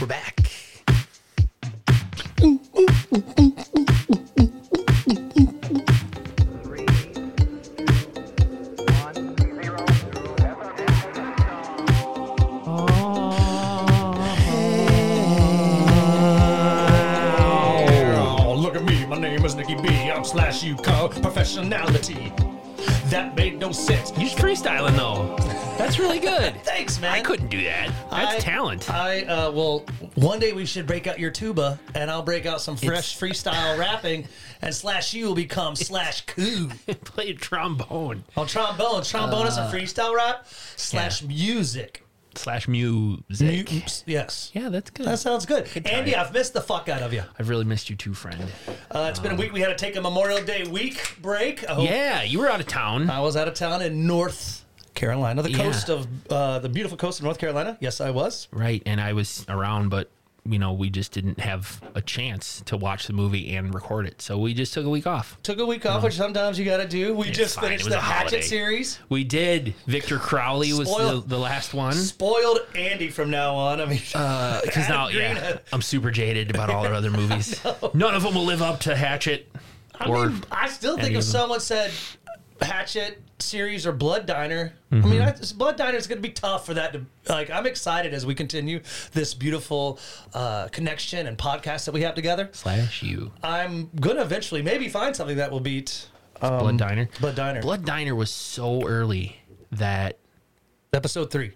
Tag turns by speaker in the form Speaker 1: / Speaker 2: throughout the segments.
Speaker 1: we're back.
Speaker 2: Oh, Oh, look at me, my name is Nicky B. I'm slash you call professionality. That made no sense.
Speaker 1: You're just freestyling though. That's really good.
Speaker 2: Thanks, man.
Speaker 1: I couldn't do that. That's
Speaker 2: I-
Speaker 1: talent.
Speaker 2: I uh, well, one day we should break out your tuba, and I'll break out some fresh freestyle rapping, and slash you will become slash coo
Speaker 1: Play trombone
Speaker 2: on trombone. Trombone
Speaker 1: Uh,
Speaker 2: is a freestyle rap slash music.
Speaker 1: slash music.
Speaker 2: Oops, Yes,
Speaker 1: Yeah, that's good.
Speaker 2: that sounds good.
Speaker 1: Good
Speaker 2: Andy,
Speaker 1: try.
Speaker 2: I've missed the fuck out of you.
Speaker 1: I've really missed you too, friend.
Speaker 2: Uh, it's been a week. We had to take a Memorial Day week break. I hope
Speaker 1: Um, Yeah, you were out of town.
Speaker 2: I was out of town in North Carolina, the
Speaker 1: Yeah.
Speaker 2: coast of uh, the beautiful coast of North Carolina. Yes, I was.
Speaker 1: right, and I was around, but you know, we just didn't have a chance to watch the movie and record it. So we just took a week off.
Speaker 2: Took a week off, which sometimes you got to do. We just
Speaker 1: fine. It
Speaker 2: finished
Speaker 1: was
Speaker 2: the
Speaker 1: a
Speaker 2: Hatchet
Speaker 1: holiday.
Speaker 2: series.
Speaker 1: We did. Victor Crowley was the,
Speaker 2: Spoiled-
Speaker 1: the last one.
Speaker 2: Spoiled Andy from now on. I mean,
Speaker 1: Because now,
Speaker 2: Green
Speaker 1: yeah,
Speaker 2: had-
Speaker 1: I'm super jaded about all their other movies. None of them will live up to Hatchet.
Speaker 2: I,
Speaker 1: or
Speaker 2: mean, I still think
Speaker 1: any
Speaker 2: if
Speaker 1: of them.
Speaker 2: someone said Hatchet series or Blood Diner,
Speaker 1: Mm-hmm.
Speaker 2: I mean, I, this Blood Diner is going to be tough for that. To, like, I'm excited as we continue this beautiful uh, connection and podcast that we have together.
Speaker 1: slash you.
Speaker 2: I'm going to eventually maybe find something that will beat um,
Speaker 1: Blood Diner.
Speaker 2: Blood Diner.
Speaker 1: Blood Diner was so early that
Speaker 2: Episode three.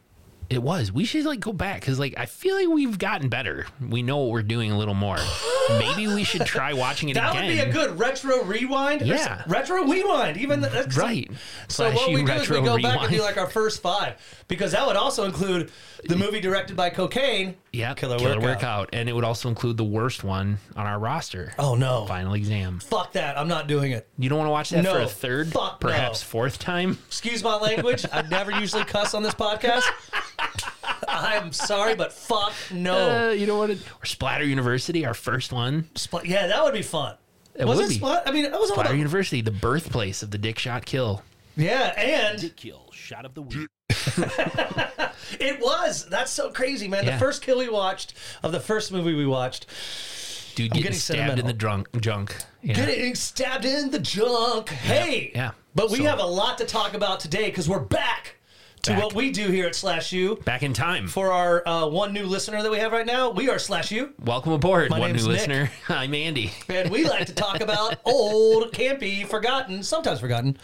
Speaker 1: it was. We should like go back because like I feel like we've gotten better. We know what we're doing a little more. Maybe we should try watching it
Speaker 2: That
Speaker 1: again.
Speaker 2: would be a good retro rewind. or
Speaker 1: Yeah.
Speaker 2: s- retro rewind. Even th- that's
Speaker 1: right.
Speaker 2: So
Speaker 1: Slash
Speaker 2: what
Speaker 1: you
Speaker 2: we do is we
Speaker 1: retro
Speaker 2: go back and do
Speaker 1: rewind.
Speaker 2: like our first five because that would also include the movie directed by Cocaine.
Speaker 1: yeah,
Speaker 2: Killer
Speaker 1: killer,
Speaker 2: Workout.
Speaker 1: workout. and it would also include the worst one on our roster.
Speaker 2: Oh no!
Speaker 1: Final exam.
Speaker 2: Fuck that! I'm not doing it.
Speaker 1: You don't want to watch that for
Speaker 2: No.
Speaker 1: a third,
Speaker 2: Fuck no.
Speaker 1: perhaps fourth time.
Speaker 2: Excuse my language. I never usually cuss on this podcast. I'm sorry, but fuck no.
Speaker 1: Uh, you don't want to. Or Splatter University, our first one.
Speaker 2: Spl- yeah, that would be fun.
Speaker 1: It
Speaker 2: was
Speaker 1: would
Speaker 2: it
Speaker 1: be.
Speaker 2: Splat? I mean, it was all
Speaker 1: Splatter
Speaker 2: about,
Speaker 1: University, the birthplace of the Dick Shot Kill.
Speaker 2: yeah, and
Speaker 3: kill shot of the week.
Speaker 2: it was. That's so crazy, man. The
Speaker 1: Yeah.
Speaker 2: first kill we watched of the first movie we watched
Speaker 1: Dude getting,
Speaker 2: getting
Speaker 1: stabbed in
Speaker 2: sentimental.
Speaker 1: the drunk junk. Yeah.
Speaker 2: Getting stabbed in the junk. Hey.
Speaker 1: yeah.
Speaker 2: But we
Speaker 1: So-
Speaker 2: have a lot to talk about today because we're back to
Speaker 1: Back.
Speaker 2: what we do here at Slash U.
Speaker 1: Back in time.
Speaker 2: For our uh, one new listener that we have right now, we are Slash U,
Speaker 1: Welcome aboard, one new
Speaker 2: name's Nick.
Speaker 1: listener. I'm Andy.
Speaker 2: and we like to talk about old, campy, forgotten, sometimes forgotten,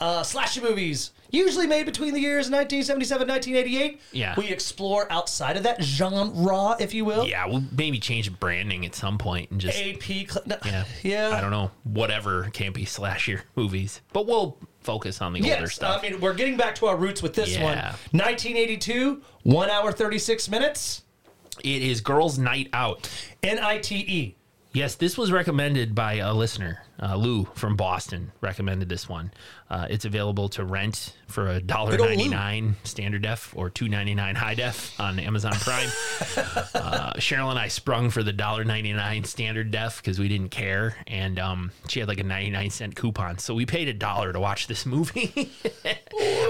Speaker 2: uh, Slash U movies, usually made between the years 1977 1988.
Speaker 1: Yeah.
Speaker 2: We explore outside of that genre, if you will.
Speaker 1: Yeah, we'll maybe change the branding at some point and just
Speaker 2: AP. Cl- no-
Speaker 1: yeah,
Speaker 2: yeah.
Speaker 1: I don't know, whatever can't be slasher movies, but we'll focus on the older
Speaker 2: Yes,
Speaker 1: stuff.
Speaker 2: I mean we're getting back to our roots with this
Speaker 1: Yeah.
Speaker 2: one. 1982, one hour 36 minutes.
Speaker 1: it is Girls' Night Out.
Speaker 2: N I T E.
Speaker 1: Yes, this was recommended by a listener, uh, Lou from Boston. Recommended this one. Uh, it's available to rent for a dollar
Speaker 2: old Lou.
Speaker 1: ninety nine standard def or two ninety nine high def on Amazon Prime. uh, Cheryl and I sprung for the dollar ninety nine standard def because we didn't care, and um, she had like a ninety nine cent coupon, so we paid a dollar to watch this movie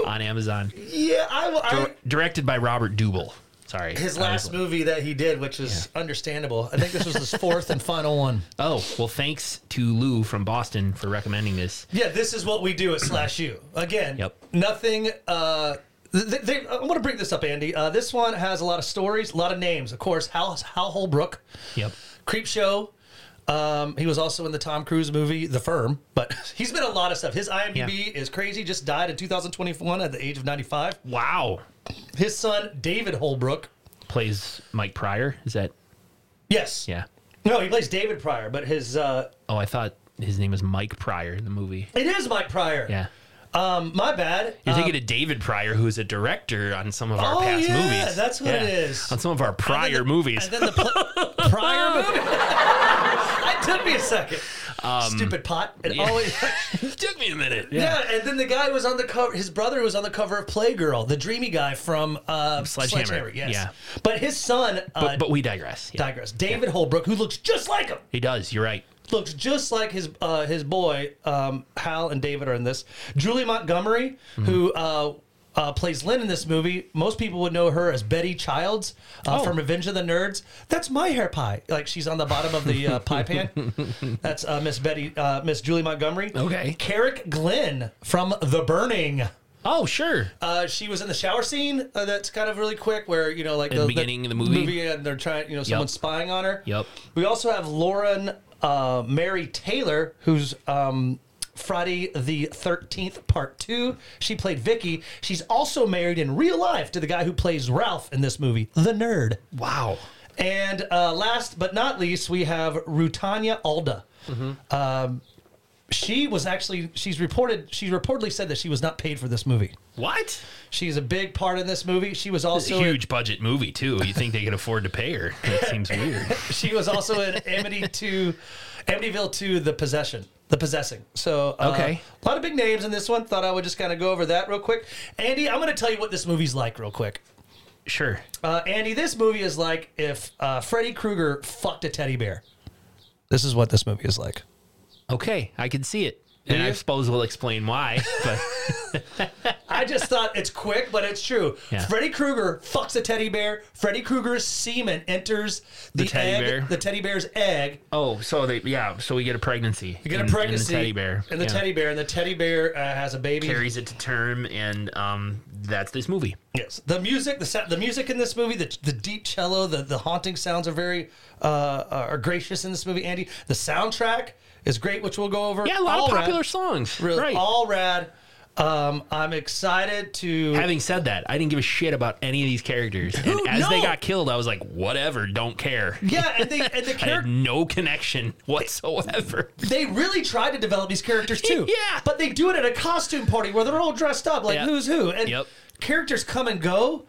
Speaker 1: on Amazon.
Speaker 2: Yeah, I, I
Speaker 1: Directed by Robert Duvall. Sorry,
Speaker 2: his
Speaker 1: I was
Speaker 2: last movie that he did, which is understandable. I think this was his fourth and final one.
Speaker 1: Oh, well, thanks to Lou from Boston for recommending this.
Speaker 2: Yeah, this is what we do at Slash U. Again,
Speaker 1: Yep.
Speaker 2: nothing. Uh, th- th- they, I want to bring this up, Andy. Uh, this one has a lot of stories, a lot of names. Of course, Hal, Hal Holbrook,
Speaker 1: Yep.
Speaker 2: Creep Show. Um, he was also in the Tom Cruise movie, The Firm, but he's been a lot of stuff. His IMDb is crazy. Just died in 2021 at the age of 95.
Speaker 1: Wow.
Speaker 2: His son, David Holbrook.
Speaker 1: Plays Mike Pryor. Is that?
Speaker 2: Yes.
Speaker 1: Yeah.
Speaker 2: No, he plays David Pryor, but his uh,
Speaker 1: Oh, I thought his name was Mike Pryor in the movie.
Speaker 2: it is Mike Pryor.
Speaker 1: Yeah.
Speaker 2: Um, my bad.
Speaker 1: You're
Speaker 2: Uh,
Speaker 1: thinking of David Pryor, who's a director on some of our
Speaker 2: Oh,
Speaker 1: past
Speaker 2: yeah,
Speaker 1: movies.
Speaker 2: that's what it is.
Speaker 1: On some of our prior movies.
Speaker 2: and then the pl- Pryor movie. it took me a second.
Speaker 1: Um,
Speaker 2: Stupid pot. It always.
Speaker 1: it took me a minute.
Speaker 2: Yeah. and then the guy was on the cover. His brother was on the cover of Playgirl, the dreamy guy from uh,
Speaker 1: Sledgehammer,
Speaker 2: Yes.
Speaker 1: yeah.
Speaker 2: But his son. Uh,
Speaker 1: But, but we digress. Yeah.
Speaker 2: digress. David Holbrook, who looks just like him.
Speaker 1: He does. You're right.
Speaker 2: looks just like his
Speaker 1: Mm-hmm.
Speaker 2: uh, his boy um, Hal and David are in this. Julie Montgomery, who uh, uh, plays Lynn in this movie. Most people would know her as Betty Childs uh,
Speaker 1: Oh.
Speaker 2: from Revenge of the Nerds. That's my hair pie. Like she's on the bottom of the uh, pie pan. That's uh, Miss Betty, uh, Miss Julie Montgomery.
Speaker 1: Okay.
Speaker 2: Carrick Glenn from The Burning.
Speaker 1: Oh, sure.
Speaker 2: Uh, she was in the shower scene. Uh, that's kind of really quick, where you know, like
Speaker 1: the beginning of the movie?
Speaker 2: and they're trying, you know, someone's spying on her.
Speaker 1: Yep.
Speaker 2: We also have Lauren uh, Mary Taylor, who's um, Friday the Thirteenth Part Two. She played Vicky. She's also married in real life to the guy who plays Ralph in this movie, the nerd.
Speaker 1: Wow.
Speaker 2: And uh, last but not least, we have Rutanya Alda.
Speaker 1: Mm-hmm.
Speaker 2: Um, she was actually she's reported she reportedly said that she was not paid for this movie.
Speaker 1: What?
Speaker 2: She's a big part in this movie. She was
Speaker 1: It's a
Speaker 2: also in,
Speaker 1: huge budget movie too. You think they could afford to pay her? That seems weird.
Speaker 2: she was also in Amity Two, Amityville Two: The Possession, The Possessing. So uh,
Speaker 1: Okay.
Speaker 2: a lot of big names in this one. Thought I would just kind of go over that real quick. Andy, I'm going to tell you what this movie's like real quick.
Speaker 1: Sure.
Speaker 2: Uh, Andy, this movie is like if uh, Freddy Krueger fucked a teddy bear. This is what this movie is like.
Speaker 1: Okay, I can see it, and I
Speaker 2: you?
Speaker 1: suppose we'll explain why. But
Speaker 2: I just thought it's quick, but it's true.
Speaker 1: Yeah.
Speaker 2: Freddy Krueger fucks a teddy bear. Freddy Krueger's semen enters the,
Speaker 1: teddy
Speaker 2: egg,
Speaker 1: bear?
Speaker 2: the teddy bear's egg,
Speaker 1: oh, so they yeah, so we get a pregnancy. You
Speaker 2: get a pregnancy
Speaker 1: and the teddy bear
Speaker 2: and the
Speaker 1: yeah.
Speaker 2: teddy bear and the teddy bear uh, has a baby
Speaker 1: carries it to term, and um, that's this movie.
Speaker 2: yes the music the sa- the music in this movie the, the deep cello the, the haunting sounds are very uh, are gracious in this movie andy the soundtrack is great which we'll go over
Speaker 1: Yeah, a lot
Speaker 2: All
Speaker 1: of
Speaker 2: rad.
Speaker 1: popular songs.
Speaker 2: Really,
Speaker 1: right.
Speaker 2: all rad um, i'm excited to
Speaker 1: Having said that, I didn't give a shit about any of these characters, and as they
Speaker 2: No.
Speaker 1: got killed, I was like, whatever, don't care.
Speaker 2: yeah and they and the
Speaker 1: I had
Speaker 2: character
Speaker 1: no connection whatsoever.
Speaker 2: they really tried to develop these characters too.
Speaker 1: Yeah.
Speaker 2: But they do it at a costume party where they're all dressed up like
Speaker 1: Yep.
Speaker 2: who's who. And
Speaker 1: Yep.
Speaker 2: characters come and go.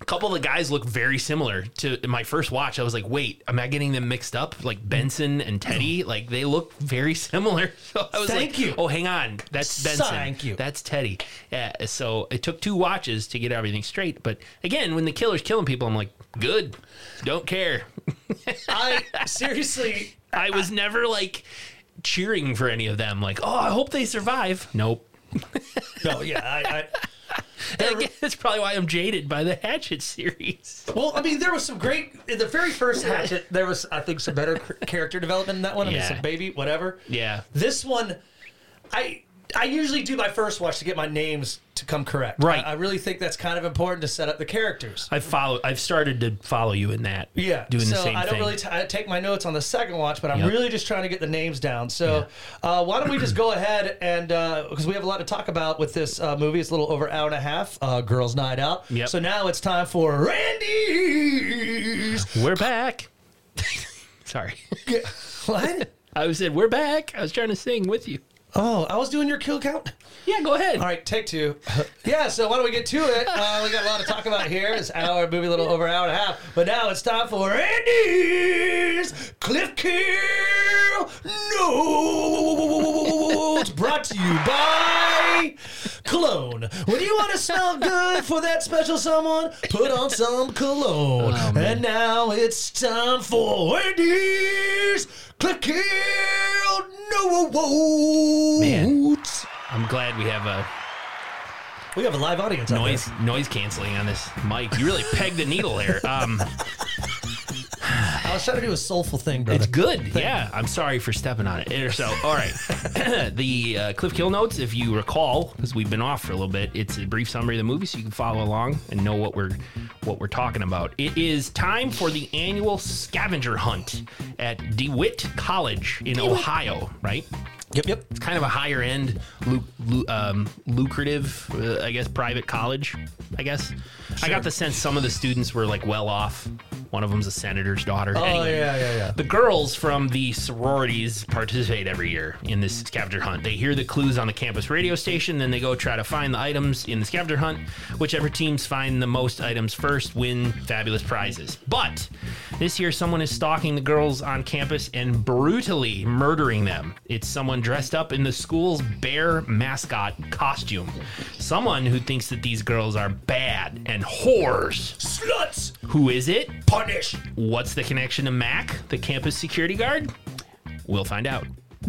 Speaker 1: A couple of the guys look very similar to my first watch. I was like, wait, am I getting them mixed up? Like Benson and Teddy, like they look very similar. So I was
Speaker 2: Thank
Speaker 1: like,
Speaker 2: you.
Speaker 1: oh, hang on, that's Benson.
Speaker 2: Thank you.
Speaker 1: That's Teddy. Yeah. So it took two watches to get everything straight. But again, when the killer's killing people, I'm like, good, don't care.
Speaker 2: I seriously
Speaker 1: I was never like cheering for any of them. Like, oh, I hope they survive. Nope.
Speaker 2: No, yeah, I, I
Speaker 1: And again, that's probably why I'm jaded by the Hatchet series.
Speaker 2: Well, I mean, there was some great in the very first Hatchet. There was, I think, some better ch- character development in that one. I mean,
Speaker 1: Yeah.
Speaker 2: some baby, whatever.
Speaker 1: Yeah.
Speaker 2: This one, I I usually do my first watch to get my names to come correct.
Speaker 1: Right.
Speaker 2: I, I really think that's kind of important to set up the characters.
Speaker 1: I've follow. I've started to follow you in that.
Speaker 2: Yeah.
Speaker 1: doing
Speaker 2: so
Speaker 1: the same
Speaker 2: I don't
Speaker 1: thing.
Speaker 2: really t- I take my notes on the second watch, but I'm
Speaker 1: Yep.
Speaker 2: really just trying to get the names down. So uh, why don't we just go ahead and because we have a lot to talk about with this uh, movie. It's a little over an hour and a half. Uh, Girls' Night Out.
Speaker 1: Yep.
Speaker 2: So now it's time for Randy's.
Speaker 1: we're back. Sorry,
Speaker 2: Yeah. What?
Speaker 1: I said we're back. I was trying to sing with you.
Speaker 2: Oh, I was doing your kill count.
Speaker 1: Yeah, go ahead.
Speaker 2: All right, take two. Yeah, so why don't we get to it? Uh, we got a lot to talk about here. It's an hour, maybe a little over an hour and a half. But now it's time for Andy's Cliff Kill Notes, brought to you by Cologne. When you want to smell good for that special someone, put on some cologne.
Speaker 1: Oh, man.
Speaker 2: and now it's time for Andy's Cliff Kill Notes.
Speaker 1: Man. I'm glad we have a
Speaker 2: We have a live audience. out
Speaker 1: noise noise canceling on this mic. You really pegged the needle there. Um,
Speaker 2: there. I Oh, was trying to do a soulful thing, brother.
Speaker 1: It's good. Yeah. I'm sorry for stepping on it. Or So, all right. the uh, Cliff Kill notes, if you recall, because we've been off for a little bit, it's a brief summary of the movie, so you can follow along and know what we're what we're talking about. It is time for the annual scavenger hunt at DeWitt College in Ohio. Right.
Speaker 2: Yep, yep.
Speaker 1: It's kind of a higher end, lu- lu- um, lucrative, uh, I guess, private college. I guess. I got the sense some of the students were like well off. One of them's a senator's daughter.
Speaker 2: Oh yeah, yeah, yeah.
Speaker 1: The girls from the sororities participate every year in this scavenger hunt. They hear the clues on the campus radio station, then they go try to find the items in the scavenger hunt. Whichever teams find the most items first win fabulous prizes. But this year, someone is stalking the girls on campus and brutally murdering them. It's someone dressed up in the school's bear mascot costume. Someone who thinks that these girls are bad and whores.
Speaker 2: Sluts
Speaker 1: Who is it?
Speaker 2: punish.
Speaker 1: What's the connection to Mac, the campus security guard? We'll find out.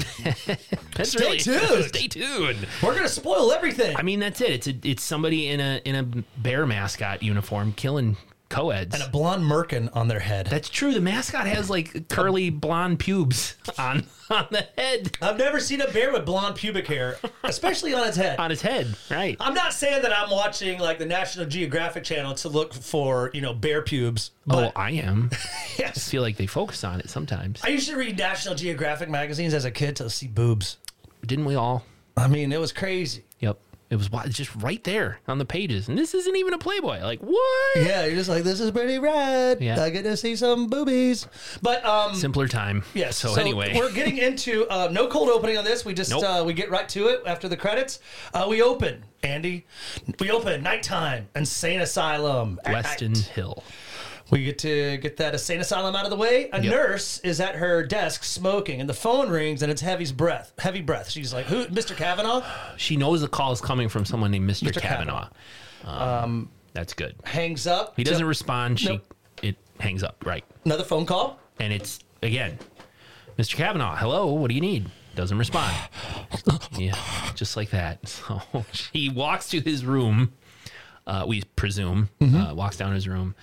Speaker 1: That's
Speaker 2: Stay
Speaker 1: really
Speaker 2: tuned.
Speaker 1: stay tuned.
Speaker 2: We're gonna spoil everything.
Speaker 1: I mean, that's it. It's a, it's somebody in a in a bear mascot uniform killing co-eds.
Speaker 2: and a blonde merkin on their head.
Speaker 1: that's true. The mascot has like curly blonde pubes on on the head
Speaker 2: I've never seen a bear with blonde pubic hair, especially on its head.
Speaker 1: on his head. Right.
Speaker 2: I'm not saying that I'm watching like the National Geographic Channel to look for you know bear pubes,
Speaker 1: Oh,
Speaker 2: but
Speaker 1: I am. I
Speaker 2: yes,
Speaker 1: feel like they focus on it sometimes.
Speaker 2: I used to read National Geographic magazines as a kid to see boobs.
Speaker 1: Didn't we all?
Speaker 2: I mean, it was crazy.
Speaker 1: Yep. It was wi- just right there on the pages, and this isn't even a Playboy. Like what?
Speaker 2: Yeah, you're just like, this is pretty rad.
Speaker 1: Yeah.
Speaker 2: I get to see some boobies. But um,
Speaker 1: Simpler time.
Speaker 2: Yes.
Speaker 1: So, anyway,
Speaker 2: we're getting into uh, no cold opening on this. We just
Speaker 1: Nope.
Speaker 2: uh, we get right to it after the credits. Uh, we open Andy. We open nighttime insane asylum. at
Speaker 1: Weston
Speaker 2: night.
Speaker 1: Hill.
Speaker 2: We get to get that insane asylum out of the way. A
Speaker 1: Yep.
Speaker 2: nurse is at her desk smoking, and the phone rings, and it's heavy's breath. Heavy breath. She's like, "Who, Mr. Kavanaugh?"
Speaker 1: She knows the call is coming from someone named Mr. Kavanaugh.
Speaker 2: Kavanaugh.
Speaker 1: Um, that's good.
Speaker 2: Hangs up.
Speaker 1: He doesn't respond. She
Speaker 2: Nope.
Speaker 1: it hangs up. Right.
Speaker 2: Another phone call.
Speaker 1: And it's again, Mr. Kavanaugh. Hello. What do you need? Doesn't respond. yeah, just like that. So she walks to his room. Uh, we presume
Speaker 2: Mm-hmm.
Speaker 1: uh, walks down his room.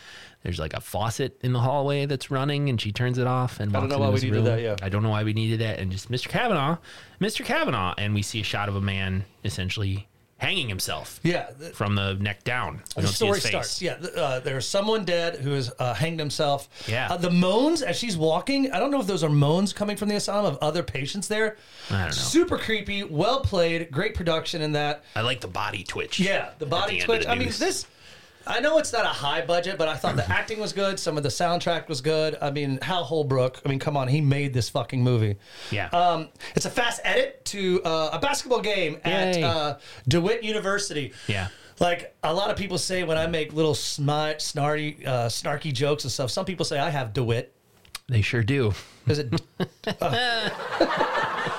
Speaker 1: There's like a faucet in the hallway that's running, and she turns it off. And I
Speaker 2: don't know why we needed that, yeah.
Speaker 1: I don't know why we needed that. And just Mr. Kavanaugh, Mr. Kavanaugh, and we see a shot of a man essentially hanging himself
Speaker 2: Yeah. th-
Speaker 1: from the neck down. We don't see
Speaker 2: The
Speaker 1: his
Speaker 2: story
Speaker 1: face.
Speaker 2: starts. Yeah, th- uh, there's someone dead who has uh, hanged himself.
Speaker 1: Yeah.
Speaker 2: Uh, the moans as she's walking. I don't know if those are moans coming from the asylum of other patients there.
Speaker 1: I don't know.
Speaker 2: Super creepy. Well played. Great production in that.
Speaker 1: I like the body twitch.
Speaker 2: Yeah, the
Speaker 1: end
Speaker 2: body
Speaker 1: of
Speaker 2: twitch.
Speaker 1: the
Speaker 2: I mean,
Speaker 1: news.
Speaker 2: this. I know it's not a high budget, but I thought the acting was good. Some of the soundtrack was good. I mean, Hal Holbrook. I mean, come on, he made this fucking movie.
Speaker 1: Yeah.
Speaker 2: Um, it's a fast edit to uh, a basketball game at
Speaker 1: Yay.
Speaker 2: uh, DeWitt University.
Speaker 1: Yeah.
Speaker 2: Like a lot of people say when I make little smart, snarty, uh, snarky jokes and stuff, some people say I have DeWitt.
Speaker 1: They sure do.
Speaker 2: There's a, uh,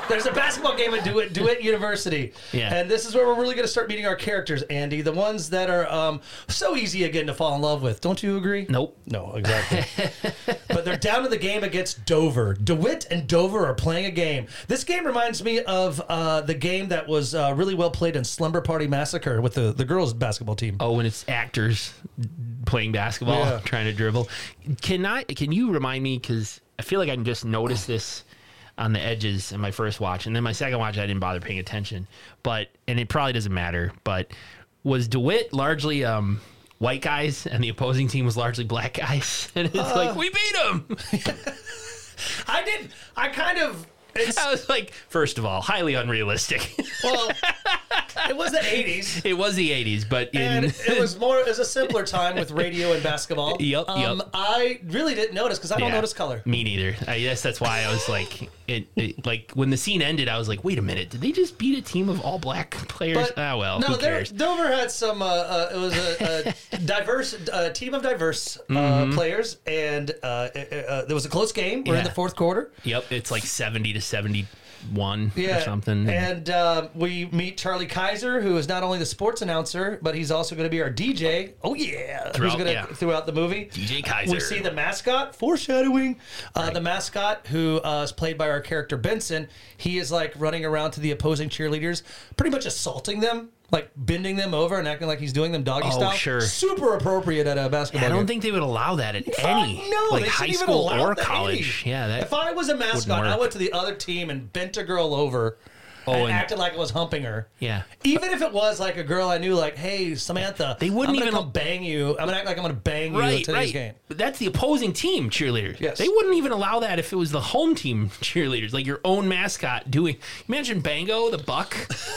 Speaker 2: there's a basketball game at DeWitt, DeWitt University.
Speaker 1: Yeah.
Speaker 2: And this is where we're really going to start meeting our characters, Andy. The ones that are um, so easy again to fall in love with. Don't you agree?
Speaker 1: Nope.
Speaker 2: No, exactly. but they're down to the game against Dover. DeWitt and Dover are playing a game. This game reminds me of uh, the game that was uh, really well played in Slumber Party Massacre with the, the girls' basketball team.
Speaker 1: Oh, when it's actors playing basketball,
Speaker 2: Yeah.
Speaker 1: trying to dribble. Can I? Can you remind me? Because I feel like I just noticed this on the edges in my first watch, and then my second watch, I didn't bother paying attention. But and it probably doesn't matter. But was Dewitt largely um, white guys, and the opposing team was largely black guys? And it's like we beat them.
Speaker 2: I did. I kind of. It's,
Speaker 1: I was like, first of all, highly unrealistic.
Speaker 2: well, it was the 80s.
Speaker 1: it was the '80s, but in
Speaker 2: and it was more it was a simpler time with radio and basketball.
Speaker 1: Yup,
Speaker 2: Um,
Speaker 1: yup.
Speaker 2: I really didn't notice because I don't
Speaker 1: Yeah. Mm,
Speaker 2: notice color.
Speaker 1: Me neither. I guess that's why I was like, it, it- like when the scene ended, I was like, wait a minute, did they just beat a team of all black players?
Speaker 2: But-
Speaker 1: ah, well,
Speaker 2: no,
Speaker 1: who
Speaker 2: there-
Speaker 1: cares?
Speaker 2: Dover had some. Uh, uh, it was a, a diverse uh, team of diverse uh, players, and uh, uh, uh, there was a close game. We're
Speaker 1: Mm-hmm.
Speaker 2: in
Speaker 1: Yeah.
Speaker 2: the fourth quarter.
Speaker 1: Yep, it's like seventy to seventy-one or something.
Speaker 2: And uh, we meet Charlie Kaiser, who is not only the sports announcer, but he's also going to be our DJ. Oh yeah, who's
Speaker 1: Throughout-
Speaker 2: going to
Speaker 1: yeah.
Speaker 2: throughout the movie.
Speaker 1: DJ Kaiser.
Speaker 2: We see the mascot foreshadowing. Uh, The mascot who uh, is played by our character Benson. He is like running around to the opposing cheerleaders, pretty much assaulting them, like bending them over and acting like he's doing them doggy
Speaker 1: Oh,
Speaker 2: style.
Speaker 1: sure.
Speaker 2: Super appropriate at a
Speaker 1: I
Speaker 2: basketball.
Speaker 1: don't
Speaker 2: game.
Speaker 1: think they would allow that at any,
Speaker 2: No,
Speaker 1: like
Speaker 2: they
Speaker 1: high
Speaker 2: shouldn't even
Speaker 1: school
Speaker 2: allow
Speaker 1: or
Speaker 2: that
Speaker 1: college.
Speaker 2: any.
Speaker 1: Yeah,
Speaker 2: If
Speaker 1: that.
Speaker 2: I was a mascot, I
Speaker 1: work.
Speaker 2: went to the other team and bent a girl over
Speaker 1: Oh,
Speaker 2: and,
Speaker 1: and-
Speaker 2: acted like I was humping her.
Speaker 1: Yeah.
Speaker 2: Even if it was like a girl I knew, like, hey, Samantha,
Speaker 1: They wouldn't
Speaker 2: I'm gonna
Speaker 1: even
Speaker 2: come bang you. I'm gonna act like I'm gonna bang you at
Speaker 1: Right,
Speaker 2: today's
Speaker 1: right.
Speaker 2: game.
Speaker 1: But that's the opposing team cheerleaders.
Speaker 2: Yes.
Speaker 1: They wouldn't even allow that if it was the home team cheerleaders, like your own mascot doing. Imagine Bango, the buck,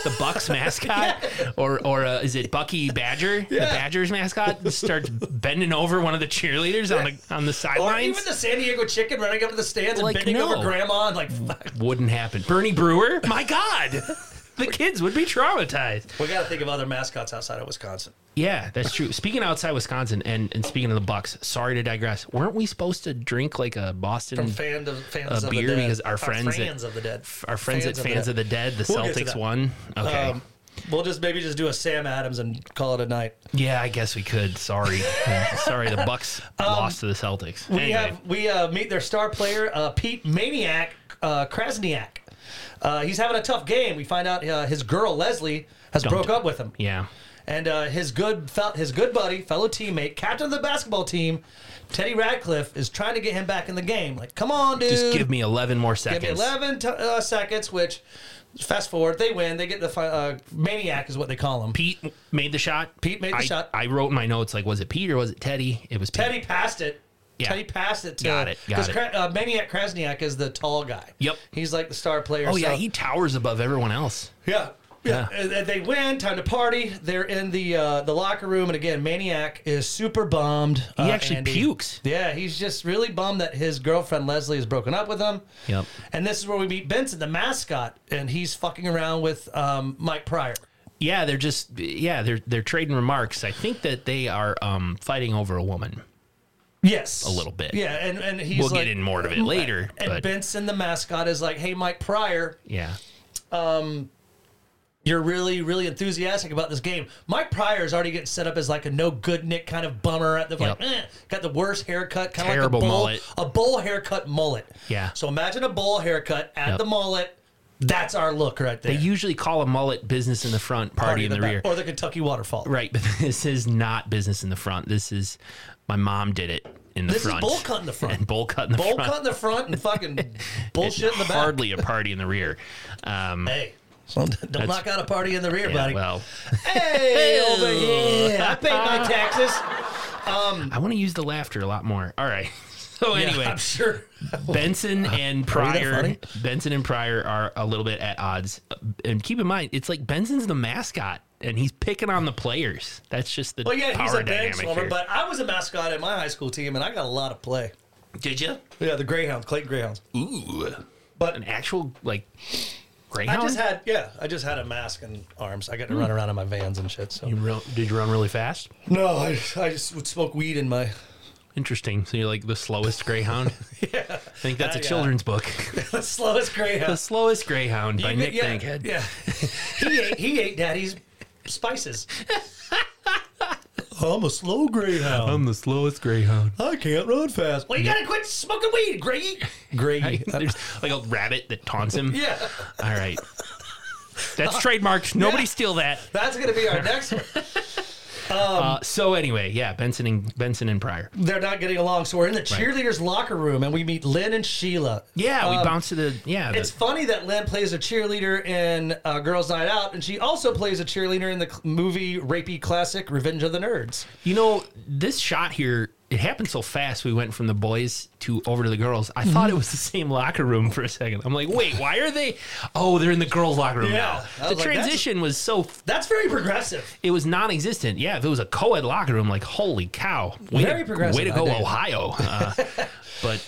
Speaker 1: the Bucks mascot, or or uh, is it Bucky Badger, the Badgers mascot, starts bending over one of the cheerleaders on the on the
Speaker 2: Or
Speaker 1: sidelines.
Speaker 2: even the San Diego chicken running up to the stands
Speaker 1: Like,
Speaker 2: and bending
Speaker 1: no.
Speaker 2: over grandma and like, fuck.
Speaker 1: wouldn't happen. Bernie Brewer, my God. The kids would be traumatized.
Speaker 2: we gotta think of other mascots outside of Wisconsin.
Speaker 1: Yeah, that's true. Speaking outside Wisconsin and, and speaking of the Bucks, sorry to digress. Weren't we supposed to drink like a Boston
Speaker 2: Fan of, fans
Speaker 1: A
Speaker 2: of
Speaker 1: beer
Speaker 2: the dead.
Speaker 1: because our friends at-
Speaker 2: fans of the dead.
Speaker 1: our friends at Fans of the Dead, the
Speaker 2: We'll get to
Speaker 1: Celtics
Speaker 2: that.
Speaker 1: won. Okay.
Speaker 2: Um, we'll just maybe just do a Sam Adams and call it a night.
Speaker 1: yeah, I guess we could. Sorry. Sorry, the Bucks lost to the Celtics.
Speaker 2: Um, We
Speaker 1: Anyway,
Speaker 2: have we uh, meet their star player uh, Pete Maniac uh, Krasniak. Uh, he's having a tough game. We find out uh, his girl Leslie has broke up with him,
Speaker 1: Yeah.
Speaker 2: and uh, his good fel- his good buddy, fellow teammate, captain of the basketball team, Teddy Radcliffe, is trying to get him back in the game. Like, come on, dude,
Speaker 1: Just give me 11 more seconds.
Speaker 2: Give me 11 t- uh, seconds, which fast forward, they win. They get the fi- uh, maniac, is what they call him.
Speaker 1: Pete made the shot.
Speaker 2: Pete made the
Speaker 1: I-
Speaker 2: shot.
Speaker 1: I wrote in my notes like, was it Pete or was it Teddy? It was Pete.
Speaker 2: Teddy passed it.
Speaker 1: Yeah.
Speaker 2: Teddy passed it to
Speaker 1: Got it, got
Speaker 2: because
Speaker 1: it.
Speaker 2: Kra- uh, Maniac Krasniak is the tall guy.
Speaker 1: Yep.
Speaker 2: he's like the star player.
Speaker 1: Oh yeah,
Speaker 2: so-
Speaker 1: he towers above everyone else.
Speaker 2: yeah. Yeah, And they win. Time to party. They're in the uh, the locker room, and again, Maniac is super bummed. uh,
Speaker 1: He actually pukes.
Speaker 2: Yeah, he's just really bummed that his girlfriend Leslie has broken up with him.
Speaker 1: Yep.
Speaker 2: And this is where we meet Benson, the mascot, and he's fucking around with um, Mike Pryor.
Speaker 1: Yeah, they're just yeah, they're they're trading remarks. I think that they are um fighting over a woman.
Speaker 2: Yes, a
Speaker 1: little bit.
Speaker 2: Yeah, and and he's
Speaker 1: We'll
Speaker 2: like,
Speaker 1: get in more of it later,
Speaker 2: And
Speaker 1: but
Speaker 2: Benson, the mascot, is like, "Hey, Mike Pryor,
Speaker 1: yeah.
Speaker 2: you're really, really enthusiastic about this game. Mike Pryor is already getting set up as like a no good Nick kind of bummer at the like,
Speaker 1: Yep.
Speaker 2: eh, got the worst haircut, kind of like a
Speaker 1: Terrible
Speaker 2: bowl,
Speaker 1: mullet.
Speaker 2: a bowl haircut mullet.
Speaker 1: Yeah.
Speaker 2: So imagine a bowl haircut at
Speaker 1: Yep.
Speaker 2: the mullet. That's our look right there.
Speaker 1: They usually call a mullet business in the front, party, in the,
Speaker 2: back-
Speaker 1: rear.
Speaker 2: or the Kentucky waterfall.
Speaker 1: Right, but this is not business in the front. This is my mom did it in the
Speaker 2: This
Speaker 1: front.
Speaker 2: is bowl cut in the front,
Speaker 1: and bowl cut in the
Speaker 2: bowl
Speaker 1: front.
Speaker 2: cut in the front, and fucking bullshit in the back.
Speaker 1: Hardly a party in the rear. Um,
Speaker 2: Hey, so don't knock out a party in the rear,
Speaker 1: yeah,
Speaker 2: buddy.
Speaker 1: well,
Speaker 2: Hey, over here. I paid my taxes.
Speaker 1: I want to use the laughter a lot more. All right. So anyway,
Speaker 2: I'm sure.
Speaker 1: Benson and Pryor,
Speaker 2: funny?
Speaker 1: Benson and Pryor are a little bit at odds. Uh, And keep in mind, it's like Benson's the mascot, and he's picking on the players. That's just the
Speaker 2: Well, yeah,
Speaker 1: power
Speaker 2: he's a bench
Speaker 1: dynamic
Speaker 2: warmer,
Speaker 1: here.
Speaker 2: but I was a mascot at my high school team, and I got a lot of play.
Speaker 1: Did you?
Speaker 2: Yeah, the Greyhounds, Clayton Greyhounds.
Speaker 1: Ooh,
Speaker 2: But
Speaker 1: an actual like
Speaker 2: I
Speaker 1: greyhound.
Speaker 2: just had, yeah, I just had a mask and arms. I got to run around in my vans and shit. So
Speaker 1: Hmm. You real- did you run really fast?
Speaker 2: no, I, I just would smoke weed in my.
Speaker 1: Interesting. So you're like the slowest greyhound. yeah, I think that's a
Speaker 2: I, uh,
Speaker 1: children's book.
Speaker 2: the slowest
Speaker 1: the
Speaker 2: Greyhound.
Speaker 1: slowest greyhound by Nick
Speaker 2: yeah,
Speaker 1: Bankhead.
Speaker 2: Yeah, he ate, he ate Daddy's spices. I'm a slow Greyhound.
Speaker 1: I'm the slowest greyhound.
Speaker 2: I can't run fast. Well, you gotta quit smoking weed, Gray. Gray.
Speaker 1: There's like a rabbit that taunts him.
Speaker 2: yeah.
Speaker 1: All right. That's trademarked. Nobody steal that.
Speaker 2: That's gonna be our next one.
Speaker 1: Uh, so anyway, yeah, Benson and Benson and Pryor.
Speaker 2: They're not getting along, so we're in the cheerleaders' locker room, and we meet Lynn and Sheila.
Speaker 1: Yeah, we
Speaker 2: Um,
Speaker 1: bounced to the yeah.
Speaker 2: It's
Speaker 1: The,
Speaker 2: funny that Lynn plays a cheerleader in uh, Girls' Night Out, and she also plays a cheerleader in the cl- movie rapey classic Revenge of the Nerds.
Speaker 1: you know, this shot here, it happened so fast. We went from the boys to over to the girls. I thought it was the same locker room for a second. I'm like, wait, why are they? Oh, they're in the girls' locker room
Speaker 2: Yeah, I
Speaker 1: now. The
Speaker 2: was like, that's-
Speaker 1: transition was so
Speaker 2: That's very progressive.
Speaker 1: it was non-existent. Yeah, if it was a co-ed locker room, like holy cow, way
Speaker 2: Very
Speaker 1: to,
Speaker 2: progressive,
Speaker 1: Way to
Speaker 2: I
Speaker 1: go,
Speaker 2: dig it.
Speaker 1: Ohio. Uh,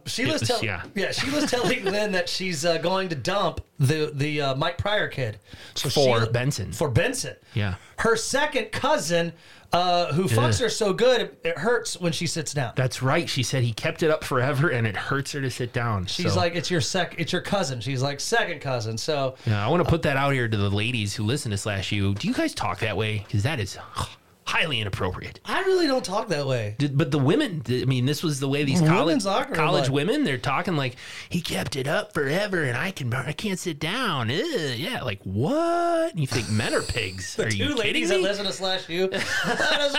Speaker 1: but
Speaker 2: Sheila's
Speaker 1: Yes,
Speaker 2: telling
Speaker 1: yeah.
Speaker 2: yeah. Sheila's telling Lynn that she's uh, going to dump the the uh, Mike Pryor kid so
Speaker 1: For Benson.
Speaker 2: for Benson.
Speaker 1: Yeah.
Speaker 2: her second cousin uh, who fucks her so good it, it hurts when she sits down.
Speaker 1: that's right. She said he kept it up forever, and it hurts her to sit down.
Speaker 2: She's
Speaker 1: so-
Speaker 2: like, it's your sec, it's your cousin. She's like second cousin. So
Speaker 1: Yeah, I want to put that out here to the ladies who listen to Slash U. Do you guys talk that way? Because that is highly inappropriate.
Speaker 2: I really don't talk that way.
Speaker 1: Did- But the women, I mean, this was the way these college
Speaker 2: Women's locker room,
Speaker 1: college
Speaker 2: like-
Speaker 1: women they're talking like he kept it up forever, and I can I can't sit down. Ugh, yeah, like what? You think men are pigs? are you
Speaker 2: Two ladies that
Speaker 1: kidding me?
Speaker 2: listen to slash you, let us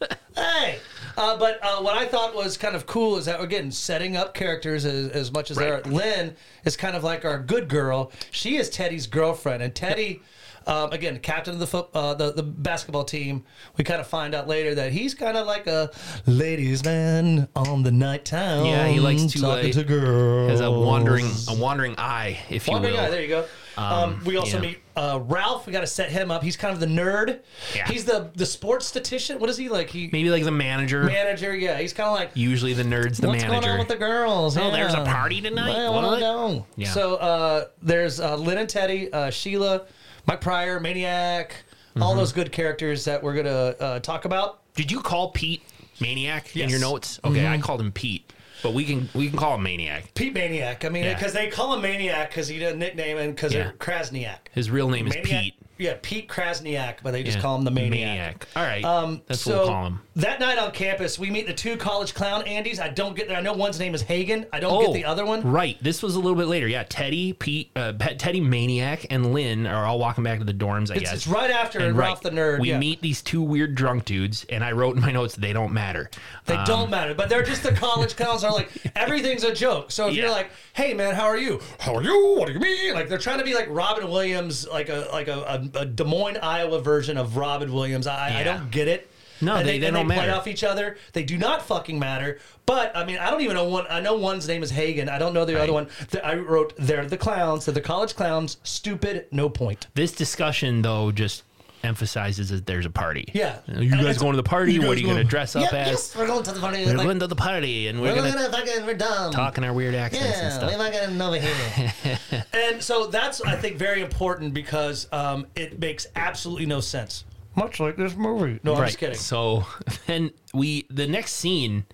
Speaker 2: know. Hey, uh, but uh, what I thought was kind of cool is that again setting up characters as, as much as
Speaker 1: Right.
Speaker 2: they're Lynn is kind of like our good girl. She is Teddy's girlfriend, and Teddy. Um, again, captain of the, foot, uh, the the basketball team. We kind of find out later that he's kind of like a ladies' man on the night town.
Speaker 1: Yeah, he likes to,
Speaker 2: talking
Speaker 1: uh,
Speaker 2: to girls.
Speaker 1: Has a wandering a wandering eye, if
Speaker 2: Wandering
Speaker 1: you will.
Speaker 2: Eye, there you go. Um, we also
Speaker 1: yeah.
Speaker 2: meet uh, Ralph. We got to set him up. He's kind of the nerd.
Speaker 1: Yeah.
Speaker 2: He's the the sports statistician. What is he like? He
Speaker 1: Maybe like the manager.
Speaker 2: manager. Yeah, he's kind of like.
Speaker 1: Usually the nerds the
Speaker 2: What's
Speaker 1: manager.
Speaker 2: going on with the girls? Oh,
Speaker 1: there's a party tonight?
Speaker 2: I want
Speaker 1: What?"
Speaker 2: to know.
Speaker 1: Yeah.
Speaker 2: So uh, there's uh, Lynn and Teddy, uh, Sheila, Mike Pryor, Maniac,
Speaker 1: Mm-hmm.
Speaker 2: all those good characters that we're gonna uh, talk about.
Speaker 1: Did you call Pete Maniac in
Speaker 2: Yes.
Speaker 1: your notes? Okay, I called him Pete, but we can we can call him Maniac.
Speaker 2: Pete Maniac. I mean,
Speaker 1: Yeah.
Speaker 2: because they call him Maniac because he did a nickname and because
Speaker 1: Yeah.
Speaker 2: they're Krasniak.
Speaker 1: His real name is
Speaker 2: Maniac-
Speaker 1: Pete.
Speaker 2: yeah, Pete Krasniak, but they just
Speaker 1: Yeah.
Speaker 2: call him the maniac.
Speaker 1: All right.
Speaker 2: Um,
Speaker 1: That's
Speaker 2: so
Speaker 1: what we'll call him.
Speaker 2: That night on campus, we meet the two college clown Andys. I don't get. I know one's name is Hagen. I don't get the other one.
Speaker 1: Oh. Right. This was a little bit later. Yeah. Teddy, Pete, uh, Pe- Teddy Maniac, and Lynn are all walking back to the dorms, I guess.
Speaker 2: It's right after
Speaker 1: And right,
Speaker 2: Ralph the Nerd.
Speaker 1: We
Speaker 2: yeah.
Speaker 1: meet these two weird drunk dudes, and I wrote in my notes, they don't matter.
Speaker 2: They
Speaker 1: Um,
Speaker 2: don't matter, but they're just the college clowns. Are like everything's a joke. So if you're
Speaker 1: Yeah.
Speaker 2: like, "Hey man, how are you? How are you? What do you mean?" Like they're trying to be like Robin Williams, like a like a, a, a Des Moines, Iowa version of Robin Williams. I, I
Speaker 1: Yeah.
Speaker 2: don't get it.
Speaker 1: No,
Speaker 2: and
Speaker 1: they- they
Speaker 2: and
Speaker 1: don't
Speaker 2: play
Speaker 1: matter.
Speaker 2: off each other. They do not fucking matter. But I mean, I don't even know one. I know one's name is Hagen. I don't know the other one. Th- I wrote, "They're the clowns. They're the college clowns. Stupid. No point."
Speaker 1: This discussion, though, just emphasizes that there's a party.
Speaker 2: Yeah.
Speaker 1: You guys going to the party? What are you going to dress up
Speaker 2: Yeah,
Speaker 1: as?
Speaker 2: yes, we're going to the party.
Speaker 1: We're
Speaker 2: Like,
Speaker 1: going to the party, and we're,
Speaker 2: we're
Speaker 1: going to
Speaker 2: gonna fucking we're dumb.
Speaker 1: talk in our weird accents and stuff.
Speaker 2: not getting over here. and so that's, I think, very important because um, it makes absolutely no sense. Much like this movie. No, I'm just kidding.
Speaker 1: So then we the next scene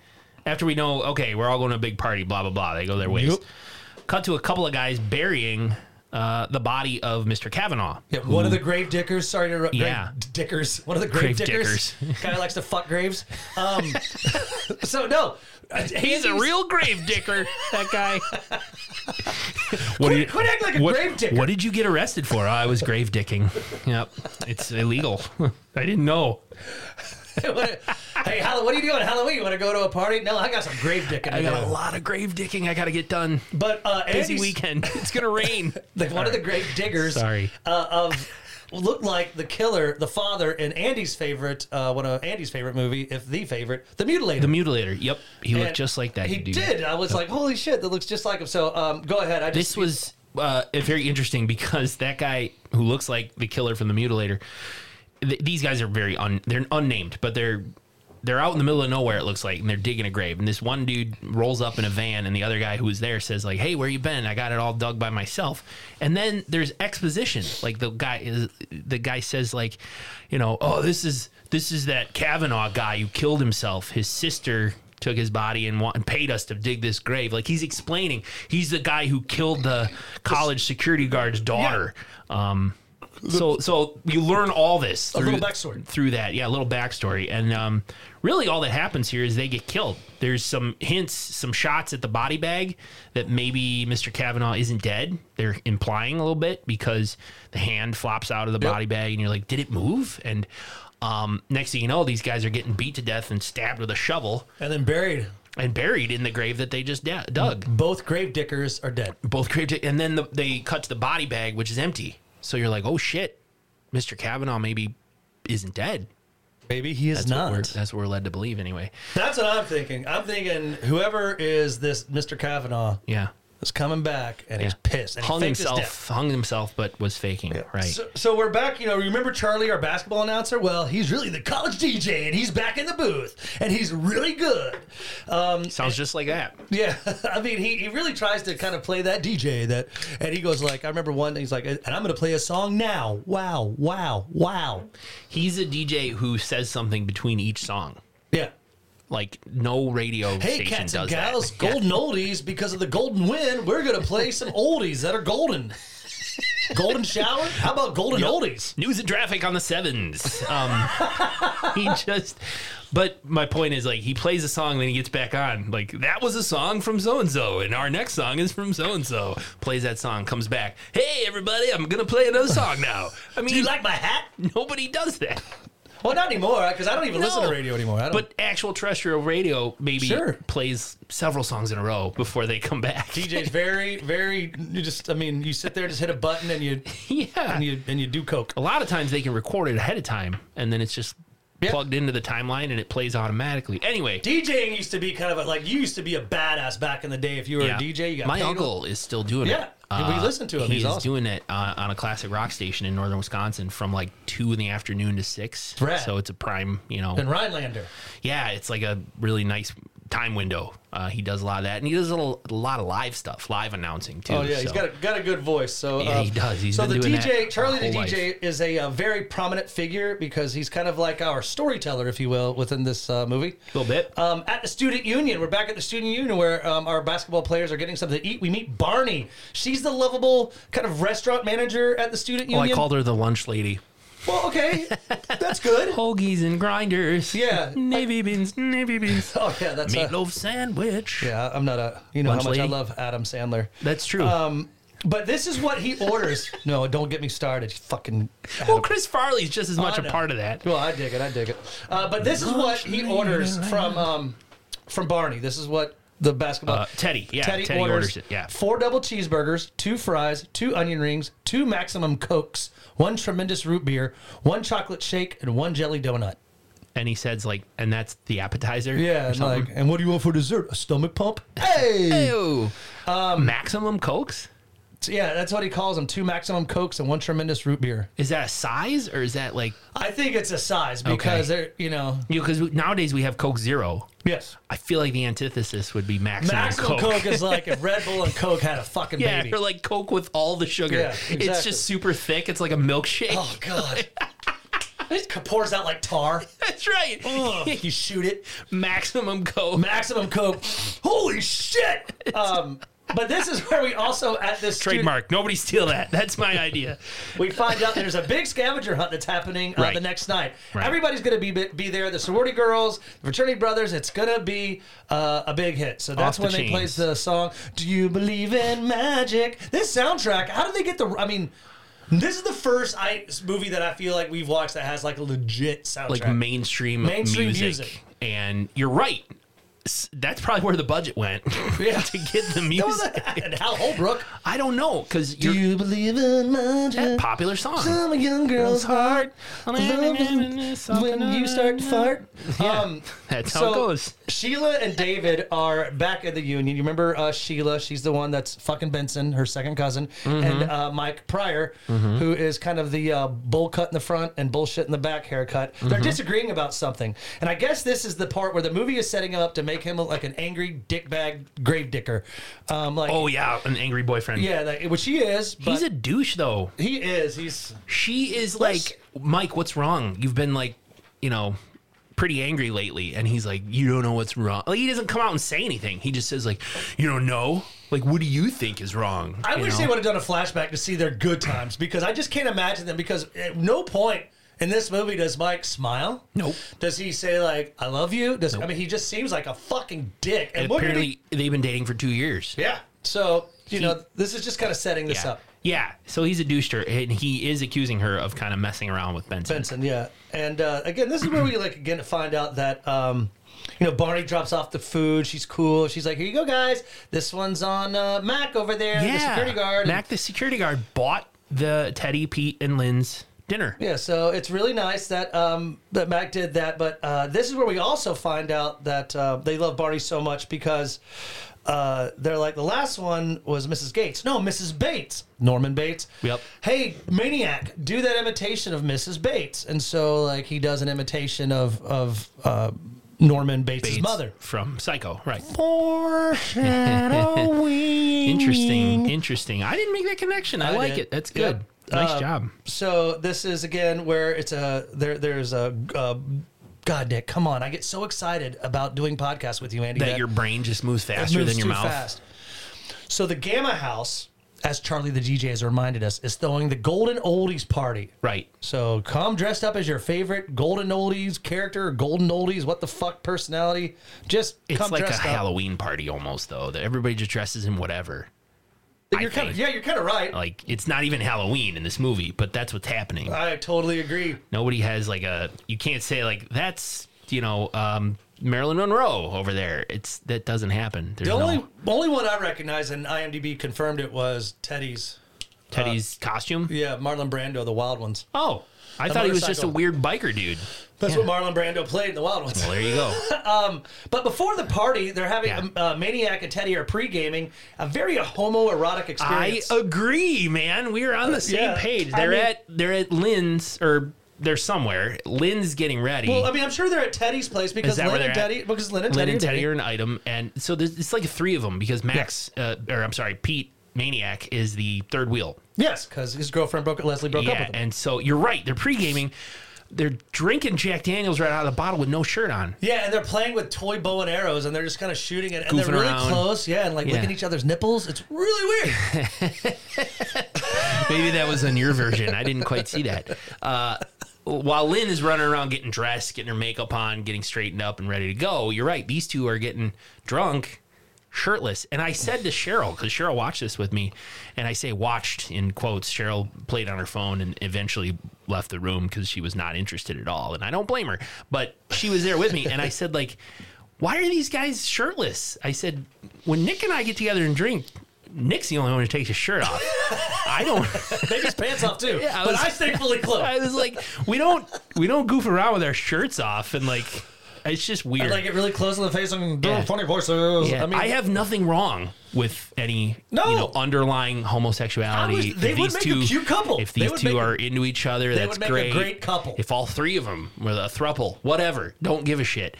Speaker 1: after we know okay we're all going to a big party blah blah blah they go their ways.
Speaker 2: Yep.
Speaker 1: Cut to a couple of guys burying uh, the body of Mr. Kavanaugh.
Speaker 2: Yeah, one of the grave diggers. Sorry to interrupt.
Speaker 1: Yeah.
Speaker 2: Grave d- dickers. One of the
Speaker 1: Grave
Speaker 2: grave, diggers. Guy who likes to fuck graves. Um, so no,
Speaker 1: He's a real grave dicker, that guy. what
Speaker 2: Quit- quit acting like a
Speaker 1: what-
Speaker 2: grave dicker.
Speaker 1: What did you get arrested for? Oh, I was grave dicking. Yep, it's illegal. I didn't know.
Speaker 2: hey, Hall- what are you doing? Halloween? You want to go to a party? No, I got some grave dicking.
Speaker 1: I
Speaker 2: to
Speaker 1: got a
Speaker 2: do.
Speaker 1: lot of grave dicking I got to get done.
Speaker 2: But uh,
Speaker 1: Busy
Speaker 2: Andy's-
Speaker 1: weekend. It's gonna rain.
Speaker 2: Like one of the great diggers.
Speaker 1: Sorry.
Speaker 2: Uh, of looked like the killer, the father in Andy's favorite, uh, one of Andy's favorite movie, if the favorite, The Mutilator.
Speaker 1: The mutilator. Yep, he looked
Speaker 2: And
Speaker 1: just like that.
Speaker 2: He
Speaker 1: dude.
Speaker 2: did. I was like, holy shit, that looks just like him. So um, go ahead. I just
Speaker 1: this was uh, very interesting because that guy who looks like the killer from the mutilator th- these guys are very un they're unnamed but they're they're out in the middle of nowhere it looks like and they're digging a grave and this one dude rolls up in a van and the other guy who was there says like hey where you been i got it all dug by myself and then there's exposition like the guy is the guy says like you know oh this is this is that kavanaugh guy who killed himself his sister took his body and, wa- and paid us to dig this grave. Like he's explaining, he's the guy who killed the college security guard's daughter. Um, so so you learn all this through,
Speaker 2: little backstory.
Speaker 1: through that. Yeah, a little backstory, and um, really all that happens here is they get killed. There's some hints, some shots at the body bag that maybe Mr. Kavanaugh isn't dead. They're implying a little bit because the hand flops out of the
Speaker 2: Yep.
Speaker 1: body bag, and you're like, did it move? And um, next thing you know, these guys are getting beat to death and stabbed with a shovel
Speaker 2: and then buried.
Speaker 1: and buried in the grave that they just da- dug.
Speaker 2: Both grave diggers are dead.
Speaker 1: Both grave, dig- and then the, they cut to the body bag, which is empty. So you're like, oh shit, Mr. Kavanaugh maybe isn't dead.
Speaker 2: Maybe he is
Speaker 1: That's what we're-
Speaker 2: not.
Speaker 1: that's what we're led to believe, anyway.
Speaker 2: That's what I'm thinking. I'm thinking whoever is this Mr. Kavanaugh
Speaker 1: Yeah,
Speaker 2: is coming back and he's
Speaker 1: Yeah.
Speaker 2: pissed. And he
Speaker 1: hung
Speaker 2: faked his death.
Speaker 1: himself, hung himself, but was faking. Right.
Speaker 2: So, so we're back. You know, remember Charlie, our basketball announcer? Well, he's really the college DJ, and he's back in the booth, and he's really good. Um,
Speaker 1: Sounds just like that.
Speaker 2: yeah, I mean, he, he really tries to kind of play that DJ that, and he goes like, I remember one. He's like, and I'm going to play a song now. Wow, wow, wow.
Speaker 1: He's a DJ who says something between each song.
Speaker 2: Yeah.
Speaker 1: Like no radio
Speaker 2: Hey,
Speaker 1: station
Speaker 2: cats and
Speaker 1: does
Speaker 2: gals,
Speaker 1: that. Yeah.
Speaker 2: golden oldies. Because of the golden win, we're going to play some oldies that are golden. golden shower? How about golden oldies?
Speaker 1: news and traffic on the sevens. Um, he just, but my point is like he plays a song, then he gets back on. Like that was a song from so and so, and our next song is from so and so. Plays that song, comes back. Hey everybody, I'm gonna play another song now. I
Speaker 2: Do you
Speaker 1: mean,
Speaker 2: like my hat?
Speaker 1: nobody does that.
Speaker 2: Well, not anymore, because I don't even listen to
Speaker 1: No.
Speaker 2: radio anymore. I don't.
Speaker 1: But actual terrestrial radio maybe
Speaker 2: Sure.
Speaker 1: plays several songs in a row before they come back.
Speaker 2: DJ's very, very. You just, I mean, you sit there, just hit a button, and you,
Speaker 1: yeah.
Speaker 2: and you, and you do coke.
Speaker 1: a lot of times they can record it ahead of time, and then it's just.
Speaker 2: Yeah.
Speaker 1: Plugged into the timeline and it plays automatically. Anyway,
Speaker 2: DJing used to be kind of a, like you used to be a badass back in the day. If you were
Speaker 1: Yeah.
Speaker 2: a DJ, you got
Speaker 1: my
Speaker 2: paid
Speaker 1: uncle is still doing
Speaker 2: Yeah.
Speaker 1: it.
Speaker 2: And we listen to him.
Speaker 1: He's
Speaker 2: He's awesome.
Speaker 1: doing it uh, on a classic rock station in northern Wisconsin from like two in the afternoon to six.
Speaker 2: Rad.
Speaker 1: So it's a prime, you know.
Speaker 2: in Rhinelander.
Speaker 1: yeah, it's like a really nice time window. Uh, he does a lot of that, and he does a, little, a lot of live stuff, live announcing too.
Speaker 2: Oh yeah, he's
Speaker 1: so-
Speaker 2: got a, got a good voice. So
Speaker 1: Yeah,
Speaker 2: uh,
Speaker 1: he does. He's
Speaker 2: so
Speaker 1: been
Speaker 2: the
Speaker 1: doing
Speaker 2: DJ
Speaker 1: that
Speaker 2: Charlie,
Speaker 1: our
Speaker 2: the
Speaker 1: whole
Speaker 2: DJ, is a, uh very prominent figure because he's kind of like our storyteller, if you will, within this uh, movie.
Speaker 1: Little bit.
Speaker 2: Um, at the student union, we're back at the student union where um, our basketball players are getting something to eat. We meet Barney. She's the lovable kind of restaurant manager at the student
Speaker 1: oh,
Speaker 2: union.
Speaker 1: I called her the lunch lady.
Speaker 2: Well, okay, that's good.
Speaker 1: Hoagies and grinders.
Speaker 2: Yeah.
Speaker 1: Navy beans, navy beans.
Speaker 2: Oh yeah, that's uh,
Speaker 1: Meatloaf sandwich.
Speaker 2: yeah. I'm not a you know
Speaker 1: Lunch
Speaker 2: how much
Speaker 1: lady?
Speaker 2: I love Adam Sandler.
Speaker 1: That's true.
Speaker 2: Um, but this is what he orders. no, don't get me started. Fucking.
Speaker 1: well, Chris Farley's just as much
Speaker 2: Oh, I
Speaker 1: a
Speaker 2: know.
Speaker 1: part of that.
Speaker 2: Well, I dig it. I dig it. Uh, but this is what he orders from um, from Barney. This is what the basketball.
Speaker 1: Uh, Teddy, yeah, Teddy, orders, it. Yeah,
Speaker 2: Four double cheeseburgers, two fries, two onion rings, two maximum cokes, one tremendous root beer, one chocolate shake, and one jelly donut.
Speaker 1: and he says like, and that's the appetizer. or
Speaker 2: Yeah, and
Speaker 1: something.
Speaker 2: like, and what do you want for dessert? A stomach pump? Hey.
Speaker 1: Ew.
Speaker 2: Um,
Speaker 1: maximum cokes.
Speaker 2: So, yeah, that's what he calls them: two maximum cokes and one tremendous root beer.
Speaker 1: Is that a size or is that like
Speaker 2: I think it's a size because they're, you know,
Speaker 1: you? Because nowadays we have Coke Zero.
Speaker 2: yes.
Speaker 1: I feel like the antithesis would be maximum,
Speaker 2: Maximum
Speaker 1: Coke.
Speaker 2: Coke. is like if Red Bull and Coke had a fucking
Speaker 1: yeah,
Speaker 2: baby.
Speaker 1: or like Coke with all the sugar.
Speaker 2: Yeah,
Speaker 1: It's
Speaker 2: exactly.
Speaker 1: just super thick. It's like a milkshake.
Speaker 2: Oh God. It pours out like tar.
Speaker 1: That's right.
Speaker 2: Ugh, you shoot it.
Speaker 1: maximum Coke.
Speaker 2: Maximum Coke. Holy shit. Um, but this is where we also at this student-
Speaker 1: Trademark. Nobody steal that. That's my idea.
Speaker 2: we find out there's a big scavenger hunt that's happening uh,
Speaker 1: Right.
Speaker 2: the next night.
Speaker 1: Right.
Speaker 2: Everybody's going to be be there. The sorority girls, the fraternity brothers. It's going to be uh, a big hit. So
Speaker 1: Off
Speaker 2: that's
Speaker 1: the
Speaker 2: when they
Speaker 1: chains.
Speaker 2: plays the song. Do you believe in magic? This soundtrack. How did they get the? I mean. This is the first I, movie that I feel like we've watched that has like a legit soundtrack.
Speaker 1: like mainstream,
Speaker 2: Mainstream
Speaker 1: music.
Speaker 2: music.
Speaker 1: And you're right. S- That's probably where the budget went
Speaker 2: Yeah.
Speaker 1: to get the
Speaker 2: What was
Speaker 1: music.
Speaker 2: that? And Hal Holbrook.
Speaker 1: I don't know because you're
Speaker 2: you believe in magic?
Speaker 1: popular song.
Speaker 2: Some young girl's heart. Um,
Speaker 1: That's how it goes.
Speaker 2: Sheila and David are back at the union. You remember uh, Sheila? She's the one that's fucking Benson, her second cousin,
Speaker 1: Mm-hmm.
Speaker 2: and uh, Mike Pryor, who is kind of the uh, bowl cut in the front and bullshit in the back haircut.
Speaker 1: Mm-hmm.
Speaker 2: They're disagreeing about something, and I guess this is the part where the movie is setting him up to make him look like an angry dickbag grave digger. Um, like,
Speaker 1: Oh yeah, an angry boyfriend.
Speaker 2: yeah, like, which he is. But
Speaker 1: He's a douche though.
Speaker 2: he is. He's
Speaker 1: She is like, Mike, what's wrong? You've been like, you know, pretty angry lately. And he's like, you don't know what's wrong. Like, he doesn't come out and say anything. He just says like, you don't know. Like, what do you think is wrong?
Speaker 2: I
Speaker 1: You
Speaker 2: wish
Speaker 1: know?
Speaker 2: they would have done a flashback to see their good times because I just can't imagine them. Because at no point in this movie does Mike smile.
Speaker 1: Nope.
Speaker 2: Does he say like "I love you"? Does I mean he just seems like a fucking dick. And what did he-
Speaker 1: Apparently, they've been dating for two years.
Speaker 2: yeah. So you know this is just kind of setting this
Speaker 1: Yeah.
Speaker 2: up.
Speaker 1: Yeah. So he's a douche to her, and he is accusing her of kind of messing around with Benson.
Speaker 2: Benson, yeah. And uh, again, this is where we like again to find out that um, you know Barney drops off the food. She's cool. She's like, "Here you go, guys. This one's on uh, Mac over there, the security guard." And-
Speaker 1: Mac, the security guard, bought the Teddy, Pete, and Lynn's dinner.
Speaker 2: Yeah, so it's really nice that um, that Mac did that, but uh, this is where we also find out that uh, they love Barney so much because uh, they're like the last one was Mrs. Gates, no Mrs. Bates, Norman Bates.
Speaker 1: Yep.
Speaker 2: Hey, maniac, do that imitation of Mrs. Bates, and so like he does an imitation of of uh, Norman Bates'
Speaker 1: Bates
Speaker 2: mother.
Speaker 1: from Psycho, right?
Speaker 2: Foreshadowing.
Speaker 1: Interesting, interesting. I didn't make that connection. I, like
Speaker 2: did.
Speaker 1: it. That's
Speaker 2: Yep.
Speaker 1: good. Nice
Speaker 2: Uh,
Speaker 1: job.
Speaker 2: So this is again where it's a there. There's a uh, God, Nick, come on! I get so excited about doing podcasts with you, Andy.
Speaker 1: That your brain just moves
Speaker 2: it
Speaker 1: faster
Speaker 2: moves
Speaker 1: than your
Speaker 2: too
Speaker 1: mouth.
Speaker 2: fast. So the Gamma House, as Charlie the DJ has reminded us, is throwing the Golden Oldies party.
Speaker 1: Right.
Speaker 2: So come dressed up as your favorite Golden Oldies character, Golden Oldies, what the fuck personality. Just
Speaker 1: It's
Speaker 2: come
Speaker 1: like a
Speaker 2: dressed up.
Speaker 1: Halloween party almost, though. That everybody just dresses in whatever. I
Speaker 2: You're kind of
Speaker 1: think.
Speaker 2: yeah, you're kind of right.
Speaker 1: Like it's not even Halloween in this movie, but that's what's happening.
Speaker 2: I totally agree.
Speaker 1: Nobody has like a. You can't say like that's you know um, Marilyn Monroe over there. It's that doesn't happen. There's
Speaker 2: The
Speaker 1: no
Speaker 2: only uh, only one I recognize and IMDb confirmed it was Teddy's.
Speaker 1: Teddy's costume.
Speaker 2: Yeah, Marlon Brando, the Wild Ones.
Speaker 1: Oh, I thought he was just a
Speaker 2: motorcycle.
Speaker 1: weird biker dude.
Speaker 2: That's what Marlon Brando played in the Wild Ones.
Speaker 1: Well, there you go.
Speaker 2: But before the party, they're having
Speaker 1: Yeah.
Speaker 2: um, uh, Maniac and Teddy are pre-gaming a very homoerotic
Speaker 1: I
Speaker 2: experience. Uh,
Speaker 1: agree, man. We are on the same
Speaker 2: yeah.
Speaker 1: page.
Speaker 2: I
Speaker 1: They're
Speaker 2: mean-
Speaker 1: at they're at Lynn's or they're somewhere. Lynn's getting ready.
Speaker 2: Well, I mean, I'm sure they're at Teddy's place because
Speaker 1: that
Speaker 2: Lynn
Speaker 1: where
Speaker 2: and
Speaker 1: they're at?
Speaker 2: Teddy because Lynn and
Speaker 1: Lynn
Speaker 2: Teddy,
Speaker 1: and
Speaker 2: are
Speaker 1: Teddy
Speaker 2: dating.
Speaker 1: are an item, and so there's it's like three of them because Max, uh, or I'm sorry, Pete Maniac is the third wheel.
Speaker 2: yes, because his girlfriend broke Leslie broke up
Speaker 1: Yeah,
Speaker 2: with him.
Speaker 1: and so you're right. They're pre gaming. They're drinking Jack Daniels right out of the bottle with no shirt on.
Speaker 2: Yeah, and they're playing with toy bow and arrows, and they're just kind of shooting it, and they're
Speaker 1: Goofing
Speaker 2: really
Speaker 1: around.
Speaker 2: close. Yeah, and like
Speaker 1: Yeah.
Speaker 2: licking each other's nipples. It's really weird.
Speaker 1: Maybe that was on your version. I didn't quite see that. Uh, while Lynn is running around getting dressed, getting her makeup on, getting straightened up and ready to go, you're right. These two are getting drunk, shirtless. And I said to Cheryl, because Cheryl watched this with me, and I say watched in quotes. Cheryl played on her phone and eventually left the room because she was not interested at all. And I don't blame her, but she was there with me. And I said, like, why are these guys shirtless? I said, when Nick and I get together and drink, Nick's the only one who takes his shirt off. I don't.
Speaker 2: Take his pants off too,
Speaker 1: Yeah, I
Speaker 2: but
Speaker 1: was-
Speaker 2: I stay fully clothed.
Speaker 1: I was like, we don't we don't goof around with our shirts off and like it's just weird.
Speaker 2: Like it really close in the face and doing
Speaker 1: Yeah.
Speaker 2: funny voices.
Speaker 1: Yeah,
Speaker 2: I mean,
Speaker 1: have nothing wrong with any
Speaker 2: No.
Speaker 1: you know underlying homosexuality.
Speaker 2: I was- they
Speaker 1: if
Speaker 2: would
Speaker 1: these
Speaker 2: make a
Speaker 1: two,
Speaker 2: cute couple.
Speaker 1: If
Speaker 2: They
Speaker 1: these
Speaker 2: would
Speaker 1: two
Speaker 2: make a-
Speaker 1: are into each other, that's
Speaker 2: would make a
Speaker 1: great.
Speaker 2: great couple.
Speaker 1: If all three of them were a thruple, whatever, don't give a shit.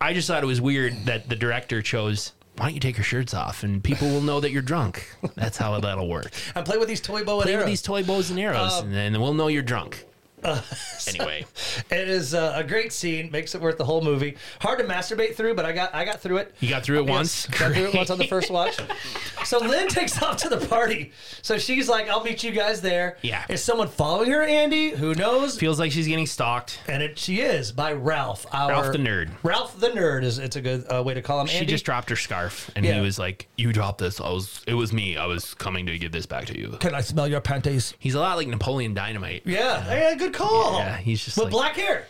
Speaker 1: I just thought it was weird that the director chose. Why don't you take your shirts off and people will know that you're drunk? That's how that'll work.
Speaker 2: and play with these toy bow and
Speaker 1: Play with
Speaker 2: arrows.
Speaker 1: these toy bows and arrows,
Speaker 2: Um,
Speaker 1: and then we'll know you're drunk.
Speaker 2: uh,
Speaker 1: anyway,
Speaker 2: It is uh, a great scene. Makes it worth the whole movie. Hard to masturbate through, but I got I got through it.
Speaker 1: You got through it once?
Speaker 2: Got through it once on the first watch. So Lynn takes off to the party. So she's like, "I'll meet you guys there."
Speaker 1: Yeah.
Speaker 2: Is someone following her, Andy? Who knows?
Speaker 1: feels like she's getting stalked.
Speaker 2: And it, she is by Ralph. Our,
Speaker 1: Ralph the nerd.
Speaker 2: Ralph the nerd is it's a good uh, way to call him.
Speaker 1: She
Speaker 2: Andy.
Speaker 1: just dropped her scarf, and
Speaker 2: Yeah.
Speaker 1: he was like, "You dropped this. I was. It was me. I was coming to give this back to you."
Speaker 2: Can I smell your panties?
Speaker 1: He's a lot like Napoleon Dynamite. Yeah,
Speaker 2: Yeah. Yeah. Good call.
Speaker 1: Yeah, he's just
Speaker 2: with
Speaker 1: like-
Speaker 2: black hair.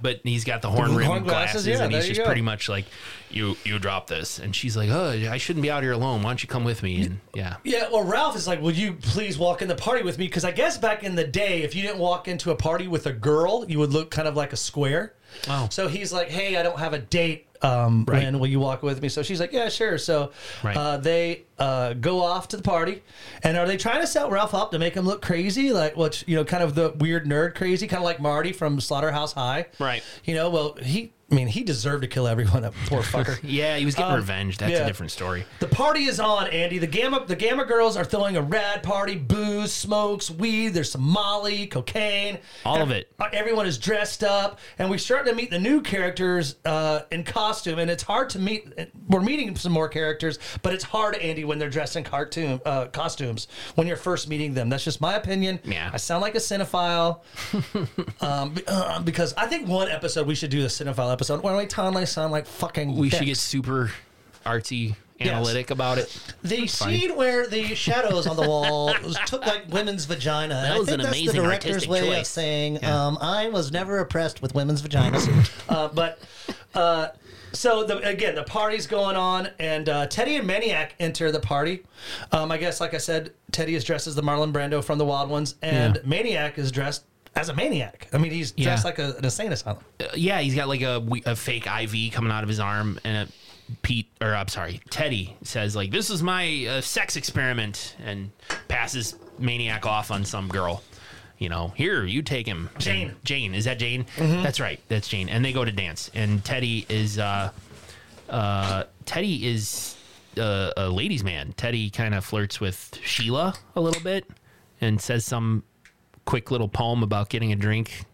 Speaker 1: but he's got the horn rim
Speaker 2: horn
Speaker 1: glasses,
Speaker 2: glasses, yeah,
Speaker 1: and he's
Speaker 2: there you
Speaker 1: just
Speaker 2: go.
Speaker 1: pretty much like, "You you dropped this," and she's like, "Oh, I shouldn't be out here alone. Why don't you come with me?" And yeah,
Speaker 2: Yeah, well, Ralph is like, "Will you please walk in the party with me?" Because I guess back in the day, if you didn't walk into a party with a girl, you would look kind of like a square.
Speaker 1: Oh.
Speaker 2: So he's like, "Hey, I don't have a date. Um,
Speaker 1: Right.
Speaker 2: Lynn, will you walk with me?" So she's like, "Yeah, sure." So
Speaker 1: Right.
Speaker 2: uh, they uh, go off to the party, and are they trying to set Ralph up to make him look crazy, like what you know, kind of the weird nerd crazy, kind of like Marty from Slaughterhouse High,
Speaker 1: Right.
Speaker 2: You know, well, he, I mean, he deserved to kill everyone, that poor fucker.
Speaker 1: yeah, he was getting revenge. That's
Speaker 2: Um, yeah.
Speaker 1: a different story.
Speaker 2: The party is on, Andy. The gamma the gamma girls are throwing a rad party, booze, smokes, weed. There's some Molly, cocaine, uh,
Speaker 1: All of it.
Speaker 2: Everyone is dressed up, and we start to meet the new characters uh, in costume. And it's hard to meet. We're meeting some more characters, but it's hard, Andy, when they're dressed in cartoon uh, costumes when you're first meeting them. That's just my opinion.
Speaker 1: Yeah.
Speaker 2: I sound like a cinephile um, be- uh, because I think one episode we should do the cinephile episode where we totally sound like fucking.
Speaker 1: We should
Speaker 2: dicks.
Speaker 1: get super artsy, analytic about it.
Speaker 2: The scene where the shadows on the wall was- took like women's vagina. and I
Speaker 1: was
Speaker 2: think
Speaker 1: an
Speaker 2: that's
Speaker 1: amazing
Speaker 2: the director's
Speaker 1: artistic
Speaker 2: way of
Speaker 1: choice.
Speaker 2: saying, um, "I was never oppressed with women's vaginas." uh, but uh, so the, again, the party's going on, and uh, Teddy and Maniac enter the party. Um, I guess, like I said, Teddy is dressed as the Marlon Brando from The Wild Ones, and
Speaker 1: Yeah.
Speaker 2: Maniac is dressed as a maniac. I mean, he's dressed
Speaker 1: Yeah.
Speaker 2: like a, an insane asylum.
Speaker 1: Uh, yeah, he's got like a, we- a fake IV coming out of his arm, and a Pete or I'm sorry, Teddy says like, "This is my uh, sex experiment," and passes maniac off on some girl. You know, here you take him. And
Speaker 2: Jane.
Speaker 1: Jane, is that Jane? That's right, that's Jane. And they go to dance, and Teddy is, uh, uh, Teddy is uh, a ladies' man. Teddy kind of flirts with Sheila a little bit, and says some quick little poem about getting a drink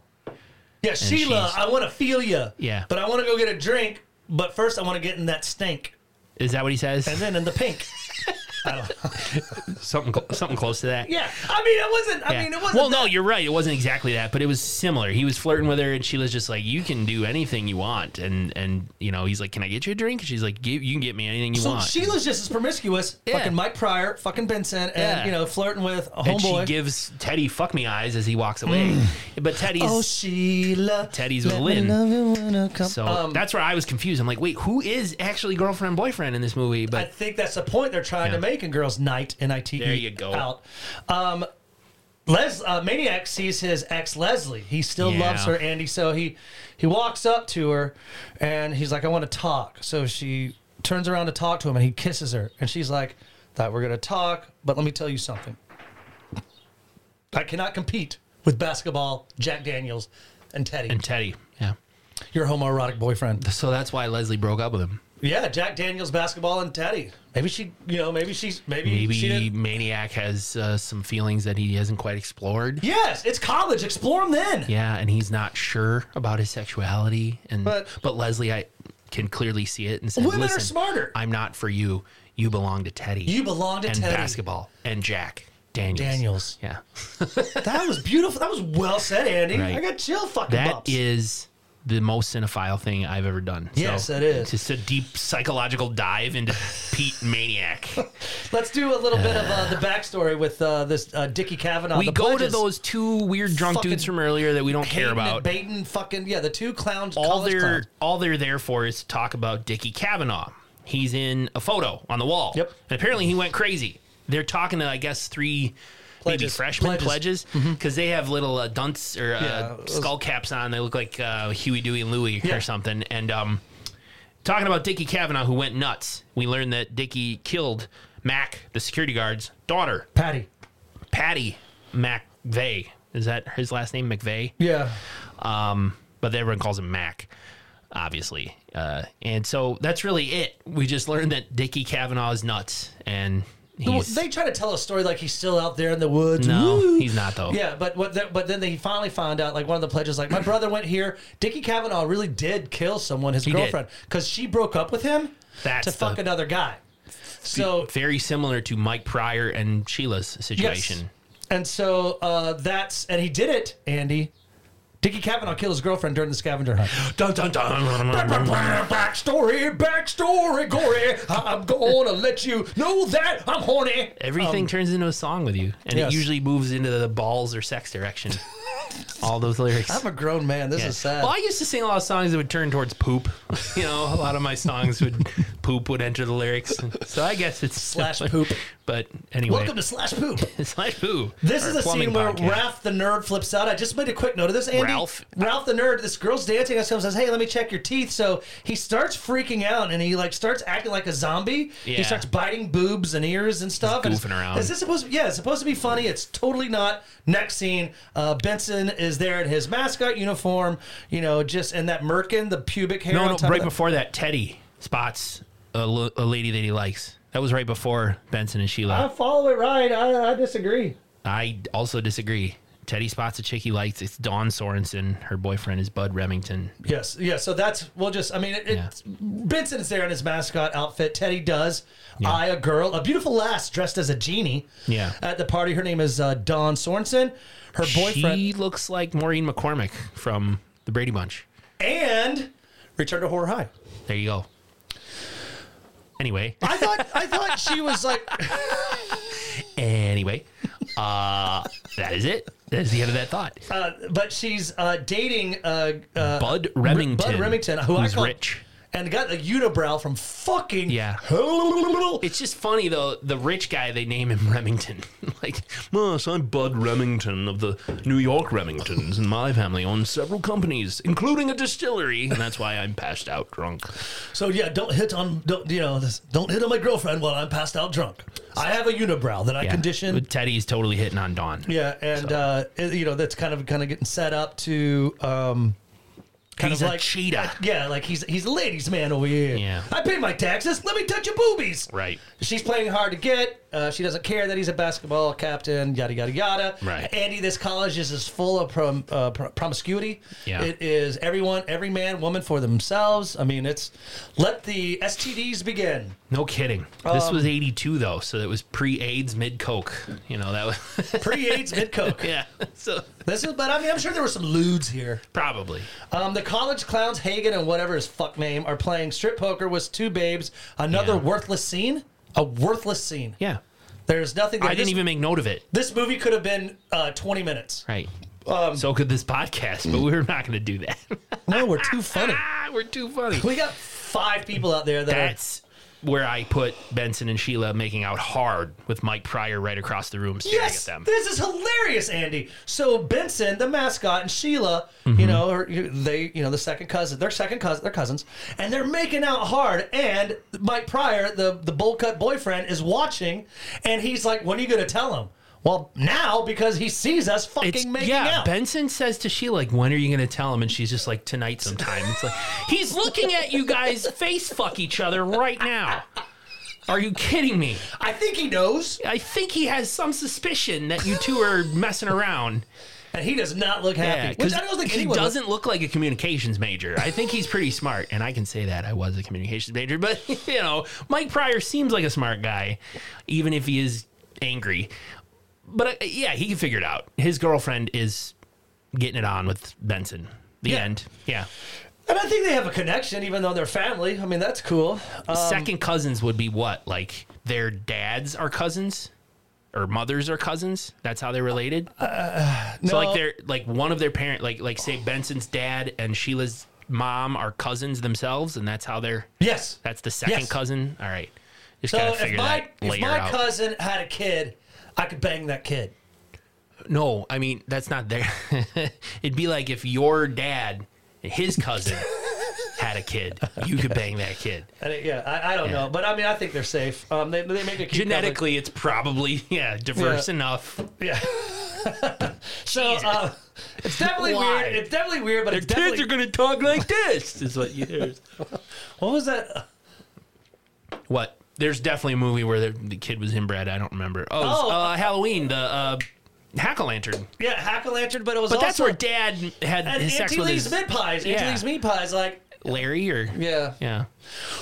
Speaker 2: Yeah, Sheila,
Speaker 1: she's-
Speaker 2: I want to feel you.
Speaker 1: Yeah.
Speaker 2: but I want to go get a drink. But first, I want to get in that stink.
Speaker 1: Is that what he says?
Speaker 2: and then in the pink.
Speaker 1: something cl- something close to that.
Speaker 2: Yeah, I mean, it wasn't. I
Speaker 1: Yeah.
Speaker 2: mean, it wasn't.
Speaker 1: well, no, you're right. It wasn't exactly that, but it was similar. He was flirting with her, and she was just like, "You can do anything you want," and and you know, he's like, "Can I get you a drink?" And she's like, "Give- "You can get me anything you
Speaker 2: so
Speaker 1: want."
Speaker 2: Sheila's just as promiscuous.
Speaker 1: Yeah.
Speaker 2: Fucking Mike Pryor, fucking Benson, and
Speaker 1: Yeah.
Speaker 2: you know, flirting with a
Speaker 1: and
Speaker 2: homeboy.
Speaker 1: she gives Teddy fuck me eyes as he walks away. But Teddy's
Speaker 2: oh, Sheila.
Speaker 1: Teddy's with
Speaker 2: let me
Speaker 1: Lynn.
Speaker 2: love you when I come-
Speaker 1: so
Speaker 2: Um,
Speaker 1: that's where I was confused. I'm like, wait, who is actually girlfriend boyfriend in this movie?
Speaker 2: I
Speaker 1: But
Speaker 2: think that's the point they're trying to make in Girls Night and ITE.
Speaker 1: There you go.
Speaker 2: E, Out. Um, Les uh, Maniac sees his ex Leslie. He still
Speaker 1: Yeah.
Speaker 2: loves her, Andy. So he he walks up to her, and he's like, "I want to talk." So she turns around to talk to him, and he kisses her, and she's like, "Thought we're gonna talk, but let me tell you something. I cannot compete with basketball, Jack Daniels, and Teddy.
Speaker 1: and Teddy. Yeah.
Speaker 2: your homoerotic boyfriend.
Speaker 1: So that's why Leslie broke up with him.
Speaker 2: Yeah, Jack Daniels, basketball, and Teddy. Maybe she, you know, maybe she's maybe, she
Speaker 1: Maybe
Speaker 2: didn't.
Speaker 1: Maniac has uh, some feelings that he hasn't quite explored.
Speaker 2: Yes, it's college. Explore them then.
Speaker 1: Yeah, and he's not sure about his sexuality. And
Speaker 2: But-
Speaker 1: but, Leslie, I can clearly see it and said,
Speaker 2: Women are
Speaker 1: "Listen,
Speaker 2: smarter."
Speaker 1: I'm not for you. You belong to Teddy.
Speaker 2: You belong to
Speaker 1: and
Speaker 2: Teddy.
Speaker 1: basketball and Jack Daniels.
Speaker 2: Daniels.
Speaker 1: Yeah,
Speaker 2: That was beautiful. That was well said, Andy.
Speaker 1: Right.
Speaker 2: I got chill fucking
Speaker 1: that
Speaker 2: bumps.
Speaker 1: is the most cinephile thing I've ever done.
Speaker 2: Yes, that is.
Speaker 1: Just a deep psychological dive into Pete Maniac.
Speaker 2: Let's do a little bit of uh, the backstory with uh, this uh, Dickie Kavanaugh.
Speaker 1: we
Speaker 2: the
Speaker 1: go to
Speaker 2: pledges.
Speaker 1: those two weird drunk
Speaker 2: Fucking
Speaker 1: dudes from earlier that we don't care
Speaker 2: Hayden and
Speaker 1: about.
Speaker 2: Baden fucking yeah, the two clowns.
Speaker 1: all
Speaker 2: college
Speaker 1: they're
Speaker 2: clowns.
Speaker 1: all they're there for is to talk about Dickie Kavanaugh. He's in a photo on the wall.
Speaker 2: Yep.
Speaker 1: And apparently he went crazy. They're talking to I guess three maybe
Speaker 2: Pledges.
Speaker 1: freshmen
Speaker 2: Pledges. Mm-hmm.
Speaker 1: pledges because they have little uh, dunce or uh,
Speaker 2: Yeah, those-
Speaker 1: skull caps on. They look like uh, Huey, Dewey, and Louie
Speaker 2: Yeah.
Speaker 1: or something. And um, talking about Dickie Kavanaugh who went nuts. We learned that Dickie killed Mac, the security guard's daughter,
Speaker 2: Patty.
Speaker 1: Patty McVeigh. Is that his last name, McVeigh?
Speaker 2: Yeah.
Speaker 1: um, but everyone calls him Mac, obviously. Uh, and so that's really it. We just learned that Dickie Kavanaugh is nuts, and
Speaker 2: Well,
Speaker 1: he's
Speaker 2: they try to tell a story like he's still out there in the woods.
Speaker 1: no,
Speaker 2: Woo.
Speaker 1: he's not though.
Speaker 2: Yeah, but what? The, but then they finally found out. Like one of the pledges, like my brother went here. Dickie Kavanaugh really did kill someone, his
Speaker 1: did.
Speaker 2: girlfriend, because she broke up with him
Speaker 1: That's
Speaker 2: to fuck
Speaker 1: the-
Speaker 2: another guy. So
Speaker 1: Very similar to Mike Pryor and Sheila's
Speaker 2: yes,
Speaker 1: situation.
Speaker 2: and so uh, that's and he did it, Andy. Dickie Kavanaugh killed his girlfriend during the scavenger hunt.
Speaker 1: Dun, dun, dun.
Speaker 2: backstory, backstory, gory. I'm gonna let you know that I'm horny.
Speaker 1: Everything turns into a song with you, and
Speaker 2: Um, yes.
Speaker 1: it usually moves into the balls or sex direction. All those lyrics.
Speaker 2: I'm a grown man. This is sad.
Speaker 1: Well, I used to sing a lot of songs that would turn towards poop. You know, a lot of my songs would poop would enter the lyrics. So I guess it's
Speaker 2: Slash
Speaker 1: similar.
Speaker 2: poop.
Speaker 1: But anyway,
Speaker 2: Welcome to Slash Poop.
Speaker 1: slash poop.
Speaker 2: This
Speaker 1: Our
Speaker 2: is a
Speaker 1: plumbing
Speaker 2: scene where
Speaker 1: podcast.
Speaker 2: Ralph the nerd flips out. I just made a quick note of this, Andy.
Speaker 1: Ralph?
Speaker 2: Ralph the nerd. This girl's dancing. I says, "Hey, let me check your teeth." So he starts freaking out and he like starts acting like a zombie. He
Speaker 1: Yeah.
Speaker 2: starts biting boobs and ears and
Speaker 1: He's
Speaker 2: stuff. And it's-
Speaker 1: goofing around.
Speaker 2: Is this supposed? yeah, it's supposed to be funny. It's totally not. Next scene, uh, Benson is there in his mascot uniform. You know, just and that merkin, the pubic hair.
Speaker 1: No,
Speaker 2: on
Speaker 1: no.
Speaker 2: top of
Speaker 1: Right
Speaker 2: the-
Speaker 1: before that, Teddy spots a, l- a lady that he likes. That was right before Benson and
Speaker 2: I
Speaker 1: Sheila.
Speaker 2: follow it right. I, I disagree.
Speaker 1: I also disagree. Teddy spots a chick he likes. It's Dawn Sorensen. Her boyfriend is Bud Remington.
Speaker 2: Yes, yeah. So that's we'll just. I mean, it, it's Benson's there in his mascot outfit. Teddy does. I a girl, a beautiful lass dressed as a genie.
Speaker 1: Yeah.
Speaker 2: At the party, her name is uh, Dawn Sorensen. Her boyfriend
Speaker 1: She looks like Maureen McCormick from The Brady Bunch.
Speaker 2: and Return to Horror High.
Speaker 1: There you go. Anyway.
Speaker 2: I thought I thought she was like
Speaker 1: Anyway, uh, that is it. That is the end of that thought.
Speaker 2: Uh, but she's uh, dating uh, uh,
Speaker 1: Bud Remington.
Speaker 2: Bud Remington, who I
Speaker 1: who's
Speaker 2: call-
Speaker 1: rich.
Speaker 2: and got a unibrow from fucking
Speaker 1: Yeah. It's just funny though. The rich guy they name him Remington. like,
Speaker 3: Yes, I'm Bud Remington of the New York Remingtons, and my family owns several companies, including a distillery.
Speaker 1: and that's why I'm passed out drunk.
Speaker 2: So yeah, don't hit on don't you know this, don't hit on my girlfriend while I'm passed out drunk. I have a unibrow that I
Speaker 1: Yeah.
Speaker 2: condition.
Speaker 1: But Teddy's totally hitting on Dawn.
Speaker 2: Yeah, and uh, it- you know that's kind of kind of getting set up to um, kind
Speaker 1: He's
Speaker 2: of
Speaker 1: a
Speaker 2: like
Speaker 1: cheetah.
Speaker 2: Yeah, like he's he's a ladies' man over here.
Speaker 1: Yeah.
Speaker 2: I pay my taxes. Let me touch your boobies.
Speaker 1: Right.
Speaker 2: She's playing hard to get. Uh, she doesn't care that he's a basketball captain. Yada yada yada.
Speaker 1: Right.
Speaker 2: Andy, this college is is full of prom, uh, pr- promiscuity.
Speaker 1: Yeah.
Speaker 2: It is everyone, every man, woman for themselves. I mean, it's let the STDs begin.
Speaker 1: No kidding.
Speaker 2: Um,
Speaker 1: this was '82 though, so it was pre-AIDS, mid-coke. You know that was.
Speaker 2: Pre AIDS mid coke.
Speaker 1: yeah. So
Speaker 2: This is, but I mean, I'm sure there were some lewds here.
Speaker 1: probably.
Speaker 2: Um, the college clowns, Hagen and whatever his fuck name, are playing strip poker with two babes. Another
Speaker 1: Yeah.
Speaker 2: worthless scene. A worthless scene.
Speaker 1: Yeah.
Speaker 2: There's nothing. There.
Speaker 1: I didn't
Speaker 2: this,
Speaker 1: even make note of it.
Speaker 2: This movie could have been uh, 20 minutes.
Speaker 1: Right. so could this podcast,
Speaker 2: Mm.
Speaker 1: but we were not going to do that.
Speaker 2: No, we're too funny.
Speaker 1: ah, we're too funny.
Speaker 2: We got five people out there that are-
Speaker 1: That's where I put Benson and Sheila making out hard with Mike Pryor right across the room staring
Speaker 2: Yes,
Speaker 1: at them.
Speaker 2: this is hilarious, Andy. So Benson, the mascot, and Sheila,
Speaker 1: Mm-hmm.
Speaker 2: you know, are, they, you know, the second cousin, they're second cousin, they're cousins, and they're making out hard. And Mike Pryor, the the bowl cut boyfriend, is watching, and he's like, "When are you going to tell him?" Well, now because he sees us fucking
Speaker 1: It's,
Speaker 2: making
Speaker 1: yeah,
Speaker 2: out.
Speaker 1: Benson says to Sheila, like, when are you going to tell him? And she's just like, tonight sometime. It's like, he's looking at you guys face fuck each other right now. Are you kidding me?
Speaker 2: I think he knows,
Speaker 1: I think he has some suspicion that you two are messing around.
Speaker 2: and he does not look
Speaker 1: Yeah,
Speaker 2: happy. Which I don't
Speaker 1: because
Speaker 2: think
Speaker 1: he
Speaker 2: anyone would.
Speaker 1: doesn't look like a communications major. I think he's pretty smart, and I can say that I was a communications major. But you know, Mike Pryor seems like a smart guy, even if he is angry. But uh, yeah, he can figure it out. His girlfriend is getting it on with Benson. The end. Yeah,
Speaker 2: And I think they have a connection, even though they're family. I mean, that's cool. Uh,
Speaker 1: second cousins would be what? Like their dads are cousins. Or mothers are cousins. That's how they're related. So like they're like one of their parent like like say Benson's dad and Sheila's mom are cousins themselves, and that's how they're
Speaker 2: yes.
Speaker 1: that's the second
Speaker 2: Yes.
Speaker 1: cousin. All right, just
Speaker 2: So
Speaker 1: gotta
Speaker 2: if
Speaker 1: figure
Speaker 2: my
Speaker 1: that
Speaker 2: if
Speaker 1: layer
Speaker 2: my
Speaker 1: out.
Speaker 2: cousin had a kid, I could bang that kid.
Speaker 1: no, I mean that's not there. It'd be like if your dad, and his cousin, had a kid, you could bang that kid.
Speaker 2: And it- yeah, I, I don't know, but I mean, I think they're safe. Um, they, they make a cute cover.
Speaker 1: Genetically, it's probably yeah diverse
Speaker 2: Yeah.
Speaker 1: enough.
Speaker 2: Yeah. so uh, it's definitely
Speaker 1: Why?
Speaker 2: weird. It's definitely weird, but it's
Speaker 1: Kids
Speaker 2: definitely
Speaker 1: are gonna talk like this. Is what you hear.
Speaker 2: what was that?
Speaker 1: What? There's definitely a movie where the, the kid was inbred. I don't remember. Oh, it was,
Speaker 2: Oh.
Speaker 1: Uh, Halloween, the uh, hack a lantern.
Speaker 2: Yeah, hack a lantern, but it was
Speaker 1: But
Speaker 2: also
Speaker 1: that's where Dad had
Speaker 2: and
Speaker 1: his sex
Speaker 2: Auntie
Speaker 1: with
Speaker 2: Lee's
Speaker 1: his
Speaker 2: meat pies. Auntie
Speaker 1: Yeah.
Speaker 2: Lee's meat pies, like
Speaker 1: Larry or yeah.
Speaker 2: yeah.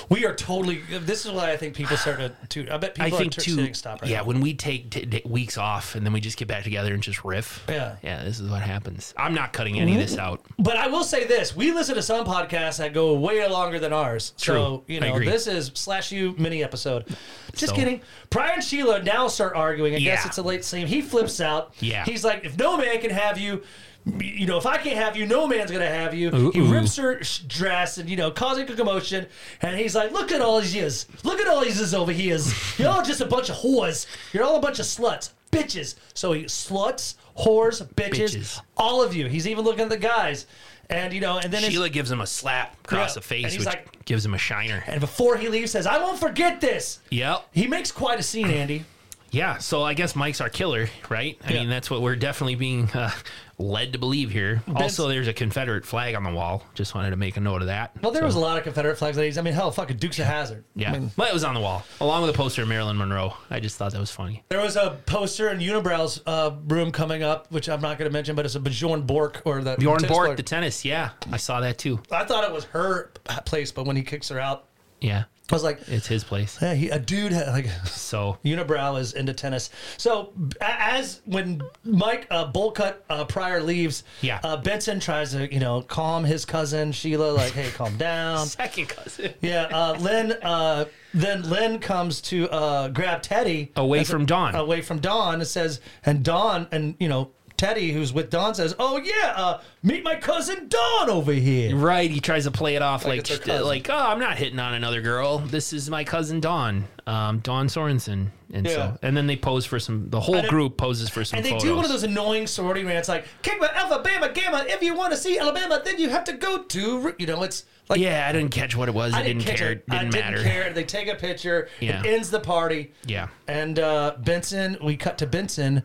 Speaker 2: We are totally. This is why I think people start to. toot. I bet people
Speaker 1: I think
Speaker 2: are
Speaker 1: too.
Speaker 2: Stop right
Speaker 1: yeah,
Speaker 2: now.
Speaker 1: when we take t- d- weeks off and then we just get back together and just riff.
Speaker 2: Yeah. Mm-hmm.
Speaker 1: yeah. This is what happens. I'm not cutting any of this out.
Speaker 2: But I will say this: we listen to some podcasts that go way longer than ours.
Speaker 1: True.
Speaker 2: So you
Speaker 1: I
Speaker 2: know,
Speaker 1: agree.
Speaker 2: this is slash you mini episode. Just
Speaker 1: So-
Speaker 2: kidding. Pryor and Sheila now start arguing. I guess
Speaker 1: Yeah.
Speaker 2: it's a late scene. He flips out.
Speaker 1: Yeah.
Speaker 2: He's like, if no man can have you. You know, if I can't have you, no man's gonna have you. He
Speaker 1: Ooh-ooh.
Speaker 2: rips her sh- dress and you know, causing a commotion. And he's like, "Look at all these yous! Look at all these yous over here! You're all just a bunch of whores! You're all a bunch of sluts, bitches!" So he sluts, whores, bitches,
Speaker 1: Bitches.
Speaker 2: all of you. He's even looking at the guys, and you know, and then it's,
Speaker 1: Sheila gives him a slap across
Speaker 2: Yeah,
Speaker 1: the face,
Speaker 2: and he's
Speaker 1: which
Speaker 2: like-
Speaker 1: gives him a shiner.
Speaker 2: and before he leaves, says, "I won't forget this."
Speaker 1: Yep.
Speaker 2: He makes quite a scene, Andy.
Speaker 1: Yeah, so I guess Mike's our killer, right? I
Speaker 2: Yeah.
Speaker 1: mean, that's what we're definitely being uh, led to believe here. also, there's a Confederate flag on the wall. Just wanted to make a note of that.
Speaker 2: Well, there
Speaker 1: So,
Speaker 2: was a lot of Confederate flags that he's. I mean, hell, fucking Dukes of Hazard.
Speaker 1: yeah, but it was on the wall along with a poster of Marilyn Monroe. I just thought that was funny.
Speaker 2: There was a poster in Unibrow's uh, room coming up, which I'm not going to mention, but it's a Bjorn Bork or that
Speaker 1: Bjorn
Speaker 2: tennis
Speaker 1: Borg,
Speaker 2: player.
Speaker 1: the tennis. Yeah, I saw that too.
Speaker 2: I thought it was her place, but when he kicks her out,
Speaker 1: Yeah,
Speaker 2: I was like,
Speaker 1: it's his place.
Speaker 2: yeah, he, a dude had, like
Speaker 1: So
Speaker 2: Unibrow is into tennis. So a- as when Mike uh, Bullcut uh, Pryor leaves,
Speaker 1: Yeah.
Speaker 2: uh, Benson tries to you know calm his cousin Sheila, like, hey, calm down.
Speaker 1: second cousin
Speaker 2: Yeah, uh, Lynn. Uh, then Lynn comes to uh, grab Teddy
Speaker 1: away
Speaker 2: as a-
Speaker 1: from Dawn.
Speaker 2: away from Dawn and says, and Dawn and you know Teddy, who's with Dawn, says, oh yeah, uh, meet my cousin Dawn over here.
Speaker 1: Right, he tries to play it off like
Speaker 2: it's her
Speaker 1: like,
Speaker 2: cousin.
Speaker 1: oh, I'm not hitting on another girl. This is my cousin Dawn, um, Dawn Sorensen, and
Speaker 2: Yeah.
Speaker 1: so and then they pose for some. The whole
Speaker 2: it-
Speaker 1: group poses for some.
Speaker 2: And they
Speaker 1: photos.
Speaker 2: do one of those annoying sorority rants like, Kick my Alpha, Bama, Gamma. If you want to see Alabama, then you have to go to, Ru-" you know, it's like,
Speaker 1: Yeah, I didn't catch what it was. I, didn't,
Speaker 2: catch
Speaker 1: care.
Speaker 2: it.
Speaker 1: Didn't
Speaker 2: I
Speaker 1: matter.
Speaker 2: didn't care. They take a picture.
Speaker 1: Yeah.
Speaker 2: It ends the party.
Speaker 1: Yeah.
Speaker 2: And uh, Benson, we cut to Benson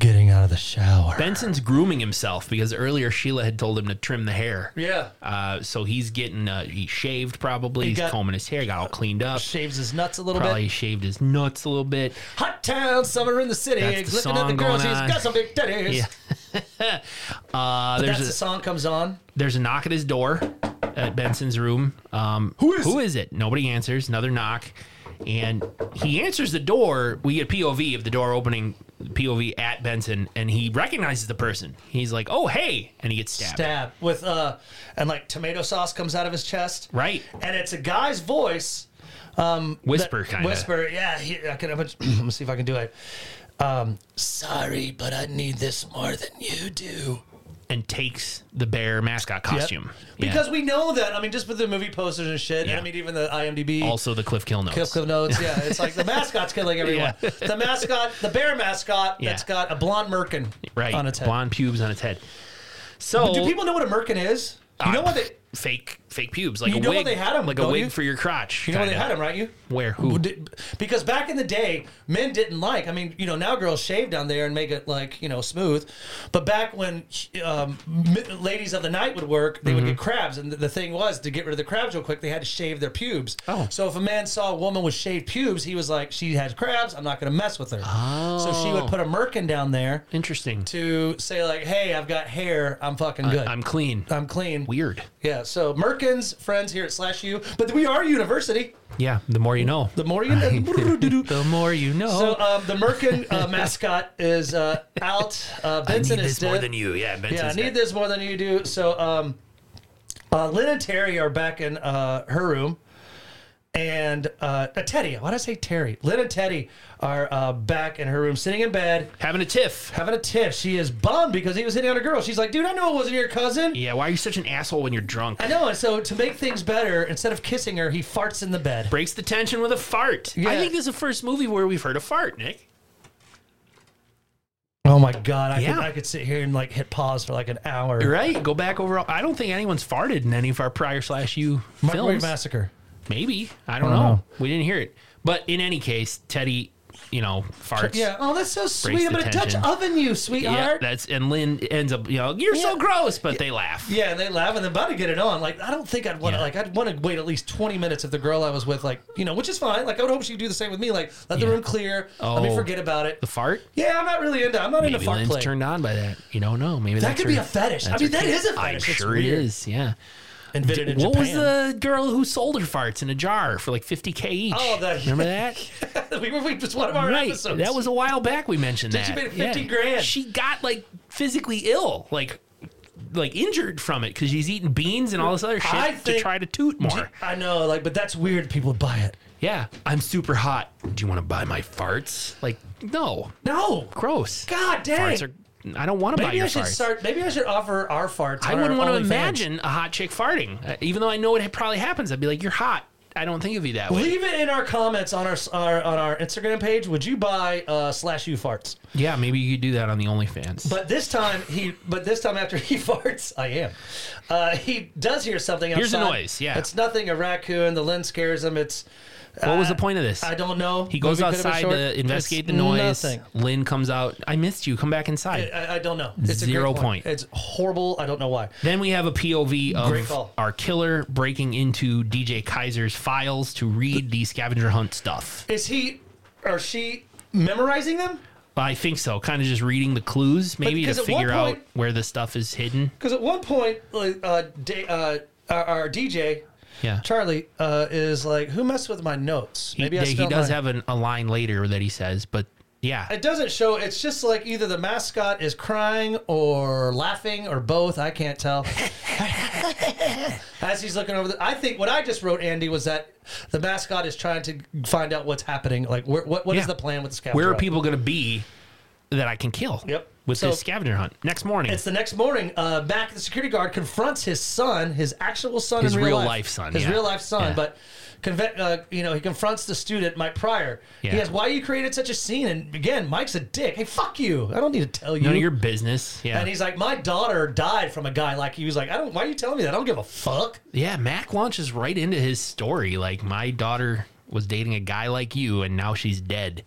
Speaker 2: getting out of the shower.
Speaker 1: Benson's grooming himself because earlier Sheila had told him to trim the hair.
Speaker 2: yeah.
Speaker 1: Uh, so he's getting uh, he shaved probably. he's
Speaker 2: got-
Speaker 1: combing his hair, got all cleaned up.
Speaker 2: Shaves his nuts a little
Speaker 1: Probably
Speaker 2: bit.
Speaker 1: shaved his nuts a little bit.
Speaker 2: Hot town, summer in the city.
Speaker 1: That's the
Speaker 2: Looking at the
Speaker 1: song
Speaker 2: girls,
Speaker 1: going
Speaker 2: he's
Speaker 1: on.
Speaker 2: got some big titties.
Speaker 1: Yeah. Uh,
Speaker 2: That's
Speaker 1: there's
Speaker 2: the
Speaker 1: a
Speaker 2: song comes on.
Speaker 1: there's a knock at his door at Benson's room. Um,
Speaker 2: Who is
Speaker 1: who is it? Nobody answers. Another knock, and he answers the door. We get POV of the door opening, POV at Benson, and he recognizes the person. He's like, "Oh, hey!" and he gets stabbed.
Speaker 2: Dab with uh, and like tomato sauce comes out of his chest.
Speaker 1: Right.
Speaker 2: And it's a guy's voice.
Speaker 1: Whisper kind of.
Speaker 2: Whisper, yeah. He, I can, I'm, gonna see if I can do it. Um, Sorry, but I need this more than you do.
Speaker 1: and takes the bear mascot costume. Yeah.
Speaker 2: Because we know that. I mean, just with the movie posters and shit. And I
Speaker 1: Yeah.
Speaker 2: mean, even the IMDb.
Speaker 1: also the Cliff Kill notes.
Speaker 2: Cliff Cliff notes, yeah. It's like the mascot's killing everyone.
Speaker 1: Yeah.
Speaker 2: The mascot, the bear mascot
Speaker 1: Yeah.
Speaker 2: that's got a blonde merkin
Speaker 1: right.
Speaker 2: on its head.
Speaker 1: Blonde pubes on its head. So
Speaker 2: Do people know what a merkin is? You know what they
Speaker 1: fake fake pubes, like
Speaker 2: You
Speaker 1: a
Speaker 2: know
Speaker 1: wig,
Speaker 2: they had 'em,
Speaker 1: like a
Speaker 2: don't
Speaker 1: wig
Speaker 2: you?
Speaker 1: for your crotch.
Speaker 2: You know where they
Speaker 1: kinda.
Speaker 2: had them, right? You
Speaker 1: Where? Who?
Speaker 2: Well, did- because back in the day, men didn't like. I mean, you know, now girls shave down there and make it like you know smooth, but back when um, m- ladies of the night would work, they
Speaker 1: Mm-hmm.
Speaker 2: would get crabs, and the, the thing was to get rid of the crabs real quick, they had to shave their pubes.
Speaker 1: Oh.
Speaker 2: so if a man saw a woman with shaved pubes, he was like, "She has crabs. I'm not going to mess with her." So she
Speaker 1: Oh.
Speaker 2: would put a merkin down there
Speaker 1: Interesting.
Speaker 2: to say like, "Hey, I've got hair. I'm fucking good.
Speaker 1: I'm clean.
Speaker 2: I'm clean."
Speaker 1: Weird.
Speaker 2: Yeah. So merkins, friends here at Slash U, but we are university.
Speaker 1: Yeah. The more you know.
Speaker 2: The more you know.
Speaker 1: The more you know.
Speaker 2: So um, the Merkin uh, mascot is uh, out. Uh, Benson is dead.
Speaker 1: you. Yeah.
Speaker 2: yeah, I need this more than you do. So um, uh, Lynn and Terry are back in uh, her room. And uh, uh, Teddy, why did I say Terry? Lynn and Teddy are uh, back in her room, sitting in bed,
Speaker 1: Having a tiff.
Speaker 2: having a tiff. She is bummed because he was hitting on a girl. She's like, dude, I know it wasn't your cousin.
Speaker 1: Yeah. Why are you such an asshole when you're drunk?
Speaker 2: I know. And so to make things better, instead of kissing her, he farts in the bed.
Speaker 1: Breaks the tension with a fart. I
Speaker 2: Yeah.
Speaker 1: think this is the first movie where we've heard a fart, Nick.
Speaker 2: Oh my God. I,
Speaker 1: Yeah.
Speaker 2: could, I could sit here and like hit pause for like an hour.
Speaker 1: Right. Go back over. all- I don't think anyone's farted in any of our prior slash you
Speaker 2: Microwave
Speaker 1: films.
Speaker 2: Massacre.
Speaker 1: Maybe. I don't, know. We didn't hear it. But in any case, Teddy, you know, farts.
Speaker 2: Yeah. Oh, that's so sweet.
Speaker 1: the
Speaker 2: I'm gonna touch
Speaker 1: tension.
Speaker 2: oven you,
Speaker 1: Yeah,
Speaker 2: sweetheart. Yeah,
Speaker 1: that's and Lynn ends up, you know, you're so
Speaker 2: Yeah.
Speaker 1: gross, but they laugh.
Speaker 2: and they laugh and they're about to get it on. Like, I don't think I'd want to.
Speaker 1: Yeah.
Speaker 2: Like, I'd want to wait at least 20 minutes if the girl I was with, like, you know, which is fine. Like, I would hope she'd do the same with me. Like, let the
Speaker 1: Yeah.
Speaker 2: room clear. Let me
Speaker 1: Oh.
Speaker 2: forget about it.
Speaker 1: The fart?
Speaker 2: Yeah, I'm not really into. I'm not into
Speaker 1: Maybe
Speaker 2: fart
Speaker 1: Lynn's
Speaker 2: play.
Speaker 1: turned on by that. You don't know. Maybe
Speaker 2: that
Speaker 1: that's
Speaker 2: could
Speaker 1: her-
Speaker 2: be a fetish. I
Speaker 1: that's
Speaker 2: mean,
Speaker 1: her
Speaker 2: that
Speaker 1: kid.
Speaker 2: is a fetish.
Speaker 1: I'm
Speaker 2: It's
Speaker 1: sure
Speaker 2: weird.
Speaker 1: it is. Yeah.
Speaker 2: Invented in
Speaker 1: what
Speaker 2: Japan.
Speaker 1: was the girl who sold her farts in a jar for like 50k each?
Speaker 2: Oh, that-
Speaker 1: remember that?
Speaker 2: we were we just one of our
Speaker 1: right.
Speaker 2: episodes.
Speaker 1: That was a while back. We mentioned that.
Speaker 2: she made 50 grand.
Speaker 1: She got like physically ill, like like injured from it because she's eating beans and all this other
Speaker 2: I
Speaker 1: shit to
Speaker 2: think-
Speaker 1: try to toot more.
Speaker 2: I know, like, but that's weird. People would buy it.
Speaker 1: Yeah, I'm super hot. Do you want to buy my farts? Like, no,
Speaker 2: No.
Speaker 1: gross.
Speaker 2: God dang.
Speaker 1: farts are. I don't want to buy
Speaker 2: Maybe
Speaker 1: your
Speaker 2: I should
Speaker 1: farts.
Speaker 2: start. Maybe I should offer our farts.
Speaker 1: I
Speaker 2: on
Speaker 1: wouldn't
Speaker 2: our
Speaker 1: want to
Speaker 2: OnlyFans.
Speaker 1: imagine a hot chick farting, Uh, even though I know it probably happens. I'd be like, you're hot. I don't think of you that way.
Speaker 2: Leave it in our comments on our, our on our Instagram page. Would you buy uh, slash you farts?
Speaker 1: Yeah, maybe you could do that on the OnlyFans.
Speaker 2: But this time he, but this time after he farts, I am. Uh, he does hear something. Outside.
Speaker 1: Here's a noise, yeah.
Speaker 2: it's nothing. A raccoon. The lens scares him. It's
Speaker 1: what was the point of this?
Speaker 2: I don't know.
Speaker 1: he goes
Speaker 2: Movie could have been
Speaker 1: outside
Speaker 2: short.
Speaker 1: to investigate the
Speaker 2: It's
Speaker 1: noise.
Speaker 2: Nothing.
Speaker 1: Lynn comes out. I missed you. Come back inside.
Speaker 2: I, I don't know. It's a
Speaker 1: Zero
Speaker 2: great
Speaker 1: point.
Speaker 2: It's horrible. I don't know why.
Speaker 1: Then we have a POV
Speaker 2: Great
Speaker 1: of
Speaker 2: call.
Speaker 1: our killer breaking into DJ Kaiser's files to read the scavenger hunt stuff.
Speaker 2: Is he or she memorizing them?
Speaker 1: I think so. Kind of just reading the clues, maybe to
Speaker 2: because at one
Speaker 1: figure out
Speaker 2: point-
Speaker 1: where the stuff is hidden.
Speaker 2: Because at one point, like uh, da- uh, our, our DJ
Speaker 1: Yeah.
Speaker 2: Charlie uh, is like, "Who messed with my notes?"
Speaker 1: He,
Speaker 2: Maybe I
Speaker 1: he
Speaker 2: spelled
Speaker 1: does
Speaker 2: my-
Speaker 1: have an, a line later that he says, but yeah.
Speaker 2: It doesn't show. It's just like either the mascot is crying or laughing or both. I can't tell. As he's looking over, the, I think what I just wrote, Andy, was that the mascot is trying to find out what's happening. Like, where, what what is
Speaker 1: Yeah.
Speaker 2: the plan with the scavenger?
Speaker 1: where are
Speaker 2: hunt?
Speaker 1: people going to be that I can kill
Speaker 2: Yep.
Speaker 1: with
Speaker 2: So-
Speaker 1: this scavenger hunt? Next morning,
Speaker 2: It's the next morning. Uh, back the security guard confronts his son, his actual son,
Speaker 1: His
Speaker 2: in real,
Speaker 1: real life son,
Speaker 2: his
Speaker 1: yeah.
Speaker 2: real life son.
Speaker 1: Yeah.
Speaker 2: But conve- uh, you know, he confronts the student, Mike Pryor.
Speaker 1: Yeah.
Speaker 2: He asks, "Why you created such a scene?" And again, Mike's a dick. Hey, fuck you! I don't need to tell you.
Speaker 1: none of your business. Yeah.
Speaker 2: and he's like, "My daughter died from a guy like you." He's like, "I don't. Why are you telling me that? I don't give a fuck."
Speaker 1: Yeah, Mac launches right into his story. Like my daughter was dating a guy like you, and now she's dead.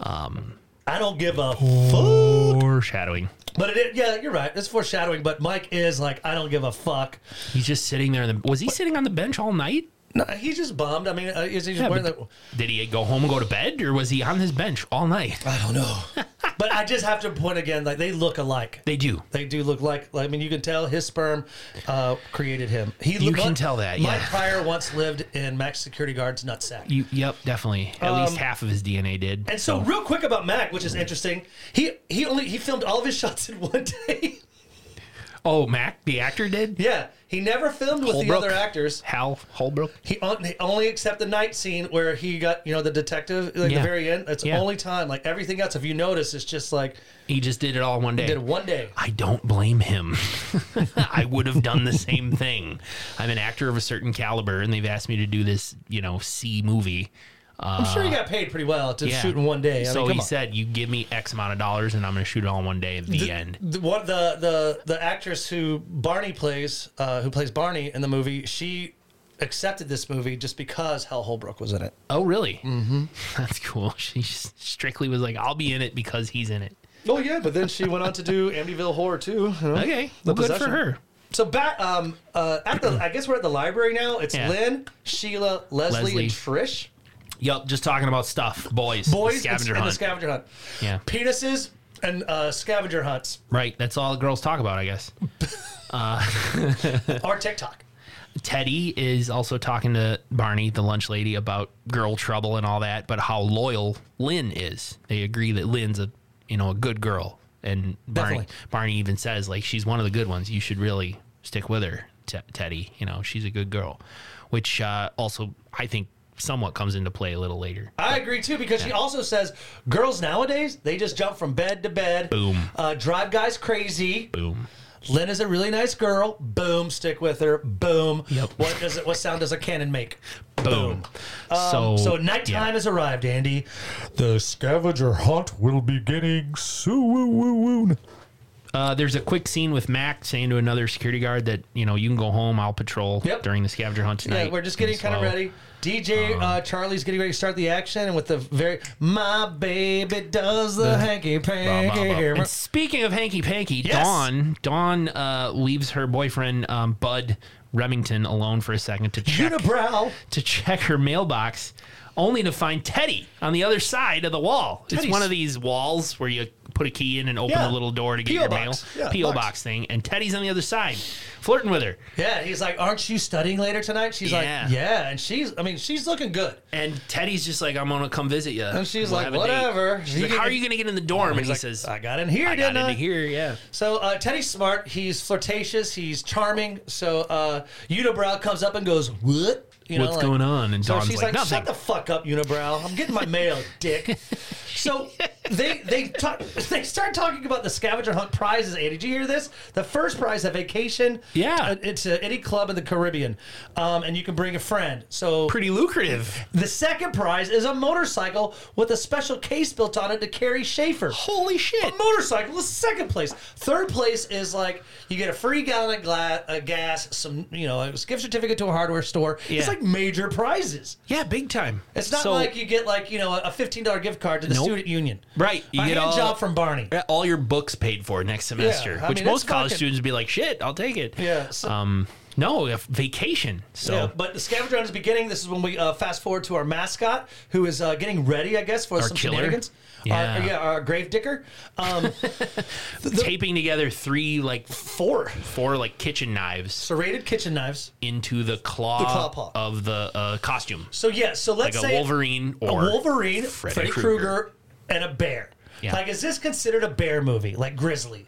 Speaker 2: I don't give a fuck.
Speaker 1: Foreshadowing.
Speaker 2: But it, is- yeah, you're right. It's foreshadowing. But Mike is like, I don't give a fuck.
Speaker 1: He's just sitting there. In the, was he sitting on the bench all night?
Speaker 2: No, he's just bummed. I mean, uh, is he just
Speaker 1: Yeah,
Speaker 2: wearing
Speaker 1: but
Speaker 2: the?
Speaker 1: Did he go home and go to bed, or was he on his bench all night?
Speaker 2: I don't know. but I just have to point again, like they look alike.
Speaker 1: They do.
Speaker 2: They do look like. I mean, you can tell his sperm uh, created him. He
Speaker 1: You can tell that,
Speaker 2: Mike
Speaker 1: yeah.
Speaker 2: Pryor once lived in Max Security Guard's nutsack.
Speaker 1: You, yep, definitely. At least half of his DNA did.
Speaker 2: and so, real quick about Mac, which is interesting. He he only he filmed all of his shots in one day.
Speaker 1: Oh, Mac, the actor, did.
Speaker 2: yeah, he never filmed with
Speaker 1: Holbrook.
Speaker 2: the other actors.
Speaker 1: Hal Holbrook.
Speaker 2: He on- he only except the night scene where he got you know the detective like
Speaker 1: Yeah.
Speaker 2: the very end. That's
Speaker 1: Yeah.
Speaker 2: the only time. Like everything else, if you notice, it's just like
Speaker 1: He just did it all in one day.
Speaker 2: did one day.
Speaker 1: I don't blame him. I would have done the same thing. I'm an actor of a certain caliber, and they've asked me to do this, you know, C movie.
Speaker 2: I'm sure he got paid pretty well to
Speaker 1: Uh, yeah.
Speaker 2: shoot in one day. I
Speaker 1: so
Speaker 2: mean, come
Speaker 1: he
Speaker 2: on.
Speaker 1: said, "You give me X amount of dollars, and I'm going to shoot it all in one day at the, end."
Speaker 2: The, what the the the actress who Barney plays, uh, who plays Barney in the movie, she accepted this movie just because Hal Holbrook was in it.
Speaker 1: Oh, really? Mm-hmm. That's cool. She just strictly was like, "I'll be in it because he's in it."
Speaker 2: Oh yeah, but then she went on to do Amityville Horror too.
Speaker 1: Okay, well, good for
Speaker 2: Possession.
Speaker 1: her.
Speaker 2: So back um uh at the I guess we're at the library now. It's
Speaker 1: Yeah.
Speaker 2: Lynn, Sheila, Leslie,
Speaker 1: Leslie.
Speaker 2: and Trish.
Speaker 1: Yep, just talking about stuff, boys,
Speaker 2: Boys it's-
Speaker 1: scavenger
Speaker 2: and the
Speaker 1: hunt.
Speaker 2: scavenger hunt.
Speaker 1: yeah,
Speaker 2: Penises and uh, scavenger hunts
Speaker 1: right. That's all the girls talk about, I guess.
Speaker 2: or TikTok.
Speaker 1: Teddy is also talking to Barney, the lunch lady, about girl trouble and all that, but how loyal Lynn is. They agree that Lynn's a you know a good girl, and Barney
Speaker 2: Definitely.
Speaker 1: Barney even says like she's one of the good ones. You should really stick with her, T- Teddy. You know she's a good girl, which uh, also I think somewhat comes into play a little later.
Speaker 2: I agree too because she also says girls nowadays they just jump from bed to bed.
Speaker 1: Boom.
Speaker 2: Uh, drive guys crazy.
Speaker 1: Boom.
Speaker 2: Lynn is a really nice girl. Boom. Stick with her. Boom.
Speaker 1: Yep.
Speaker 2: What does it? What sound does a cannon make?
Speaker 1: Boom. so
Speaker 2: Um, So nighttime has arrived, Andy. The scavenger hunt will be getting soon.
Speaker 1: Uh, there's a quick scene with Mac saying to another security guard that you know you can go home. I'll patrol
Speaker 2: Yep.
Speaker 1: during the scavenger hunt tonight.
Speaker 2: Yeah, we're just getting
Speaker 1: And
Speaker 2: kind of
Speaker 1: so-
Speaker 2: ready. DJ uh, Charlie's getting ready to start the action, and with the very "My baby does the, hanky panky."
Speaker 1: And speaking of hanky panky,
Speaker 2: Yes.
Speaker 1: Dawn Dawn uh, leaves her boyfriend um, Bud Remington alone for a second to check
Speaker 2: Unibrow.
Speaker 1: to check her mailbox, only to find Teddy on the other side of the wall.
Speaker 2: Teddy's-
Speaker 1: It's one of these walls where you put a key in and open
Speaker 2: Yeah.
Speaker 1: a little door to get
Speaker 2: P.O.
Speaker 1: your
Speaker 2: box.
Speaker 1: mail.
Speaker 2: Yeah,
Speaker 1: PO
Speaker 2: box.
Speaker 1: box thing, and Teddy's on the other side, flirting with her.
Speaker 2: Yeah, he's like, "Aren't you studying later tonight?" She's
Speaker 1: Yeah.
Speaker 2: like, "Yeah," and she's, I mean, she's looking good.
Speaker 1: And Teddy's just like, I'm gonna come visit you.
Speaker 2: And she's
Speaker 1: We'll
Speaker 2: like,
Speaker 1: have a date."
Speaker 2: "Whatever."
Speaker 1: She's like, How are you gonna get in the dorm? And he
Speaker 2: like,
Speaker 1: says,
Speaker 2: "I got in here,
Speaker 1: I
Speaker 2: didn't
Speaker 1: got
Speaker 2: I?"
Speaker 1: into here, yeah.
Speaker 2: So uh, Teddy's smart. He's flirtatious. He's charming. So uh, Unibrow comes up and goes, "What? You
Speaker 1: What's going on?" And
Speaker 2: So
Speaker 1: Dawn's
Speaker 2: she's
Speaker 1: like,
Speaker 2: like,
Speaker 1: "Nothing."
Speaker 2: "Shut the fuck up, Unibrow. I'm getting my mail, dick." So they they talk, they start talking about the scavenger hunt prizes. Andy, did you hear this? The first prize, a vacation.
Speaker 1: Yeah.
Speaker 2: Uh, it's at any club in the Caribbean, um, and you can bring a friend. So
Speaker 1: Pretty lucrative.
Speaker 2: the second prize is a motorcycle with a special case built on it to carry Schaefer.
Speaker 1: Holy shit.
Speaker 2: A motorcycle is second place. Third place is like you get a free gallon of gla- uh, gas, some you know, a gift certificate to a hardware store.
Speaker 1: Yeah.
Speaker 2: It's like major prizes.
Speaker 1: Yeah, big time.
Speaker 2: It's not
Speaker 1: So-
Speaker 2: like you get like you know a fifteen dollar gift card to the
Speaker 1: Nope.
Speaker 2: student union.
Speaker 1: Right,
Speaker 2: You
Speaker 1: you
Speaker 2: a
Speaker 1: get
Speaker 2: hand
Speaker 1: all-
Speaker 2: job from Barney.
Speaker 1: Yeah, all your books paid for next semester,
Speaker 2: Yeah, I
Speaker 1: which
Speaker 2: mean,
Speaker 1: most
Speaker 2: it's
Speaker 1: college
Speaker 2: fucking-
Speaker 1: students would be like, "Shit, I'll take it."
Speaker 2: Yeah. So,
Speaker 1: Um, no, a vacation. So
Speaker 2: yeah, but the scavenger hunt is beginning. This is when we uh, fast forward to our mascot, who is uh, getting ready, I guess, for some
Speaker 1: killer?
Speaker 2: shenanigans.
Speaker 1: Yeah.
Speaker 2: Our, yeah, our grave digger. Um,
Speaker 1: taping together three like
Speaker 2: four
Speaker 1: four like kitchen knives
Speaker 2: serrated kitchen knives.
Speaker 1: into the claw,
Speaker 2: claw paw.
Speaker 1: of the uh, costume,
Speaker 2: So yeah, so
Speaker 1: like
Speaker 2: let's
Speaker 1: a
Speaker 2: say
Speaker 1: Wolverine
Speaker 2: a
Speaker 1: or
Speaker 2: Wolverine,
Speaker 1: Freddy
Speaker 2: Freddy
Speaker 1: Krueger.
Speaker 2: Krueger, and a bear.
Speaker 1: Yeah.
Speaker 2: Like, is this considered a bear movie, like Grizzly?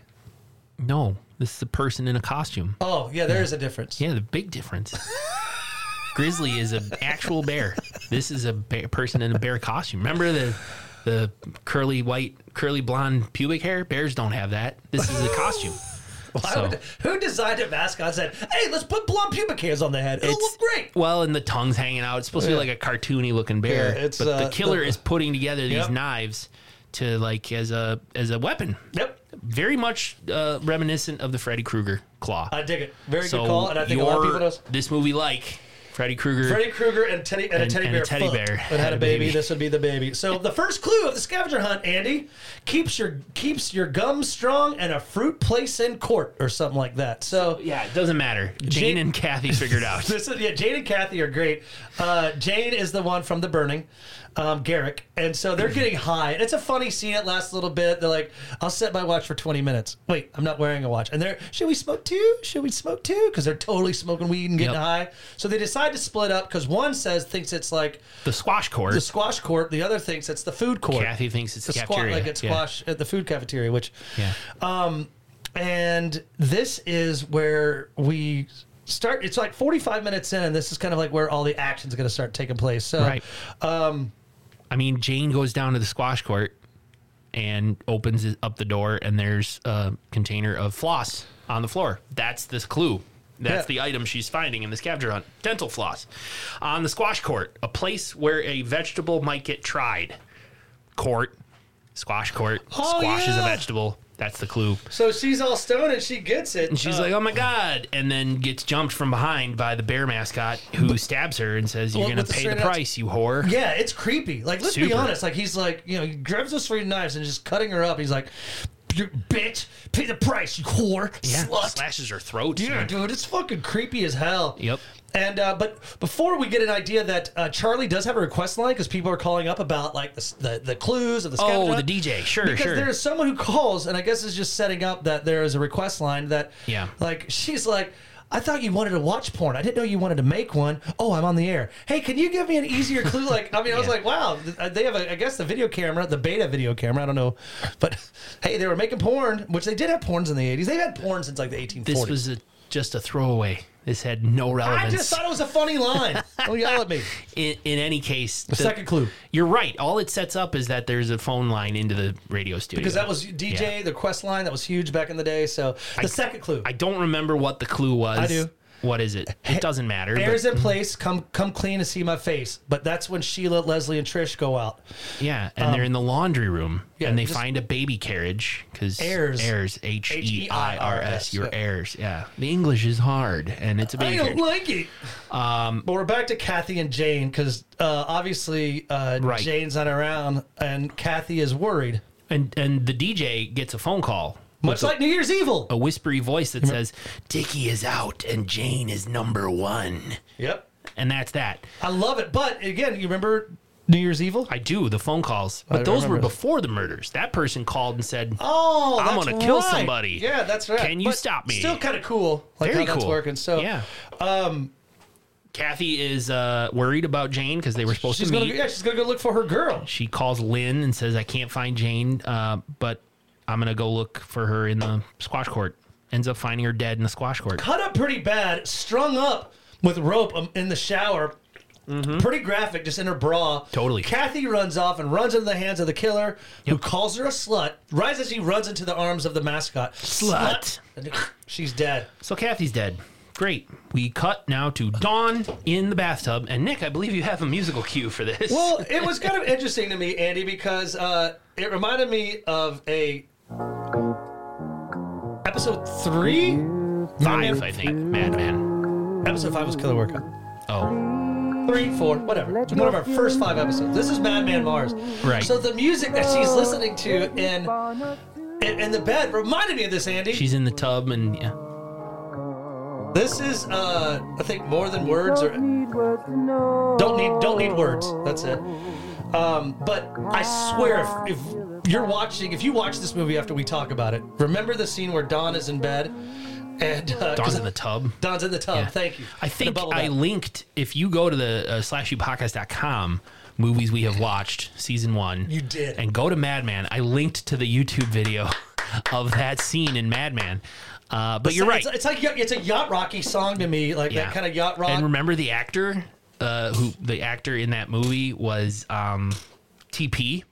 Speaker 1: No, this is a person in a costume.
Speaker 2: Oh yeah, there is a difference.
Speaker 1: Yeah, the big difference. Grizzly is an actual bear. This is a bear, person in a bear costume. Remember the the curly white, curly blonde pubic hair? Bears don't have that. This is a costume.
Speaker 2: Why
Speaker 1: So-
Speaker 2: would- who designed a mascot and said, "Hey, let's put blonde pubic hairs on the head. It'll
Speaker 1: It's-
Speaker 2: look great."
Speaker 1: Well, and the tongue's hanging out. It's supposed to be like a cartoony looking bear.
Speaker 2: Yeah, it's,
Speaker 1: but
Speaker 2: uh,
Speaker 1: the killer
Speaker 2: the-
Speaker 1: is putting together these
Speaker 2: Yep.
Speaker 1: knives to like as a as a weapon.
Speaker 2: Yep,
Speaker 1: Very much uh, reminiscent of the Freddy Krueger claw.
Speaker 2: I dig it. Very
Speaker 1: so
Speaker 2: good call, and I think a lot of
Speaker 1: your-
Speaker 2: people knows.
Speaker 1: this movie like Freddy Krueger.
Speaker 2: Freddy Krueger and Teddy and, a
Speaker 1: And-
Speaker 2: teddy
Speaker 1: and a
Speaker 2: bear.
Speaker 1: teddy
Speaker 2: fucked
Speaker 1: bear
Speaker 2: and had, a baby. This would be the baby. So the first clue of the scavenger hunt, Andy, keeps your keeps your gums strong and a fruit place in court or something like that. So
Speaker 1: Yeah, it doesn't matter. Jane and Kathy figured out.
Speaker 2: This is yeah. Jane and Kathy are great. Uh, Jane is the one from The Burning, um, Garrick, and so they're getting high. And it's a funny scene. It lasts a little bit. They're like, "I'll set my watch for twenty minutes." Wait, I'm not wearing a watch. And they're, "Should we smoke too? Should we smoke too?" Because they're totally smoking weed and getting
Speaker 1: Yep.
Speaker 2: high. So they decide to split up because one says thinks it's like
Speaker 1: The squash court.
Speaker 2: the squash court, the other thinks it's the food court.
Speaker 1: Kathy thinks it's
Speaker 2: the squash,
Speaker 1: cafeteria.
Speaker 2: like it's
Speaker 1: Yeah.
Speaker 2: squash at the food cafeteria, which
Speaker 1: yeah.
Speaker 2: um, and this is where we start. It's like 45 minutes in, and this is kind of like where all the action's going to start taking place. So,
Speaker 1: Right. Um, I mean, Jane goes down to the squash court and opens it- up the door, and there's a container of floss on the floor. That's this clue. That's
Speaker 2: Yeah.
Speaker 1: the item she's finding in this scavenger hunt. Dental floss. On the squash court, a place where a vegetable might get tried. Court, squash court.
Speaker 2: Oh,
Speaker 1: squash is a
Speaker 2: yeah.
Speaker 1: vegetable. That's the clue.
Speaker 2: So she's all stoned and she gets it. Uh,
Speaker 1: And she's like, oh my God. And then gets jumped from behind by the bear mascot who stabs her and says, You're
Speaker 2: Well,
Speaker 1: going
Speaker 2: with
Speaker 1: to
Speaker 2: the
Speaker 1: pay the
Speaker 2: straight nuts-
Speaker 1: price, you whore.
Speaker 2: Yeah, it's creepy. Like, let's be
Speaker 1: Super.
Speaker 2: honest. Like, he's like, you know, he grabs those three knives and just cutting her up. He's like, "You bitch, pay the price, you whore, slut.
Speaker 1: Slashes her throat.
Speaker 2: Yeah, dude, it's fucking creepy as hell.
Speaker 1: Yep.
Speaker 2: And uh, but before we get an idea that uh, Charlie does have a request line because people are calling up about like the the, the clues of the scavenger
Speaker 1: Oh, the
Speaker 2: hunt.
Speaker 1: DJ. Sure,
Speaker 2: because
Speaker 1: sure.
Speaker 2: there is someone who calls and I guess it's just setting up that there is a request line that
Speaker 1: Yeah.
Speaker 2: like she's like. I thought you wanted to watch porn. I didn't know you wanted to make one. Oh, I'm on the air. Hey, can you give me an easier clue? Like, I mean, I was
Speaker 1: Yeah.
Speaker 2: like, wow, th- uh, they have, a, I guess, the video camera, the beta video camera. I don't know, but hey, they were making porn, which they did have porns in the '80s. They've had porn since like the 1840s.
Speaker 1: This was a, just a throwaway. This had no
Speaker 2: I
Speaker 1: relevance.
Speaker 2: just thought it was a funny line. Don't yell at me.
Speaker 1: in, in any case, the,
Speaker 2: second clue.
Speaker 1: You're right. All it sets up is that there's a phone line into the radio studio.
Speaker 2: Because that was DJ,
Speaker 1: Yeah.
Speaker 2: the quest line that was huge back in the day. So the second clue.
Speaker 1: I don't remember what the clue was.
Speaker 2: I do.
Speaker 1: What is it? It doesn't matter. but-
Speaker 2: Bears in place, come come clean and see my face. But that's when Sheila, Leslie, and Trish go out.
Speaker 1: yeah, and they're in the laundry room,
Speaker 2: Um, yeah,
Speaker 1: and they
Speaker 2: just-
Speaker 1: find a baby carriage because
Speaker 2: Heirs.
Speaker 1: heirs, H E I R
Speaker 2: H-E-I-R-S,
Speaker 1: S, your
Speaker 2: yeah.
Speaker 1: heirs. Yeah, the English is hard, and it's a
Speaker 2: I
Speaker 1: baby
Speaker 2: don't
Speaker 1: carriage.
Speaker 2: like it. Um, but we're back to Kathy and Jane because uh, obviously uh,
Speaker 1: Right.
Speaker 2: Jane's not around and Kathy is worried.
Speaker 1: and and the DJ gets a phone call.
Speaker 2: Much like New Year's Evil.
Speaker 1: A whispery voice
Speaker 2: Mm-hmm.
Speaker 1: that says, Dickie is out and Jane is number one.
Speaker 2: Yep.
Speaker 1: And that's that.
Speaker 2: I love it. But again, you remember New Year's Evil?
Speaker 1: I do the phone calls, but those were
Speaker 2: remember.
Speaker 1: before the murders. That person called and said,
Speaker 2: Oh,
Speaker 1: I'm
Speaker 2: that's
Speaker 1: gonna kill
Speaker 2: right.
Speaker 1: somebody.
Speaker 2: Yeah, that's right.
Speaker 1: Can you stop me?
Speaker 2: Still kind of cool. Like
Speaker 1: "Very
Speaker 2: how
Speaker 1: cool."
Speaker 2: that's working. So
Speaker 1: yeah, um, Kathy is uh, worried about Jane because they were supposed
Speaker 2: she's
Speaker 1: to
Speaker 2: gonna
Speaker 1: meet.
Speaker 2: yeah, she's gonna go look for her girl.
Speaker 1: She calls Lynn and says, "I can't find Jane, uh, but I'm gonna go look for her in the squash court." Ends up finding her dead in the squash court.
Speaker 2: Cut up pretty bad, strung up with rope um, in the shower. Pretty graphic, just in her bra.
Speaker 1: Mm-hmm. Totally.
Speaker 2: Kathy runs off and runs into the hands of the killer, who calls her a slut. Right as she runs into the arms of the mascot,
Speaker 1: Slut.
Speaker 2: And she's dead.
Speaker 1: So Kathy's dead. Great. We cut now to Dawn in the bathtub, and Nick, I believe you have a musical cue for this.
Speaker 2: Well, it was kind of interesting to me, Andy, because uh, it reminded me of a episode three.
Speaker 1: Five, I think. Madman.
Speaker 2: Episode five was Killer Workout.
Speaker 1: Oh,
Speaker 2: Three, four, whatever. It's one of our first five episodes. This is Madman Mars.
Speaker 1: Right.
Speaker 2: So the music that she's listening to in in, in the bed reminded me of this, Andy.
Speaker 1: she's in the tub, and yeah.
Speaker 2: this is, uh, I think, more than words or don't need don't need words. That's it. Um, but I swear, if, if you're watching, if you watch this movie after we talk about it, remember the scene where Don is in bed and uh,
Speaker 1: Dawn's
Speaker 2: 'cause-
Speaker 1: in the tub.
Speaker 2: Don's in the tub.
Speaker 1: Yeah.
Speaker 2: Thank you.
Speaker 1: I
Speaker 2: And a
Speaker 1: think
Speaker 2: bubble
Speaker 1: I
Speaker 2: bath.
Speaker 1: linked, if you go to the uh, slashupodcast.com, movies we have watched, season one.
Speaker 2: You did.
Speaker 1: And go to Madman. I linked to the YouTube video of that scene in Madman. Uh, but you're right.
Speaker 2: It's, it's like y- it's a yacht rocky song to me, like
Speaker 1: Yeah.
Speaker 2: that kind of yacht rock.
Speaker 1: And remember the actor? Uh, who the actor in that movie was um, TP.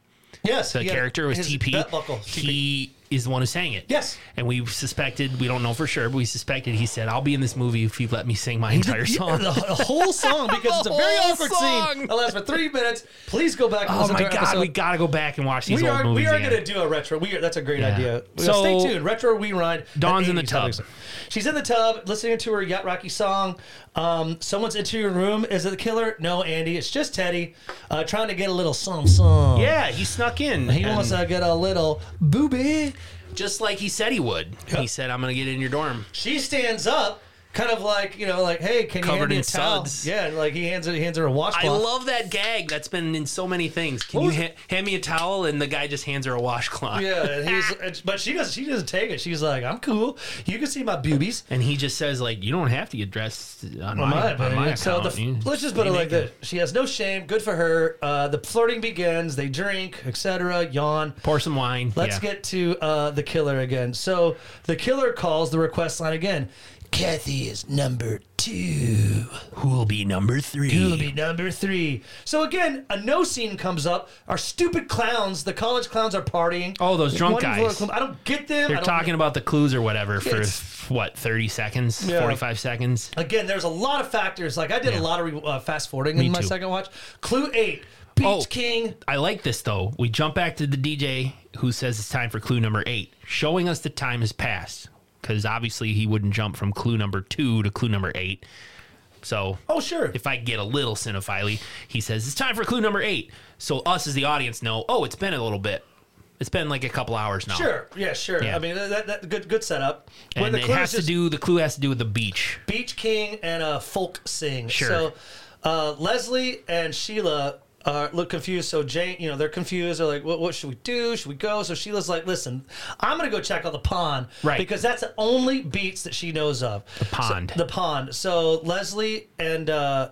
Speaker 2: yes,
Speaker 1: The
Speaker 2: yeah,
Speaker 1: character was
Speaker 2: his
Speaker 1: TP.
Speaker 2: belt buckle, TP.
Speaker 1: He is the one who sang it.
Speaker 2: Yes.
Speaker 1: And we suspected, we don't know for sure, but we suspected he said, I'll be in this movie if you let me sing my entire
Speaker 2: Yeah,
Speaker 1: song.
Speaker 2: the, the whole song because it's a very
Speaker 1: whole
Speaker 2: awkward
Speaker 1: song.
Speaker 2: scene. It lasts for three minutes. Please go back. And
Speaker 1: Oh
Speaker 2: listen
Speaker 1: my
Speaker 2: to our
Speaker 1: god,
Speaker 2: episode.
Speaker 1: we gotta go back and watch these
Speaker 2: we
Speaker 1: old
Speaker 2: are,
Speaker 1: movies.
Speaker 2: we are
Speaker 1: again.
Speaker 2: going to do a retro. We are, that's a great
Speaker 1: Yeah.
Speaker 2: idea.
Speaker 1: So-
Speaker 2: So stay tuned. Retro rewind.
Speaker 1: Dawn's in the
Speaker 2: 80s
Speaker 1: tub.
Speaker 2: episode. She's in the tub listening to her yacht rocky song. Um, someone's into your room. Is it the killer? No, Andy. It's just Teddy uh, trying to get a little song song.
Speaker 1: Yeah, he snuck in.
Speaker 2: He
Speaker 1: and
Speaker 2: wants to get a little booby.
Speaker 1: just like he said he would. He said, "I'm gonna get in your dorm."
Speaker 2: She stands up, kind of like you know, like hey, can you
Speaker 1: Covered
Speaker 2: hand me
Speaker 1: in
Speaker 2: a towel?
Speaker 1: suds.
Speaker 2: Yeah, and, like he hands her, he hands her a
Speaker 1: I
Speaker 2: washcloth.
Speaker 1: love that gag. That's been in so many things. Can
Speaker 2: What
Speaker 1: you
Speaker 2: was
Speaker 1: ha- hand me a towel? And the guy just hands her a washcloth.
Speaker 2: yeah, and he's, and- but she doesn't. She doesn't take it. She's like, "I'm cool. You can see my boobies."
Speaker 1: And he just says, "Like you don't have to get dressed on my,
Speaker 2: on my
Speaker 1: on my
Speaker 2: opinion. So
Speaker 1: account.
Speaker 2: the,
Speaker 1: You-
Speaker 2: let's just put
Speaker 1: you
Speaker 2: it like
Speaker 1: make
Speaker 2: this: she has no shame. Good for her. Uh, the flirting begins. They drink, etc. Yawn.
Speaker 1: Pour some wine.
Speaker 2: Let's
Speaker 1: Yeah.
Speaker 2: get to uh, the killer again. So the killer calls the request line again. Kathy is number two.
Speaker 1: Who'll be number three?
Speaker 2: Who'll be number three? So again, a no scene comes up. Our stupid clowns, the college clowns, are partying.
Speaker 1: Oh, those drunk
Speaker 2: One floor
Speaker 1: guys.
Speaker 2: clown- I don't get them. I
Speaker 1: They're
Speaker 2: don't-
Speaker 1: talking about the clues or whatever for
Speaker 2: It's-
Speaker 1: what thirty seconds,
Speaker 2: Yeah.
Speaker 1: forty-five seconds.
Speaker 2: Again, there's a lot of factors. Like I did a lot of re- uh, fast forwarding in my
Speaker 1: too.
Speaker 2: second watch. Clue eight, Peach
Speaker 1: Oh.
Speaker 2: King.
Speaker 1: I like this though. We jump back to the DJ who says it's time for clue number eight, showing us the time has passed because obviously he wouldn't jump from clue number two to clue number eight. So
Speaker 2: Oh sure.
Speaker 1: if I get a little cinephile, he says it's time for clue number eight. So us as the audience know, oh, it's been a little bit. It's been like a couple hours now.
Speaker 2: Sure, yeah, sure. I mean, that, that good, good setup.
Speaker 1: And it
Speaker 2: clue
Speaker 1: has
Speaker 2: is
Speaker 1: to do the clue has to do with the beach.
Speaker 2: Beach King and a folk sing.
Speaker 1: Sure.
Speaker 2: So uh, Leslie and Sheila are look confused. So Jane, you know, they're confused. They're like, what, what should we do? Should we go? So Sheila's like, listen, I'm going to go check out the pond.
Speaker 1: Right.
Speaker 2: Because that's the only beats that she knows of. The
Speaker 1: pond.
Speaker 2: the pond. So Leslie and uh,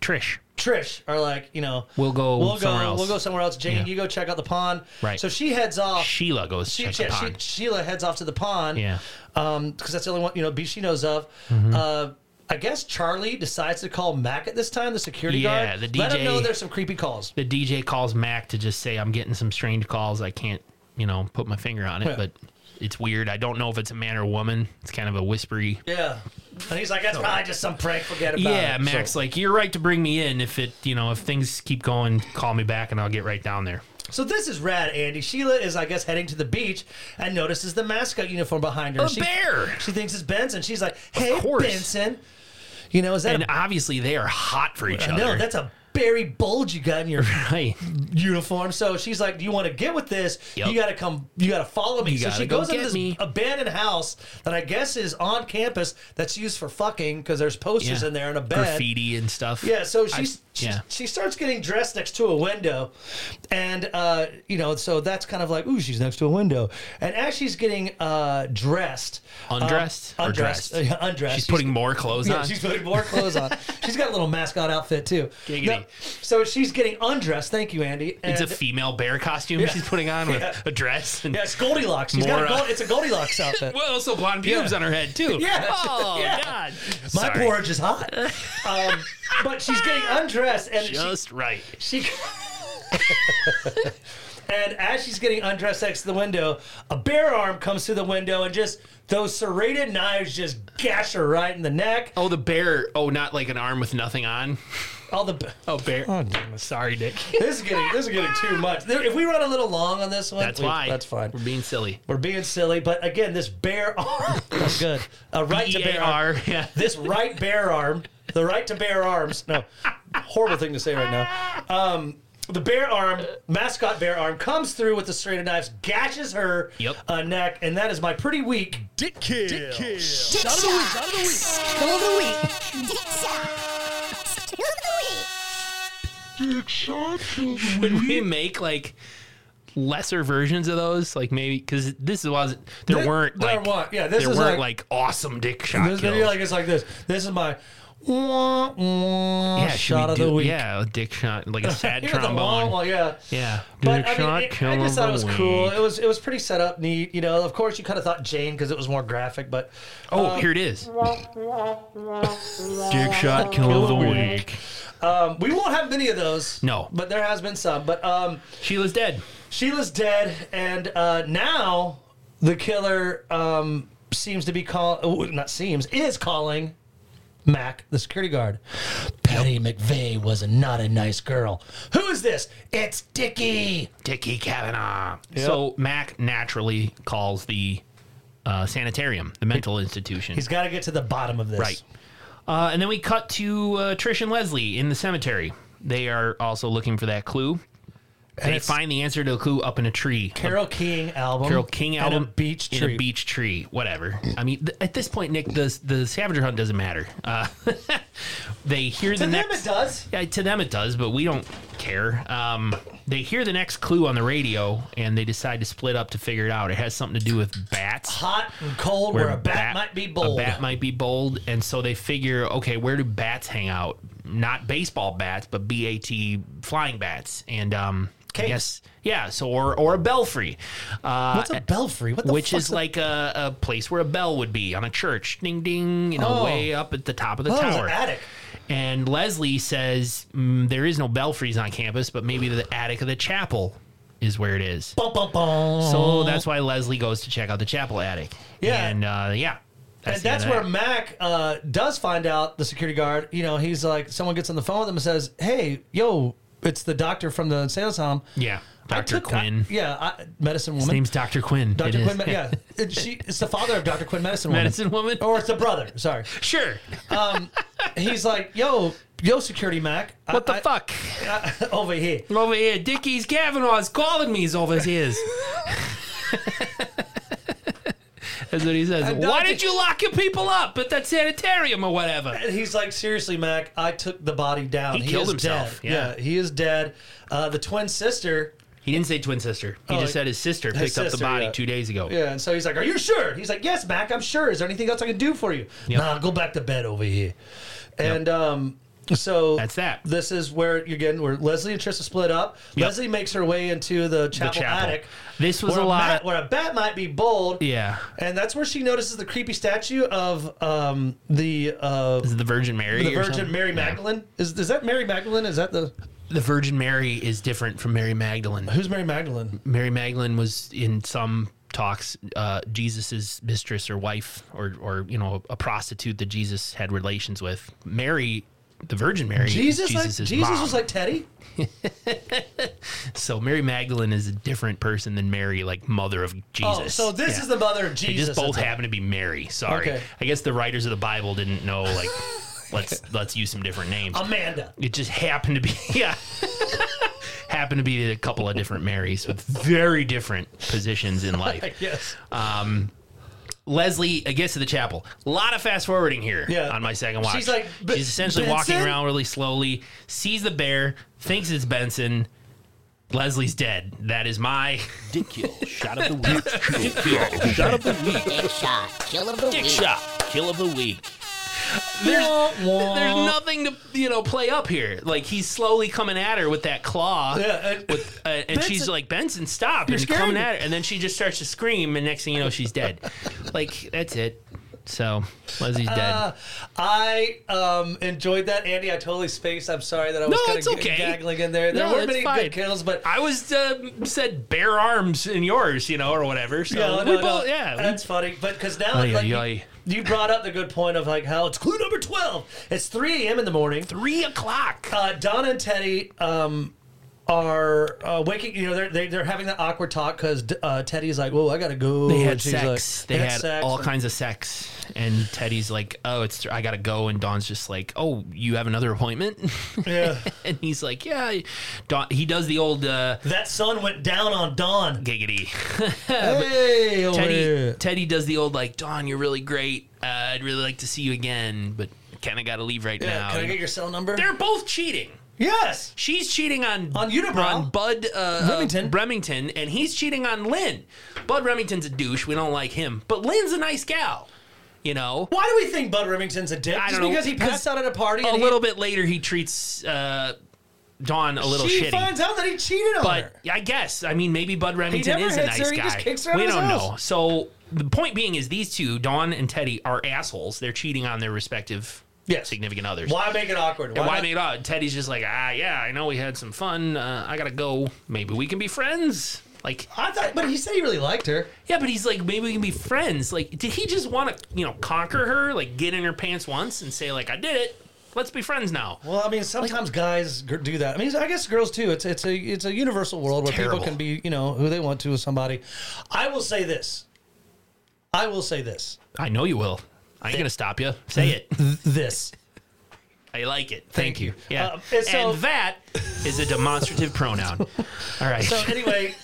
Speaker 1: Trish.
Speaker 2: Trish are like, you know,
Speaker 1: We'll go
Speaker 2: we'll go,
Speaker 1: somewhere else.
Speaker 2: We'll go somewhere else. Jane,
Speaker 1: Yeah.
Speaker 2: you go check out the pond.
Speaker 1: Right.
Speaker 2: So she heads off.
Speaker 1: Sheila goes
Speaker 2: She,
Speaker 1: check
Speaker 2: yeah,
Speaker 1: the pond.
Speaker 2: She, Sheila heads off to the pond.
Speaker 1: Yeah. Mm-hmm.
Speaker 2: because that's the only one you know beach she knows of. Uh, I guess Charlie decides to call Mac at this time, the security
Speaker 1: Yeah,
Speaker 2: guard.
Speaker 1: the
Speaker 2: Let him
Speaker 1: DJ.
Speaker 2: know there's some creepy calls.
Speaker 1: the DJ calls Mac to just say, I'm getting some strange calls. I can't, you know, put my finger on it,
Speaker 2: Yeah.
Speaker 1: but it's weird. I don't know if it's a man or a woman. It's kind of a whispery.
Speaker 2: Yeah, and he's like, that's probably just some prank. Forget about it.
Speaker 1: Yeah,
Speaker 2: So-
Speaker 1: Mac's like, you're right to bring me in. If it, you know, if things keep going, call me back and I'll get right down there.
Speaker 2: So this is rad, Andy. Sheila is, I guess, heading to the beach and notices the mascot uniform behind her.
Speaker 1: A
Speaker 2: she,
Speaker 1: bear!
Speaker 2: She thinks it's Benson. She's like, hey,
Speaker 1: course.
Speaker 2: Benson. You know, is that
Speaker 1: And obviously they are hot for each
Speaker 2: a,
Speaker 1: other.
Speaker 2: no? That's a Barry Bulge you got in your
Speaker 1: right.
Speaker 2: uniform. So she's like, "Do you want to get with this?
Speaker 1: Yep.
Speaker 2: You got to come. You got to follow me."
Speaker 1: You
Speaker 2: so
Speaker 1: gotta
Speaker 2: she
Speaker 1: go
Speaker 2: goes into
Speaker 1: get
Speaker 2: this
Speaker 1: me.
Speaker 2: abandoned house that I guess is on campus that's used for fucking because there's posters
Speaker 1: Yeah.
Speaker 2: in there and a bed.
Speaker 1: Graffiti and stuff.
Speaker 2: Yeah, so she's, she,
Speaker 1: yeah.
Speaker 2: she starts getting dressed next to a window, and uh, you know, so that's kind of like, ooh, she's next to a window. And as she's getting uh, dressed,
Speaker 1: Undressed
Speaker 2: uh,
Speaker 1: or
Speaker 2: undressed,
Speaker 1: dressed?
Speaker 2: uh, undressed,
Speaker 1: She's putting more clothes
Speaker 2: yeah,
Speaker 1: on.
Speaker 2: she's putting more clothes on. she's got a little mascot outfit too.
Speaker 1: Giggity.
Speaker 2: so she's getting undressed. Thank you, Andy. And
Speaker 1: it's a female bear costume she's putting on with a dress. And,
Speaker 2: yeah, it's Goldilocks. She's got a
Speaker 1: More, uh,
Speaker 2: gold, it's a Goldilocks outfit.
Speaker 1: Well, also blonde pubes
Speaker 2: Yeah.
Speaker 1: on her head, too.
Speaker 2: Yeah.
Speaker 1: Oh,
Speaker 2: Yeah.
Speaker 1: God.
Speaker 2: My
Speaker 1: Sorry.
Speaker 2: porridge is hot. Um, but she's getting undressed, and she-
Speaker 1: Just right.
Speaker 2: She. and as she's getting undressed next to the window, a bear arm comes through the window and just those serrated knives just gash her right in the neck.
Speaker 1: Oh, the bear. Oh, not like an arm with nothing on.
Speaker 2: All the
Speaker 1: Oh, bear. Sorry, Dick.
Speaker 2: this is getting this is getting too much. There- If we run a little long on this one,
Speaker 1: That's
Speaker 2: we-
Speaker 1: why.
Speaker 2: That's fine.
Speaker 1: We're being silly.
Speaker 2: We're being silly, but again, this bear arm. That's good. A right to bear arm.
Speaker 1: EAR. E Yeah.
Speaker 2: This right bear arm. The right to bear arms. No, horrible thing to say right now. Um, the bear arm, mascot bear arm, comes through with the straight of knives, gashes her
Speaker 1: Yep.
Speaker 2: uh, neck, and that is my pretty weak.
Speaker 3: Dick kill. Dick kill.
Speaker 4: Dick shot. Shot of the week. Shot of the week. Dick shot. Shot of the week.
Speaker 1: Would we make like lesser versions of those? Like maybe because this was there, weren't
Speaker 2: there
Speaker 1: like
Speaker 2: weren't- yeah, this
Speaker 1: there
Speaker 2: is
Speaker 1: weren't like, awesome dick shot
Speaker 2: This,
Speaker 1: kills.
Speaker 2: you're like it's like this. This is my wah, wah,
Speaker 1: yeah, should
Speaker 2: shot
Speaker 1: we
Speaker 2: of
Speaker 1: do-
Speaker 2: the week.
Speaker 1: Yeah, a dick shot like a sad
Speaker 2: Here's the wah, wah,
Speaker 1: trombone.
Speaker 2: yeah.
Speaker 1: Yeah,
Speaker 2: But
Speaker 1: dick
Speaker 2: I mean, it- I
Speaker 1: kill
Speaker 2: just
Speaker 1: of
Speaker 2: thought
Speaker 1: the
Speaker 2: it was cool.
Speaker 1: week.
Speaker 2: It was it was pretty set up, neat. You know, of course, you kind of thought Jane because it was more graphic, but
Speaker 1: Oh,
Speaker 2: uh,
Speaker 1: here it is.
Speaker 3: Dick shot kill of the week.
Speaker 2: um, we won't have many of those.
Speaker 1: No.
Speaker 2: but there has been some. But um,
Speaker 1: Sheila's dead.
Speaker 2: Sheila's dead, and uh, now the killer um, seems to be calling, not seems, is calling Mac, the security guard. Patty McVeigh was a not a nice girl. Who is this? It's Dickie.
Speaker 1: Dickie Kavanaugh. So Mac naturally calls the uh, sanitarium, the mental institution.
Speaker 2: He's got to get to the bottom of this.
Speaker 1: Right. Uh, and then we cut to uh, Trish and Leslie in the cemetery. They are also looking for that clue. they
Speaker 2: it's-
Speaker 1: find the answer to the clue up in a tree.
Speaker 2: Carol King album.
Speaker 1: a Carol King
Speaker 2: and
Speaker 1: album
Speaker 2: a beach
Speaker 1: in
Speaker 2: tree.
Speaker 1: a beach tree, whatever. I mean, th- at this point, Nick, the the scavenger hunt doesn't matter. Uh, they hear the
Speaker 2: To them
Speaker 1: next.
Speaker 2: it does.
Speaker 1: Yeah, to them it does, but we don't care. Um, they hear the next clue on the radio, and they decide to split up to figure it out. It has something to do with bats
Speaker 2: Hot and cold, where, a bat, might be bold.
Speaker 1: a bat might be bold, and so they figure, okay, where do bats hang out? Not baseball bats, but BAT flying bats. And um,
Speaker 2: Cake.
Speaker 1: Yes. Yeah. So or or a belfry. Uh,
Speaker 2: What's a belfry? What the
Speaker 1: which
Speaker 2: fuck's
Speaker 1: is
Speaker 2: a-
Speaker 1: like a, a place where a bell would be on a church, ding ding, you know,
Speaker 2: Oh.
Speaker 1: way up at the top of the
Speaker 2: Oh, it's an
Speaker 1: tower.
Speaker 2: attic.
Speaker 1: And Leslie says mm, there is no belfries on campus, but maybe the attic of the chapel is where it is.
Speaker 2: Bum, bum, bum.
Speaker 1: So that's why Leslie goes to check out the chapel attic.
Speaker 2: Yeah.
Speaker 1: And uh, yeah.
Speaker 2: and
Speaker 1: the
Speaker 2: that's
Speaker 1: end
Speaker 2: where
Speaker 1: of that.
Speaker 2: Mac uh, does find out the security guard. You know, he's like, someone gets on the phone with him and says, "Hey, yo, it's the doctor from the sales home."
Speaker 1: Yeah.
Speaker 2: I
Speaker 1: Dr.
Speaker 2: took- I-
Speaker 1: Quinn.
Speaker 2: yeah, I, medicine woman.
Speaker 1: His name's Dr. Quinn. It
Speaker 2: Dr.
Speaker 1: is.
Speaker 2: Quinn. Ma- Yeah, It- she, it's the father of Dr. Quinn, medicine woman.
Speaker 1: Medicine woman?
Speaker 2: or it's the brother. Sorry.
Speaker 1: Sure.
Speaker 2: Um, he's like, "Yo, yo, security Mac, I-
Speaker 1: What the
Speaker 2: I-
Speaker 1: fuck?
Speaker 2: I- over here."
Speaker 1: over here. Dickie's Kavanaugh's calling me is all this is. That's what he says.
Speaker 2: not
Speaker 1: Why
Speaker 2: di-
Speaker 1: did you lock your people up at that sanitarium or whatever?
Speaker 2: And he's like, seriously, Mac, I took the body down.
Speaker 1: He killed
Speaker 2: is
Speaker 1: himself,
Speaker 2: dead.
Speaker 1: yeah.
Speaker 2: he is dead. Uh, the twin sister.
Speaker 1: He didn't say twin sister. He
Speaker 2: Oh,
Speaker 1: just said his sister picked up the
Speaker 2: sister,
Speaker 1: body
Speaker 2: yeah.
Speaker 1: two days ago.
Speaker 2: Yeah, and so he's like, "Are you sure?" He's like, "Yes, Mac, I'm sure. Is there anything else I can do for you?" Nah, go back to bed over here. And um, so
Speaker 1: That's that.
Speaker 2: This is where you're getting where Leslie and Trista split up.
Speaker 1: Yep.
Speaker 2: Leslie makes her way into the chapel,
Speaker 1: chapel.
Speaker 2: attic.
Speaker 1: This was
Speaker 2: where
Speaker 1: a lot
Speaker 2: bat,
Speaker 1: of-
Speaker 2: where a bat might be bold.
Speaker 1: Yeah.
Speaker 2: And that's where she notices the creepy statue of um, the uh,
Speaker 1: Is it the Virgin Mary?
Speaker 2: the
Speaker 1: or
Speaker 2: Virgin
Speaker 1: something?
Speaker 2: Mary
Speaker 1: Yeah.
Speaker 2: Magdalene. Is is that Mary Magdalene? Is that the
Speaker 1: The Virgin Mary is different from Mary Magdalene.
Speaker 2: who's Mary Magdalene?
Speaker 1: Mary Magdalene was in some talks uh, Jesus's mistress or wife or or you know a prostitute that Jesus had relations with. Mary, the Virgin Mary, is
Speaker 2: Jesus, like,
Speaker 1: Jesus's
Speaker 2: Jesus
Speaker 1: mom.
Speaker 2: was like Teddy.
Speaker 1: so Mary Magdalene is a different person than Mary, like mother of Jesus.
Speaker 2: Oh, so this
Speaker 1: Yeah.
Speaker 2: is the mother of
Speaker 1: They
Speaker 2: Jesus.
Speaker 1: just both happen to be Mary. Sorry,
Speaker 2: Okay.
Speaker 1: I guess the writers of the Bible didn't know like. Let's let's use some different names.
Speaker 2: Amanda.
Speaker 1: It just happened to be, yeah, happened to be a couple of different Marys with very different positions in life.
Speaker 2: Yes.
Speaker 1: Leslie, I guess to the chapel. A lot of fast forwarding here
Speaker 2: Yeah.
Speaker 1: on my second watch.
Speaker 2: She's like, "B-
Speaker 1: she's essentially
Speaker 2: Benson?"
Speaker 1: walking around really slowly, sees the bear, thinks it's Benson. Leslie's dead. That is my
Speaker 5: Dick kill. Shot of the week. Dick kill.
Speaker 3: Shut up and
Speaker 4: Dick shot. Kill of the
Speaker 5: Dick
Speaker 4: week.
Speaker 5: shot. Kill of the week.
Speaker 1: there's, there's nothing to you know play up here. Like he's slowly coming at her with that claw.
Speaker 2: Yeah, and-
Speaker 1: with, uh, and she's
Speaker 2: Benson-
Speaker 1: like, Benson, stop! And
Speaker 2: scaring
Speaker 1: coming
Speaker 2: me.
Speaker 1: at her, and then she just starts to scream, and next thing you know, she's dead. like that's it. So Leslie's dead.
Speaker 2: Uh, I um, enjoyed that, Andy. I totally spaced. I'm sorry that I was
Speaker 1: No,
Speaker 2: kind of
Speaker 1: it's okay.
Speaker 2: gaggling in there. There
Speaker 1: No,
Speaker 2: weren't
Speaker 1: it's
Speaker 2: many
Speaker 1: fine.
Speaker 2: good kills, but
Speaker 1: I was uh, said bare arms in yours, you know, or whatever. So
Speaker 2: no,
Speaker 1: we
Speaker 2: no, no.
Speaker 1: both, yeah, we-
Speaker 2: that's funny. But because now,
Speaker 1: Ay,
Speaker 2: like,
Speaker 1: ay,
Speaker 2: you,
Speaker 1: ay.
Speaker 2: you brought up the good point of like how it's clue number twelve. It's 3 a.m. in the morning.
Speaker 1: three o'clock.
Speaker 2: Uh, Donna and Teddy um, are uh, waking. You know, they're they, they're having that awkward talk because uh, Teddy's like, "Whoa, I gotta go."
Speaker 1: They had
Speaker 2: and she's
Speaker 1: sex.
Speaker 2: like-
Speaker 1: they had all
Speaker 2: and-
Speaker 1: kinds of sex, and Teddy's like, "Oh, it's I gotta go," and Don's just like, "Oh, you have another appointment,"
Speaker 2: Yeah.
Speaker 1: and he's like, "Yeah." Don, he does the old uh,
Speaker 2: That sun went down on Don.
Speaker 1: giggity.
Speaker 2: Hey, over
Speaker 1: Teddy
Speaker 2: here.
Speaker 1: Teddy does the old like, Don, you're really great. Uh, I'd really like to see you again, but kind of gotta leave right
Speaker 2: Yeah,
Speaker 1: now.
Speaker 2: can I get your cell number?
Speaker 1: They're both cheating.
Speaker 2: Yes.
Speaker 1: She's cheating on
Speaker 2: On Unibrow.
Speaker 1: on Bud uh,
Speaker 2: Remington.
Speaker 1: uh, Remington, and he's cheating on Lynn. Bud Remington's a douche. We don't like him, but Lynn's a nice gal. You know,
Speaker 2: Why do we think Bud Remington's a dick?
Speaker 1: I
Speaker 2: Just
Speaker 1: don't know,
Speaker 2: because he passed
Speaker 1: 'cause
Speaker 2: out at a party.
Speaker 1: a
Speaker 2: and he-
Speaker 1: little bit later he treats uh, Dawn a little
Speaker 2: she
Speaker 1: shitty.
Speaker 2: finds out that he cheated on
Speaker 1: but
Speaker 2: her.
Speaker 1: I guess I mean maybe Bud Remington
Speaker 2: never
Speaker 1: is a
Speaker 2: hits
Speaker 1: nice
Speaker 2: her, he
Speaker 1: guy.
Speaker 2: just kicks her out
Speaker 1: we
Speaker 2: of his
Speaker 1: don't
Speaker 2: house.
Speaker 1: know. So the point being is these two, Dawn and Teddy, are assholes. They're cheating on their respective
Speaker 2: Yes.
Speaker 1: significant others.
Speaker 2: Why make it awkward?
Speaker 1: And why
Speaker 2: not-
Speaker 1: make it odd? Teddy's just like, ah, yeah, I know we had some fun. Uh, I gotta go. Maybe we can be friends. Like,
Speaker 2: I thought, but he said he really liked her.
Speaker 1: yeah, but he's like, maybe we can be friends. Like, did he just want to, you know, conquer her? Like, get in her pants once and say, like, I did it. Let's be friends now.
Speaker 2: Well, I mean, sometimes guys gr- do that. I mean, I guess girls too. It's it's a it's a universal world where
Speaker 1: terrible.
Speaker 2: people can be you know who they want to with somebody. I will say this. I will say this.
Speaker 1: I know you will. I ain't gonna stop you. Say it.
Speaker 2: This.
Speaker 1: I like it. Thank, you. Yeah.
Speaker 2: Um, and so-
Speaker 1: and that is a demonstrative pronoun. All right.
Speaker 2: So anyway,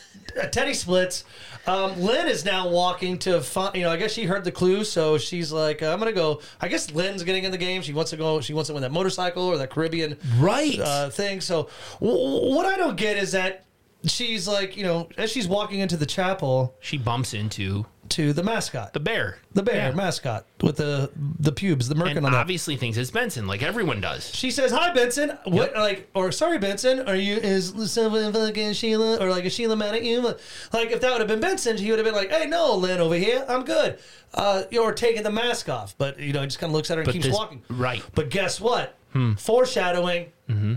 Speaker 2: uh, Teddy splits. Um, Lynn is now walking to find. You know, I guess she heard the clue, so she's like, uh, "I'm gonna go." I guess Lynn's getting in the game. She wants to go. She wants to win that motorcycle or that Caribbean
Speaker 1: right.
Speaker 2: uh, thing. So w- what I don't get is that she's like, you know, as she's walking into the chapel,
Speaker 1: she bumps into
Speaker 2: to the mascot,
Speaker 1: The
Speaker 2: the,
Speaker 1: bear.
Speaker 2: bear
Speaker 1: Yeah.
Speaker 2: mascot with the the pubes, the merkin
Speaker 1: And
Speaker 2: on that.
Speaker 1: obviously thinks it's Benson, like everyone does.
Speaker 2: She says, "Hi, Benson." What like or sorry, Benson? Are you is Silva fucking Sheila or like is Sheila mad at you? Like if that would have been Benson, he would have been like, "Hey, no, Lynn over here, I'm good." Uh, you're taking the mask off, but you know he just kind of looks at her and
Speaker 1: But
Speaker 2: keeps
Speaker 1: this- hmm.
Speaker 2: walking.
Speaker 1: right.
Speaker 2: But guess what? Foreshadowing.
Speaker 1: Mm-hmm.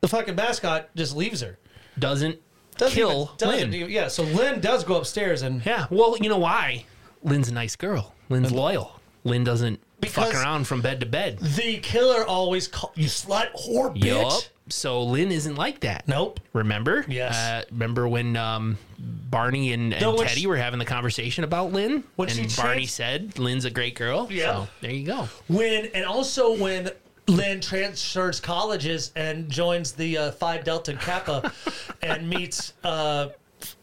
Speaker 2: The fucking mascot just leaves her.
Speaker 1: Doesn't,
Speaker 2: Doesn't
Speaker 1: kill
Speaker 2: even- doesn't
Speaker 1: Lynn.
Speaker 2: even- yeah. So Lynn does go upstairs and
Speaker 1: Yeah. Well, you know why? Lynn's a nice girl. Lynn's loyal. Lynn doesn't fuck
Speaker 2: Because-
Speaker 1: around from bed to bed.
Speaker 2: the killer always call you slut whore bitch.
Speaker 1: Yup. So Lynn isn't like that.
Speaker 2: Nope.
Speaker 1: Remember?
Speaker 2: Yes.
Speaker 1: Uh, remember when um, Barney and, and
Speaker 2: No, when
Speaker 1: Teddy
Speaker 2: she-
Speaker 1: were having the conversation about Lynn?
Speaker 2: When she
Speaker 1: and
Speaker 2: trans-
Speaker 1: Barney said, Lynn's a great girl.
Speaker 2: Yeah.
Speaker 1: So there you go.
Speaker 2: When and also when Lynn transfers colleges and joins the uh, Phi Delta Kappa and meets. Uh,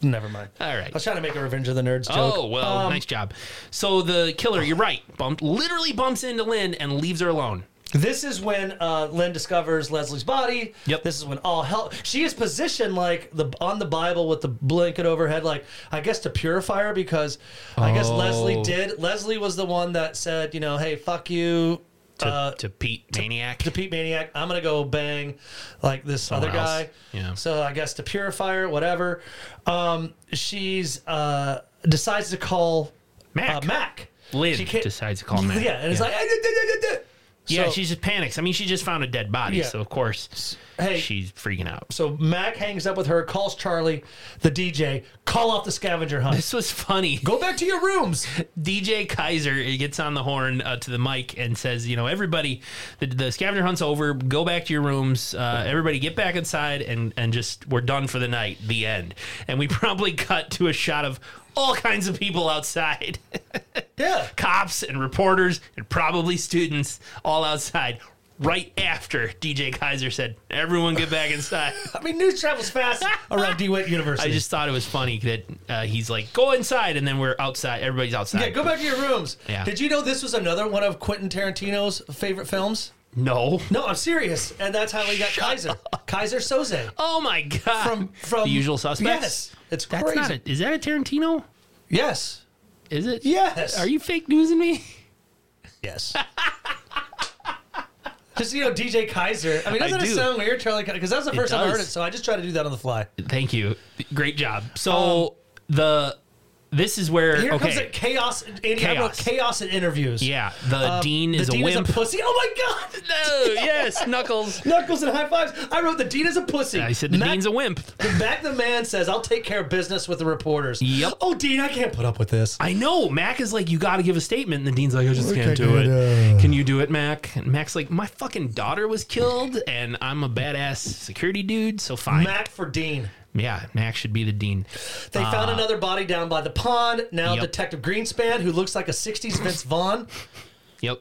Speaker 2: never mind.
Speaker 1: All right.
Speaker 2: I was trying to make a Revenge of the Nerds joke. Um,
Speaker 1: Oh, well, nice job. So the killer, you're right, bumped, literally bumps into Lynn and leaves her alone.
Speaker 2: This is when uh, Lynn discovers Leslie's body.
Speaker 1: Yep.
Speaker 2: This is when all hell. She is positioned like the on the Bible with the blanket overhead, like I guess to purify her because I guess
Speaker 1: Oh.
Speaker 2: Leslie did. Leslie was the one that said, you know, hey, fuck you.
Speaker 1: To,
Speaker 2: uh,
Speaker 1: to Pete Maniac.
Speaker 2: to Pete Maniac, I'm gonna go bang like this other
Speaker 1: else.
Speaker 2: guy.
Speaker 1: Yeah.
Speaker 2: So I guess to purify her, whatever. Um, she's uh, decides to call
Speaker 1: Mac.
Speaker 2: Uh, Mac.
Speaker 1: Lynn
Speaker 2: She can't-
Speaker 1: decides to call Mac.
Speaker 2: Yeah, and it's like. "Ah, da, da, da, da."
Speaker 1: Yeah,
Speaker 2: So-
Speaker 1: she just panics. I mean, she just found a dead body,
Speaker 2: Yeah.
Speaker 1: so of course
Speaker 2: Hey.
Speaker 1: she's freaking out.
Speaker 2: So Mac hangs up with her, calls Charlie, the DJ, call off the scavenger hunt.
Speaker 1: This was funny.
Speaker 2: Go back to your rooms.
Speaker 1: DJ Kaiser he gets on the horn uh, to the mic and says, "You know, everybody, the, the scavenger hunt's over. Go back to your rooms. Uh, everybody, get back inside, and and just we're done for the night. The end." And we probably cut to a shot of all kinds of people outside,
Speaker 2: Yeah.
Speaker 1: cops and reporters, and probably students all outside. Right after DJ Kaiser said, "Everyone, get back inside."
Speaker 2: I mean, news travels fast around DeWitt University.
Speaker 1: I just thought it was funny that uh, he's like, "Go inside," and then we're outside. Everybody's outside.
Speaker 2: yeah, go back to your rooms.
Speaker 1: Yeah.
Speaker 2: Did you know this was another one of Quentin Tarantino's favorite films?
Speaker 1: No.
Speaker 2: No, I'm serious. And that's how he got Kaiser. Kaiser Soze.
Speaker 1: Oh my god!
Speaker 2: From from
Speaker 1: the usual suspects.
Speaker 2: Yes. It's
Speaker 1: that's
Speaker 2: crazy.
Speaker 1: not. A, is that a Tarantino?
Speaker 2: yes.
Speaker 1: Is it?
Speaker 2: Yes.
Speaker 1: Are you fake newsing me?
Speaker 2: Yes. Just you know, DJ Kaiser. I mean,
Speaker 1: I
Speaker 2: doesn't it
Speaker 1: do.
Speaker 2: sound weird, Charlie? Because that's the first time I heard it,
Speaker 1: does.
Speaker 2: so I just try to do that on the fly.
Speaker 1: Thank you. Great job. So the this is where
Speaker 2: Here comes
Speaker 1: okay.
Speaker 2: the chaos. Andy, I wrote
Speaker 1: Chaos.
Speaker 2: chaos in interviews.
Speaker 1: yeah, the
Speaker 2: Um,
Speaker 1: dean is
Speaker 2: the
Speaker 1: a
Speaker 2: dean
Speaker 1: wimp.
Speaker 2: is a pussy. Oh my god!
Speaker 1: no, yes, Knuckles.
Speaker 2: Knuckles and high fives. I wrote the dean is a pussy.
Speaker 1: I said the
Speaker 2: Mac-
Speaker 1: dean's a wimp.
Speaker 2: Mac the man says, "I'll take care of business with the reporters."
Speaker 1: Yep.
Speaker 2: Oh, Dean, I can't put up with this.
Speaker 1: I know. Mac is like, you got to give a statement. And the dean's like, I just can't do
Speaker 2: good,
Speaker 1: it. Can you do it, Mac? And Mac's like, my fucking daughter was killed, and I'm a badass security dude, so fine.
Speaker 2: Mac for Dean.
Speaker 1: yeah, Mac should be the dean.
Speaker 2: They found another body down by the pond.
Speaker 1: Ah.
Speaker 2: Now
Speaker 1: Yep.
Speaker 2: Detective Greenspan, who looks like a '60s Vince Vaughn,
Speaker 1: Yep.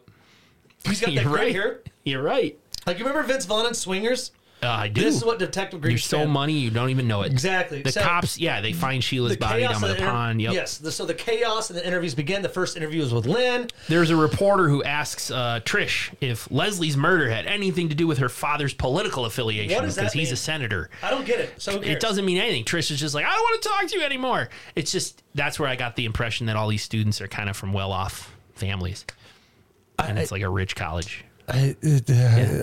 Speaker 2: he's got that
Speaker 1: You're
Speaker 2: gray
Speaker 1: right.
Speaker 2: hair.
Speaker 1: You're right.
Speaker 2: Like you remember Vince Vaughn in Swingers?
Speaker 1: Uh, I do.
Speaker 2: This is what Detective Greenspan.
Speaker 1: You're so money you don't even know it.
Speaker 2: Exactly.
Speaker 1: The
Speaker 2: So-
Speaker 1: cops, yeah, they find Sheila's body
Speaker 2: chaos
Speaker 1: down by
Speaker 2: of
Speaker 1: the
Speaker 2: inter-
Speaker 1: pond. Yep.
Speaker 2: Yes. The, so the chaos and the interviews begin. The first interview is with Lynn.
Speaker 1: There's a reporter who asks uh, Trish if Leslie's murder had anything to do with her father's political affiliation
Speaker 2: What does that
Speaker 1: because he's
Speaker 2: mean?
Speaker 1: a senator.
Speaker 2: I don't get it. So who
Speaker 1: It
Speaker 2: cares?
Speaker 1: doesn't mean anything. Trish is just like, I don't want to talk to you anymore. It's just that's where I got the impression that all these students are kind of from well-off families, and it's like a rich college.
Speaker 2: I, it, uh,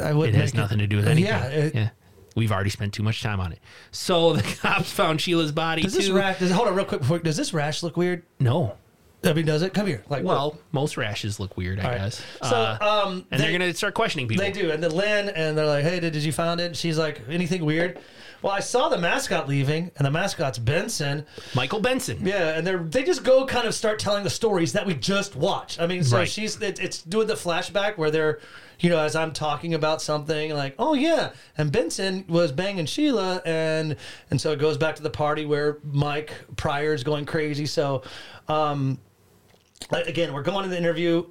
Speaker 2: I
Speaker 1: it
Speaker 2: wouldn't
Speaker 1: has
Speaker 2: make
Speaker 1: nothing to do with anything.
Speaker 2: yeah,
Speaker 1: Yeah,
Speaker 2: it-
Speaker 1: We've already spent too much time on it. So the cops found Sheila's body
Speaker 2: Does this
Speaker 1: too.
Speaker 2: rash? Does, hold on, real quick. Before, does this rash look weird?
Speaker 1: no,
Speaker 2: I mean, does it? Come here. Like,
Speaker 1: Well, most rashes look weird, I
Speaker 2: right.
Speaker 1: guess. Uh,
Speaker 2: So, um,
Speaker 1: and they, are
Speaker 2: they-
Speaker 1: gonna start questioning people.
Speaker 2: they do. And then Lynn, and they're like, "Hey, did, did you find it?" And she's like, "Anything weird?" Well, I saw the mascot leaving, and the mascot's Benson.
Speaker 1: Michael Benson.
Speaker 2: Yeah, and they're they just go kind of start telling the stories that we just watched. I mean, so
Speaker 1: Right.
Speaker 2: she's it, it's doing the flashback where they're, you know, as I'm talking about something like, oh yeah, and Benson was banging Sheila, and and so it goes back to the party where Mike Pryor's going crazy. So, um, like, again, we're going to the interview.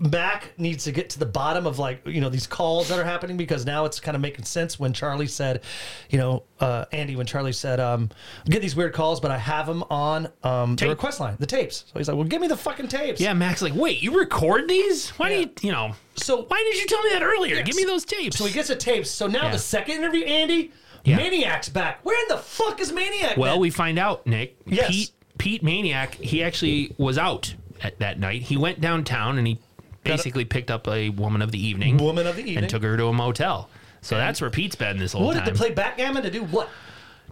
Speaker 2: Mac needs to get to the bottom of like you know these calls that are happening because now it's kind of making sense when Charlie said, you know, uh, Andy when Charlie said, um, I get these weird calls, but I have them on um, the
Speaker 1: Tape.
Speaker 2: request line, the tapes. So he's like, well, give me the fucking tapes.
Speaker 1: Yeah, Max like, wait, you record these? Why do you you know
Speaker 2: So
Speaker 1: why didn't you tell me that earlier? Give me those tapes.
Speaker 2: So he gets the tapes. So now
Speaker 1: Yeah.
Speaker 2: the second interview, Andy,
Speaker 1: Yeah.
Speaker 2: Maniac's back. Where in the fuck is Maniac?
Speaker 1: well,
Speaker 2: been?
Speaker 1: we find out, Nick.
Speaker 2: Yes.
Speaker 1: Pete Pete Maniac, he actually was out at that night. He went downtown and he basically picked up a woman of the evening,
Speaker 2: Woman of the evening.
Speaker 1: and took her to a motel. So that's where Pete's been this whole
Speaker 2: What did
Speaker 1: time.
Speaker 2: they play backgammon to do? What?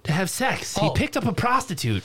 Speaker 1: to have sex.
Speaker 2: Oh.
Speaker 1: He picked up a prostitute,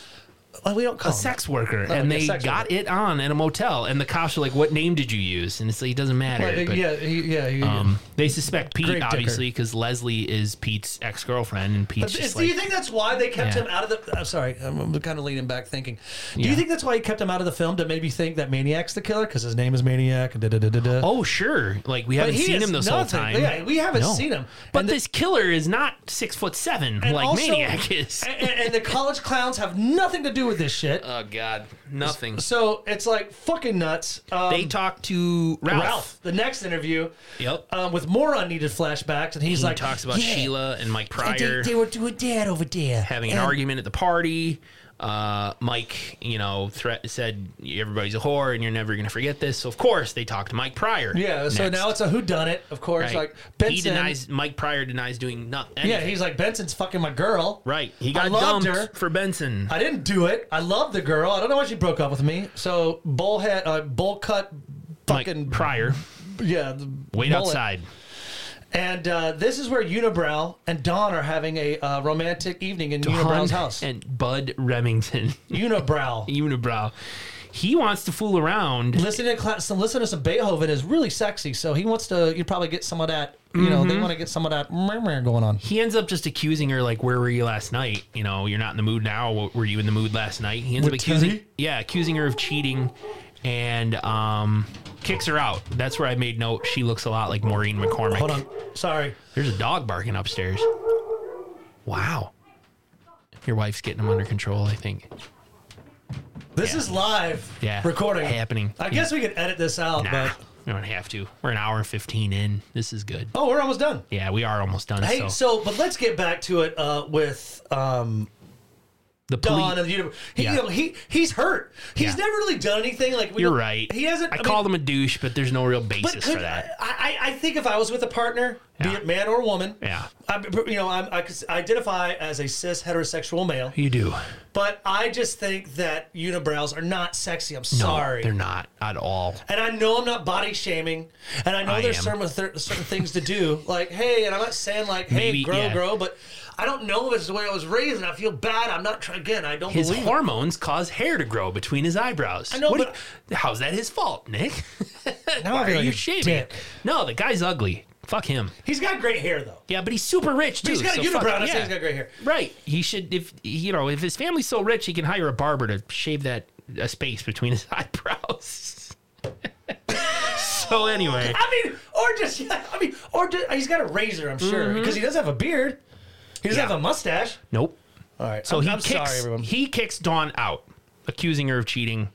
Speaker 2: Well, we don't
Speaker 1: a
Speaker 2: call them
Speaker 1: sex worker,
Speaker 2: Oh,
Speaker 1: and
Speaker 2: yeah,
Speaker 1: they
Speaker 2: sex
Speaker 1: got it on at a motel. And the cops are like, "What name did you use?" And it's like, "It doesn't matter."
Speaker 2: that. Uh,
Speaker 1: but,
Speaker 2: yeah, he, yeah. He,
Speaker 1: um, they suspect Pete
Speaker 2: Great dicker.
Speaker 1: obviously because Leslie is Pete's ex girlfriend, and Pete's
Speaker 2: Is,
Speaker 1: just
Speaker 2: do you
Speaker 1: like,
Speaker 2: think that's why they kept
Speaker 1: Yeah.
Speaker 2: him out of the? I'm sorry, I'm, kind of leaning back thinking. Do you
Speaker 1: Yeah.
Speaker 2: think that's why he kept him out of the film to maybe think that Maniac's the killer because his name is Maniac? And da, da, da, da, da.
Speaker 1: "Oh sure, like we
Speaker 2: But
Speaker 1: haven't
Speaker 2: he
Speaker 1: seen
Speaker 2: is
Speaker 1: him this whole
Speaker 2: nothing.
Speaker 1: time."
Speaker 2: Yeah, we haven't
Speaker 1: No.
Speaker 2: seen him.
Speaker 1: But
Speaker 2: And the-
Speaker 1: this killer is not six foot seven
Speaker 2: and
Speaker 1: like
Speaker 2: also-
Speaker 1: Maniac is.
Speaker 2: and, and- and the college clowns have nothing to do with this shit.
Speaker 1: Oh God, nothing.
Speaker 2: So it's like fucking nuts. Um,
Speaker 1: They talked to Ralph.
Speaker 2: Ralph, the next interview,
Speaker 1: Yep.
Speaker 2: um, with more unneeded flashbacks, and he's
Speaker 1: he
Speaker 2: like
Speaker 1: talks about
Speaker 2: "Yeah,
Speaker 1: Sheila and Mike
Speaker 2: and
Speaker 1: Pryor.
Speaker 2: They, they were doing dad over there
Speaker 1: having an
Speaker 2: And-
Speaker 1: argument at the party. Uh, Mike, you know, threat said everybody's a whore and you're never going to forget this. So of course they talked to Mike Pryor.
Speaker 2: Yeah, so
Speaker 1: next,
Speaker 2: now it's a whodunit, of course.
Speaker 1: right?
Speaker 2: Like Benson,
Speaker 1: he denies Mike Pryor denies doing nothing.
Speaker 2: Yeah, he's like Benson's fucking my girl.
Speaker 1: right. He
Speaker 2: I
Speaker 1: got
Speaker 2: loved
Speaker 1: dumped
Speaker 2: her.
Speaker 1: for Benson.
Speaker 2: I didn't do it. I love the girl. I don't know why she broke up with me. So bullhead, uh, bull cut,
Speaker 1: Mike
Speaker 2: fucking
Speaker 1: Pryor,
Speaker 2: yeah. the
Speaker 1: wait
Speaker 2: mullet.
Speaker 1: outside.
Speaker 2: And uh, this is where Unibrow and Don are having a uh, romantic evening in Unibrow's
Speaker 1: Hun
Speaker 2: house.
Speaker 1: and Bud Remington,
Speaker 2: Unibrow.
Speaker 1: Unibrow. He wants to fool around.
Speaker 2: Listen to cla- some listen to some Beethoven is really sexy, so he wants to. You probably get some of that. You know,
Speaker 1: Mm-hmm.
Speaker 2: they want to get some of that murmur going on.
Speaker 1: He ends up just accusing her, like, "Where were you last night? You know, you're not in the mood now. What- Were you in the mood last night?" He ends
Speaker 2: With
Speaker 1: up accusing,
Speaker 2: Teddy?
Speaker 1: yeah, accusing her of cheating, and um, kicks her out. That's where I made note. She looks a lot like Maureen McCormick.
Speaker 2: Hold on, sorry.
Speaker 1: There's a dog barking upstairs. Wow, your wife's getting him under control. I think.
Speaker 2: This is live
Speaker 1: Yeah.
Speaker 2: recording
Speaker 1: Happening.
Speaker 2: I guess we could edit this out,
Speaker 1: Nah,
Speaker 2: but
Speaker 1: Ah, we don't have to. We're an hour and fifteen in. This is good.
Speaker 2: oh, we're almost done.
Speaker 1: Yeah, we are almost done.
Speaker 2: Hey,
Speaker 1: so,
Speaker 2: so, but let's get back to it uh, with um,
Speaker 1: the police.
Speaker 2: Don and the universe. He,
Speaker 1: Yeah.
Speaker 2: you know, he he's hurt. He's
Speaker 1: Yeah.
Speaker 2: never really done anything. Like we
Speaker 1: You're
Speaker 2: don't-
Speaker 1: right.
Speaker 2: He hasn't.
Speaker 1: I,
Speaker 2: mean,
Speaker 1: called him a douche, but there's no real basis
Speaker 2: But could,
Speaker 1: for that.
Speaker 2: I, I I think if I was with a partner, be
Speaker 1: Yeah.
Speaker 2: it man or woman,
Speaker 1: Yeah.
Speaker 2: I, you know, I'm, I could identify as a cis heterosexual male,
Speaker 1: You do.
Speaker 2: but I just think that unibrows are not sexy. I'm
Speaker 1: No,
Speaker 2: sorry,
Speaker 1: they're not at all.
Speaker 2: And I know I'm not body shaming, and I know
Speaker 1: I
Speaker 2: there's
Speaker 1: am.
Speaker 2: certain th- certain things to do, like hey, and I'm not saying like hey,
Speaker 1: Maybe,
Speaker 2: grow,
Speaker 1: yeah.
Speaker 2: grow, but I don't know if it's the way I was raised, and I feel bad. I'm not trying again. I don't
Speaker 1: His
Speaker 2: believe. it.
Speaker 1: hormones cause hair to grow between his eyebrows. I
Speaker 2: know,
Speaker 1: how's that his fault, Nick?
Speaker 2: Now I
Speaker 1: Why
Speaker 2: feel
Speaker 1: are
Speaker 2: like
Speaker 1: you
Speaker 2: a
Speaker 1: shaming?
Speaker 2: dick.
Speaker 1: No, the guy's ugly. Fuck him.
Speaker 2: He's got great hair though.
Speaker 1: Yeah, but he's super rich too.
Speaker 2: He's got
Speaker 1: so
Speaker 2: a
Speaker 1: fuck-
Speaker 2: unibrow. I say
Speaker 1: yeah.
Speaker 2: he's got great hair.
Speaker 1: Right. He should if you know, if his family's so rich he can hire a barber to shave that a space between his eyebrows. so anyway.
Speaker 2: I mean, or just I mean, or ju- he's got a razor. I'm sure because he does have a beard. He doesn't
Speaker 1: Mm-hmm. Yeah.
Speaker 2: have a mustache.
Speaker 1: Nope.
Speaker 2: All right.
Speaker 1: So
Speaker 2: I'm,
Speaker 1: he
Speaker 2: I'm
Speaker 1: kicks
Speaker 2: sorry, everyone.
Speaker 1: he kicks Dawn out, accusing her of cheating.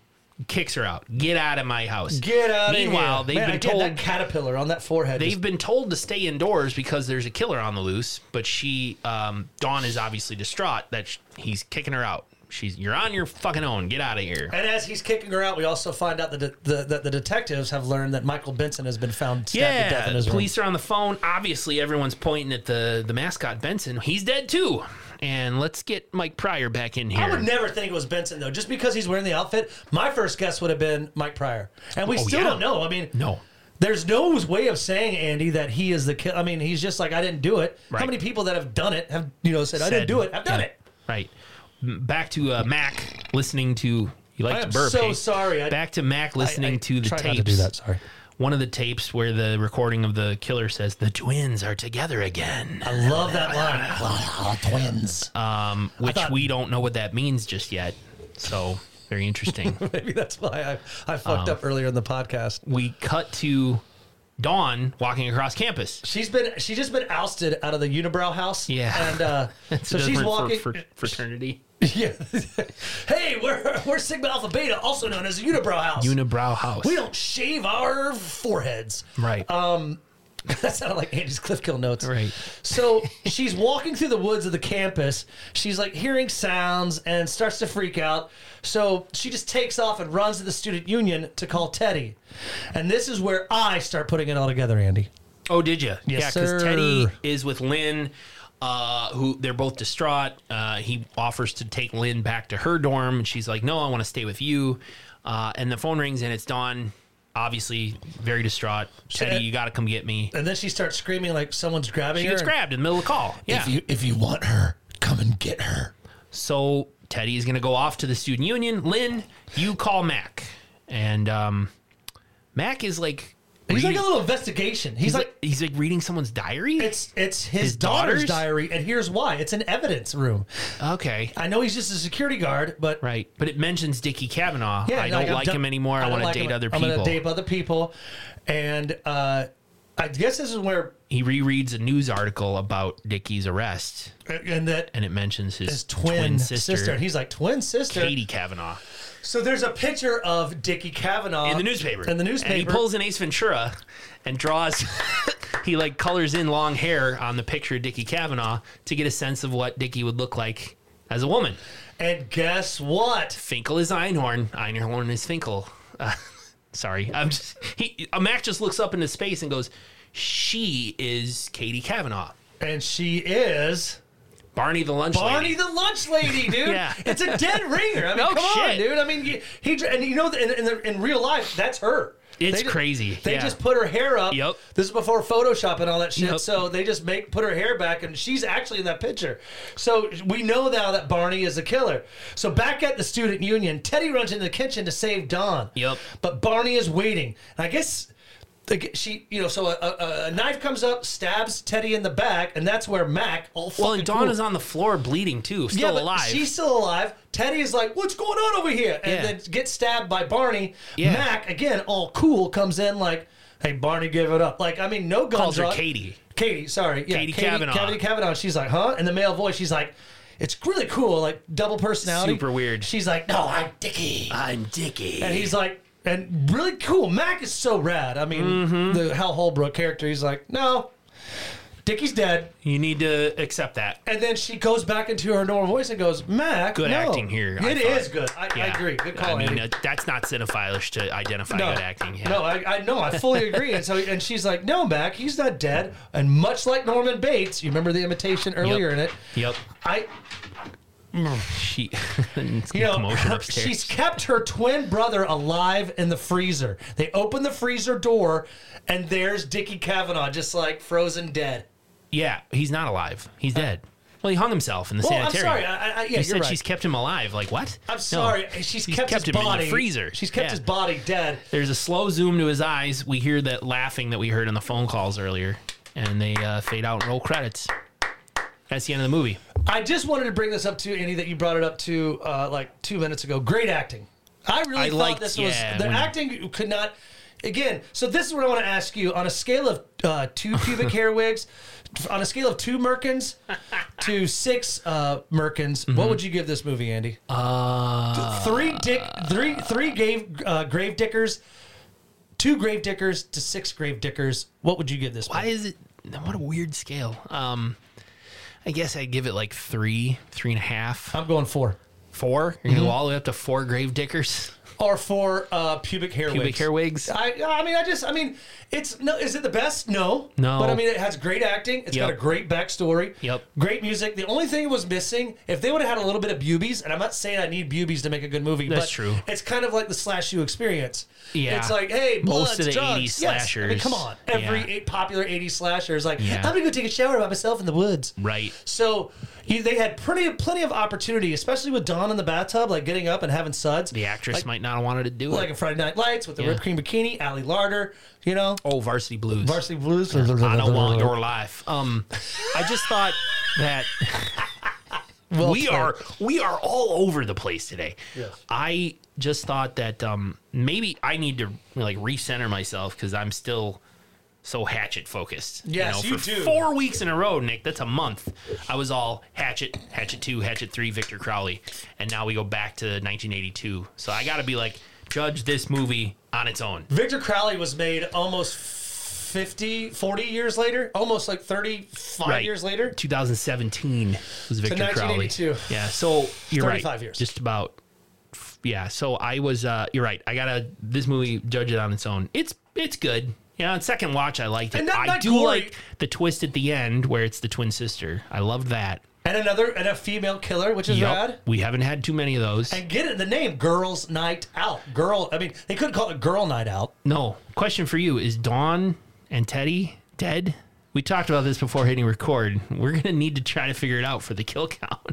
Speaker 1: Kicks her out. Get out of my house.
Speaker 2: Get out of here.
Speaker 1: Meanwhile, they've
Speaker 2: Man,
Speaker 1: been
Speaker 2: again,
Speaker 1: told
Speaker 2: that caterpillar on that forehead.
Speaker 1: they've been told to stay indoors because there's a killer on the loose. But she, um, Dawn, is obviously distraught that sh- he's kicking her out. She's you're on your fucking own. Get out of here.
Speaker 2: And as he's kicking her out, we also find out that the, the, that the detectives have learned that Michael Benson has been found stabbed to death
Speaker 1: Yeah,
Speaker 2: in his
Speaker 1: the
Speaker 2: room.
Speaker 1: police are on the phone. Obviously, everyone's pointing at the the mascot Benson. He's dead too. And let's get Mike Pryor back in here.
Speaker 2: I would never think it was Benson though, just because he's wearing the outfit. My first guess would have been Mike Pryor, and we
Speaker 1: Oh,
Speaker 2: still
Speaker 1: yeah.
Speaker 2: don't know. I mean,
Speaker 1: no.
Speaker 2: there's no way of saying Andy that he is the kill. I mean, he's just like I didn't do it. How
Speaker 1: Right.
Speaker 2: many people that have done it have you know said, I didn't
Speaker 1: said-
Speaker 2: do it? I've done
Speaker 1: yeah,
Speaker 2: it.
Speaker 1: Right. M- Back to uh, Mac listening to. You like
Speaker 2: I
Speaker 1: to
Speaker 2: am
Speaker 1: burp.
Speaker 2: so
Speaker 1: eh?
Speaker 2: sorry. I-
Speaker 1: Back to Mac listening
Speaker 2: I
Speaker 1: to the
Speaker 2: try
Speaker 1: tapes.
Speaker 2: not to do that. Sorry.
Speaker 1: One of the tapes where the recording of the killer says the twins are together again,
Speaker 2: I love that line. Twins.
Speaker 1: um, which
Speaker 2: thought-
Speaker 1: we don't know what that means just yet. So very interesting.
Speaker 2: Maybe that's why I, I fucked
Speaker 1: Um,
Speaker 2: up earlier in the podcast.
Speaker 1: we cut to Dawn walking across campus.
Speaker 2: She's been she's just been ousted out of the Unibrow house.
Speaker 1: Yeah.
Speaker 2: and uh,
Speaker 1: It's
Speaker 2: so she's
Speaker 1: different for-
Speaker 2: walking.
Speaker 1: for, fraternity.
Speaker 2: yeah. hey, we're we're Sigma Alpha Beta, also known as the Unibrow house. Um,
Speaker 1: Unibrow house.
Speaker 2: we don't shave our foreheads.
Speaker 1: right.
Speaker 2: that sounded like Andy's Cliffkill notes.
Speaker 1: Right.
Speaker 2: So she's walking through the woods of the campus. She's like hearing sounds and starts to freak out. So she just takes off and runs to the student union to call Teddy. And this is where I start putting it all together, Andy.
Speaker 1: oh, did you? yeah,
Speaker 2: sir.
Speaker 1: Teddy is with Lynn. uh, who they're both distraught. Uh, he offers to take Lynn back to her dorm, and she's like, "No, I want to stay with you." Uh, and the phone rings, and it's Dawn. Obviously, very distraught.
Speaker 2: uh,
Speaker 1: Teddy, you got to come get me.
Speaker 2: And then she starts screaming like someone's grabbing
Speaker 1: She
Speaker 2: her.
Speaker 1: gets
Speaker 2: and-
Speaker 1: grabbed in the middle of the call. Yeah.
Speaker 2: If you if you want her, come and get her.
Speaker 1: So Teddy is going to go off to the student union. Lynn, you call Mac, and um, Mac is like
Speaker 2: He's like
Speaker 1: reading-
Speaker 2: a little investigation. He's,
Speaker 1: he's
Speaker 2: like,
Speaker 1: like he's like reading someone's diary.
Speaker 2: it's it's his,
Speaker 1: His
Speaker 2: daughter's,
Speaker 1: daughter's?
Speaker 2: diary, and here's why. It's an evidence room.
Speaker 1: okay,
Speaker 2: I know he's just a security guard, but
Speaker 1: right? But it mentions Dickie Kavanaugh.
Speaker 2: yeah,
Speaker 1: I don't
Speaker 2: I'm
Speaker 1: like
Speaker 2: done-
Speaker 1: him anymore. I,
Speaker 2: don't
Speaker 1: want to
Speaker 2: like
Speaker 1: date
Speaker 2: him.
Speaker 1: other
Speaker 2: I'm
Speaker 1: people.
Speaker 2: gonna date other people, and uh, I guess this is where
Speaker 1: he rereads a news article about Dickie's arrest,
Speaker 2: uh, and that
Speaker 1: and it mentions his,
Speaker 2: his twin, sister. He's like twin sister.
Speaker 1: Katie Kavanaugh
Speaker 2: So there's a picture of Dickie Kavanaugh
Speaker 1: in the newspaper.
Speaker 2: Uh, In the newspaper,
Speaker 1: and he pulls an Ace Ventura and draws. he like colors in long hair on the picture of Dickie Kavanaugh to get a sense of what Dickie would look like as a woman.
Speaker 2: and guess what?
Speaker 1: Finkel is Einhorn. Einhorn is Finkel. Uh, sorry, I'm just. He uh, Mac just looks up into space and goes, "She is Katie Kavanaugh."
Speaker 2: And she is.
Speaker 1: Barney the lunch
Speaker 2: Barney
Speaker 1: lady.
Speaker 2: the lunch lady, dude.
Speaker 1: Yeah.
Speaker 2: It's a dead ringer. I mean,
Speaker 1: No
Speaker 2: come on,
Speaker 1: shit.
Speaker 2: dude. I mean, you- he dr- and you know, in, in, the- in real life, that's her.
Speaker 1: It's
Speaker 2: They ju-
Speaker 1: crazy.
Speaker 2: They
Speaker 1: Yeah.
Speaker 2: just put her hair up.
Speaker 1: Yup.
Speaker 2: This is before Photoshop and all that shit.
Speaker 1: Yup.
Speaker 2: So they just make put her hair back, and she's actually in that picture. So we know now that Barney is a killer. So back at the student union, Teddy runs into the kitchen to save Don.
Speaker 1: Yup.
Speaker 2: But Barney is waiting, and I guess. the- She, you know, so a, a, a knife comes up, stabs Teddy in the back, and that's where Mac, all
Speaker 1: well,
Speaker 2: fucking
Speaker 1: and Dawn
Speaker 2: cool,
Speaker 1: is on the floor bleeding too, still
Speaker 2: but
Speaker 1: alive.
Speaker 2: She's still alive. Teddy is like, "What's going on over here?" And
Speaker 1: Yeah.
Speaker 2: then gets stabbed by Barney.
Speaker 1: Yeah.
Speaker 2: Mac again, all cool, comes in like, "Hey, Barney, give it up." Like, I mean, no guns.
Speaker 1: Calls her
Speaker 2: drawn.
Speaker 1: Katie.
Speaker 2: Katie, sorry, yeah,
Speaker 1: Katie Kavanaugh.
Speaker 2: Katie Kavanaugh. She's like, "Huh?" And the male voice, she's like, "It's really cool, like double personality."
Speaker 1: Super weird.
Speaker 2: She's like, "No, I'm Dickie,"
Speaker 1: I'm Dickie.
Speaker 2: and he's like. And really cool. Mac is so rad. I mean,
Speaker 1: Mm-hmm.
Speaker 2: the Hal Holbrook character. He's like, no, Dickie's dead.
Speaker 1: you need to accept that.
Speaker 2: And then she goes back into her normal voice and goes, Mac.
Speaker 1: Good
Speaker 2: no."
Speaker 1: acting here,
Speaker 2: It
Speaker 1: I
Speaker 2: is
Speaker 1: thought.
Speaker 2: good. I, I agree. Good call.
Speaker 1: I mean,
Speaker 2: Andy.
Speaker 1: uh, that's not cinephilish to identify
Speaker 2: no,
Speaker 1: good acting. Yeah.
Speaker 2: no, I, I no, I fully agree. And so, and she's like, "No, Mac, he's not dead." And much like Norman Bates, you remember the imitation earlier in it.
Speaker 1: Yep.
Speaker 2: I,
Speaker 1: She. it's
Speaker 2: you know,
Speaker 1: commotion
Speaker 2: her-
Speaker 1: upstairs.
Speaker 2: she's kept her twin brother alive in the freezer. They open the freezer door, and there's Dickie Kavanaugh, just like frozen dead.
Speaker 1: yeah, he's not alive. He's dead. Well, he hung himself in the
Speaker 2: Oh, I'm
Speaker 1: sanitarium.
Speaker 2: sorry. I, I, yeah,
Speaker 1: you
Speaker 2: you're
Speaker 1: said
Speaker 2: right.
Speaker 1: she's kept him alive. Like what?
Speaker 2: I'm
Speaker 1: No.
Speaker 2: sorry. She's kept,
Speaker 1: kept
Speaker 2: his
Speaker 1: him in the
Speaker 2: body
Speaker 1: freezer.
Speaker 2: She's kept
Speaker 1: Yeah.
Speaker 2: his body dead.
Speaker 1: There's a slow zoom to his eyes. We hear that laughing that we heard on the phone calls earlier, and they uh, fade out and roll credits. That's the end of the movie.
Speaker 2: I just wanted to bring this up to Andy that you brought it up to uh, like two minutes ago. Great acting. I really
Speaker 1: I
Speaker 2: thought
Speaker 1: liked-
Speaker 2: this
Speaker 1: yeah,
Speaker 2: was the
Speaker 1: when-
Speaker 2: acting could not. Again, so this is what I want to ask you on a scale of uh, two pubic hair wigs, on a scale of two merkins to six uh, merkins,
Speaker 1: Mhm.
Speaker 2: what would you give this movie, Andy? Uh, three dick, three three gave, uh, grave dickers, two grave dickers to six grave dickers. What would you give this?
Speaker 1: Why
Speaker 2: movie?
Speaker 1: is it? What a weird scale. Um, I guess I'd give it like three, three and a half.
Speaker 2: I'm going four
Speaker 1: Four? You're gonna go all the way up to four grave diggers?
Speaker 2: or four uh, pubic hair
Speaker 1: Pubic
Speaker 2: wigs.
Speaker 1: hair wigs? Ah.
Speaker 2: I, I mean, I just, I mean, it's no. Is it the best? No.
Speaker 1: No.
Speaker 2: But I mean, it has great acting. It's got
Speaker 1: Yep.
Speaker 2: a great backstory.
Speaker 1: Yep.
Speaker 2: Great music. The only thing it was missing, if they would have had a little bit of bubies, and I'm not saying I need bubies to make a good movie.
Speaker 1: That's
Speaker 2: but
Speaker 1: true.
Speaker 2: It's kind of like the slash you experience.
Speaker 1: Yeah.
Speaker 2: It's like, hey,
Speaker 1: Most
Speaker 2: bloods,
Speaker 1: of the
Speaker 2: drugs.
Speaker 1: 80s
Speaker 2: Yes. I mean,
Speaker 1: slashers.
Speaker 2: come on. Every
Speaker 1: Yeah.
Speaker 2: eight, popular 80s slasher is like,
Speaker 1: Yeah.
Speaker 2: I'm gonna go take a shower by myself in the woods.
Speaker 1: Right.
Speaker 2: So you, they had plenty of plenty of opportunity, especially with Dawn in the bathtub, like getting up and having suds.
Speaker 1: The actress might not have wanted to do
Speaker 2: Like
Speaker 1: it.
Speaker 2: in Friday Night Lights with the whipped cream bikini, Allie Larder, you know,
Speaker 1: Oh, Varsity Blues.
Speaker 2: Varsity Blues.
Speaker 1: I don't want your life. Um, I just thought that we are we are all over the place today. I just thought that um, maybe I need to like recenter myself because I'm still so hatchet focused.
Speaker 2: Yes, you
Speaker 1: for
Speaker 2: do.
Speaker 1: Four weeks in a row, Nick. That's a month. I was all hatchet, hatchet two, hatchet three, Victor Crowley, and now we go back to 1982. So I got to be like judge this movie on its own.
Speaker 2: Victor Crowley was made almost 50, 40 years later, almost like 35
Speaker 1: Right.
Speaker 2: years later.
Speaker 1: 2017 was Victor Crowley.
Speaker 2: 1982.
Speaker 1: Yeah, so you're right.
Speaker 2: 35 years.
Speaker 1: Just about. Yeah, so I was. uh You're right. I gotta. This movie judge it on its own. It's it's good. Yeah, on second watch, I liked it.
Speaker 2: And not-
Speaker 1: I
Speaker 2: not
Speaker 1: do
Speaker 2: gory.
Speaker 1: like the twist at the end where it's the twin sister. I loved that.
Speaker 2: And another and a female killer, which is
Speaker 1: Yup.
Speaker 2: rad.
Speaker 1: We haven't had too many of those.
Speaker 2: And get it the name Girls Night Out. Girl, I mean, they couldn't call it Girl Night Out.
Speaker 1: No. Question for you Is Dawn and Teddy dead? We talked about this before hitting record. We're going to need to try to figure it out for the kill count.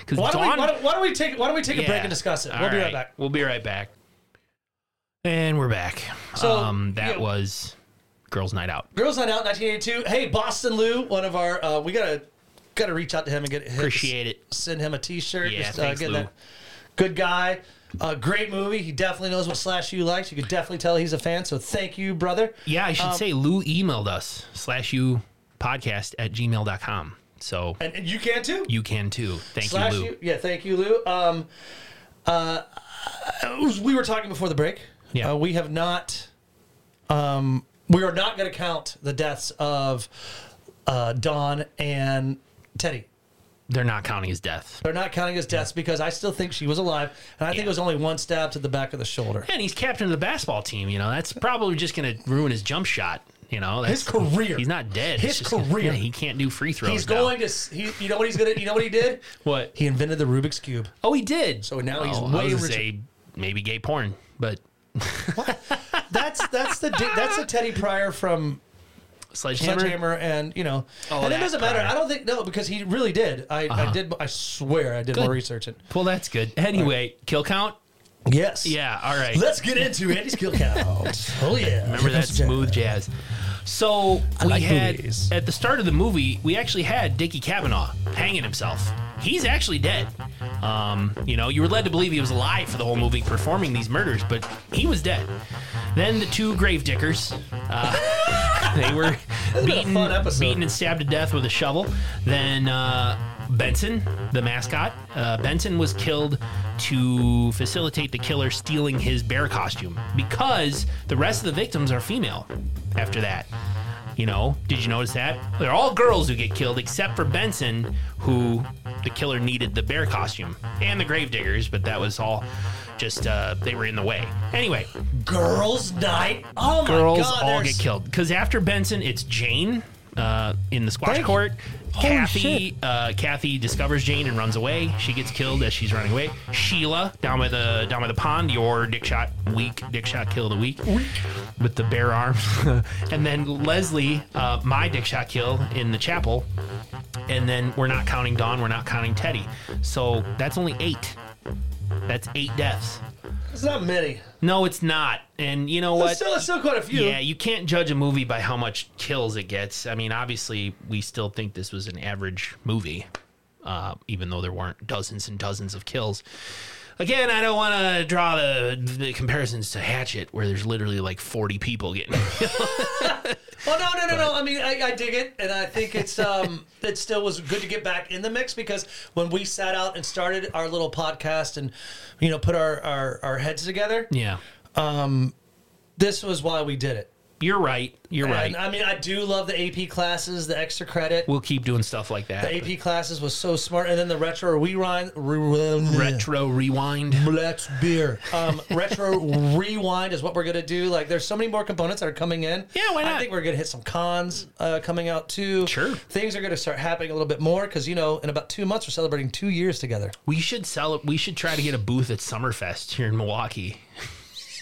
Speaker 1: Because
Speaker 2: Why don't, we,
Speaker 1: Dawn.
Speaker 2: why, don't, why don't we take why don't we take a break and discuss it? We'll be right back.
Speaker 1: We'll be right back. And we're back.
Speaker 2: So,
Speaker 1: um, that
Speaker 2: yeah.
Speaker 1: was Girls' Night Out.
Speaker 2: Girls Night Out, 1982. Hey, Boston Lou, one of our uh, we gotta gotta reach out to him and get his,
Speaker 1: Appreciate it.
Speaker 2: Send him a T-shirt.
Speaker 1: Yeah,
Speaker 2: Just,
Speaker 1: thanks,
Speaker 2: get
Speaker 1: Lou.
Speaker 2: Good guy. Uh, great movie. He definitely knows what slash you likes. You could definitely tell he's a fan. So thank you, brother.
Speaker 1: Yeah, I should
Speaker 2: Um,
Speaker 1: say Lou emailed us slash you podcast at gmail.com. So
Speaker 2: And, and you can too.
Speaker 1: you can too. Thank
Speaker 2: slash
Speaker 1: you, Lou.
Speaker 2: you. Yeah, thank you, Lou. Um, uh, we were talking before the break.
Speaker 1: Yeah.
Speaker 2: Uh, we have not. Um, we are not going to count the deaths of uh, Don and Teddy.
Speaker 1: They're not counting his death.
Speaker 2: They're not counting as deaths because I still think she was alive, and I think it was only one stab to the back of the shoulder.
Speaker 1: And he's captain of the basketball team. You know, that's probably just going to ruin his jump shot. You know, that's,
Speaker 2: His career.
Speaker 1: He's not dead.
Speaker 2: His
Speaker 1: It's just gonna-
Speaker 2: career.
Speaker 1: yeah, he can't do free throws.
Speaker 2: He's
Speaker 1: now.
Speaker 2: going to. s- He, you know what he's gonna. You know what he did?
Speaker 1: What?
Speaker 2: He invented the Rubik's cube.
Speaker 1: Oh, he did.
Speaker 2: So now he's
Speaker 1: Oh, I
Speaker 2: way
Speaker 1: was
Speaker 2: richer.
Speaker 1: gonna say maybe gay porn, but
Speaker 2: That's that's the di- that's the Teddy Pryor from
Speaker 1: sledgehammer.
Speaker 2: Sledgehammer, and you know,
Speaker 1: Oh,
Speaker 2: and it
Speaker 1: that
Speaker 2: doesn't matter.
Speaker 1: Pryor. Uh-huh.
Speaker 2: I don't think no because he really did. I, I did. I swear I did more research. And
Speaker 1: Well, that's good. Anyway, kill count.
Speaker 2: yes,
Speaker 1: Yeah. All right.
Speaker 2: Let's get into Andy's kill count. oh yeah,
Speaker 1: Remember that smooth jazz. So we
Speaker 2: like
Speaker 1: had
Speaker 2: movies.
Speaker 1: at the start of the movie, we actually had Dickie Kavanaugh hanging himself. He's actually dead. Um, you know, you were led to believe he was alive for the whole movie, performing these murders, but he was dead. Then the two grave diggers, uh, they were beaten,
Speaker 2: fun episode.
Speaker 1: beaten and stabbed to death with a shovel. Then uh, Benson, the mascot, uh, Benson was killed to facilitate the killer stealing his bear costume because the rest of the victims are female. After that, you know, did you notice that they're all girls who get killed except for Benson, who the killer needed the bear costume and the gravediggers, but that was all just uh, they were in the way. Anyway,
Speaker 2: girls' night. Oh my
Speaker 1: girls
Speaker 2: god,
Speaker 1: all
Speaker 2: there's-
Speaker 1: get killed. Because after Benson, it's Jane uh, in the squash
Speaker 2: Thank you.
Speaker 1: court.
Speaker 2: Holy
Speaker 1: Kathy, uh, Kathy discovers Jane and runs away. She gets killed as she's running away. Sheila down by the down by the pond. Your dick shot week, dick shot kill of the week with the bare arms, and then Leslie, uh, my dick shot kill in the chapel, and then we're not counting Dawn, we're not counting Teddy, so that's only eight. That's eight deaths.
Speaker 2: It's not many.
Speaker 1: No, it's not. And you know
Speaker 2: But
Speaker 1: what?
Speaker 2: still, it's still quite a few.
Speaker 1: Yeah, you can't judge a movie by how much kills it gets. I mean, obviously, we still think this was an average movie, uh, even though there weren't dozens and dozens of kills. Again, I don't want to draw the, the comparisons to Hatchet, where there's literally like 40 people getting.
Speaker 2: Oh no, no, no, no. I mean, I, I dig it, and I think it's um, it still was good to get back in the mix because when we sat out and started our little podcast and you know put our our, our heads together,
Speaker 1: yeah,
Speaker 2: this was why we did it.
Speaker 1: you're right. You're right.
Speaker 2: And I mean, I do love the AP classes, the extra credit.
Speaker 1: we'll keep doing stuff like that.
Speaker 2: The AP classes was so smart, and then the retro rewind. Re-
Speaker 1: Retro rewind.
Speaker 2: Let's beer. Um, retro rewind is what we're gonna do. Like, there's so many more components that are coming in.
Speaker 1: Yeah, why
Speaker 2: I
Speaker 1: not?
Speaker 2: think we're gonna hit some cons uh, coming out too.
Speaker 1: Sure.
Speaker 2: Things are gonna start happening a little bit more because you know, in about two months, we're celebrating two years together.
Speaker 1: We should sell it. We should try to get a booth at Summerfest here in Milwaukee.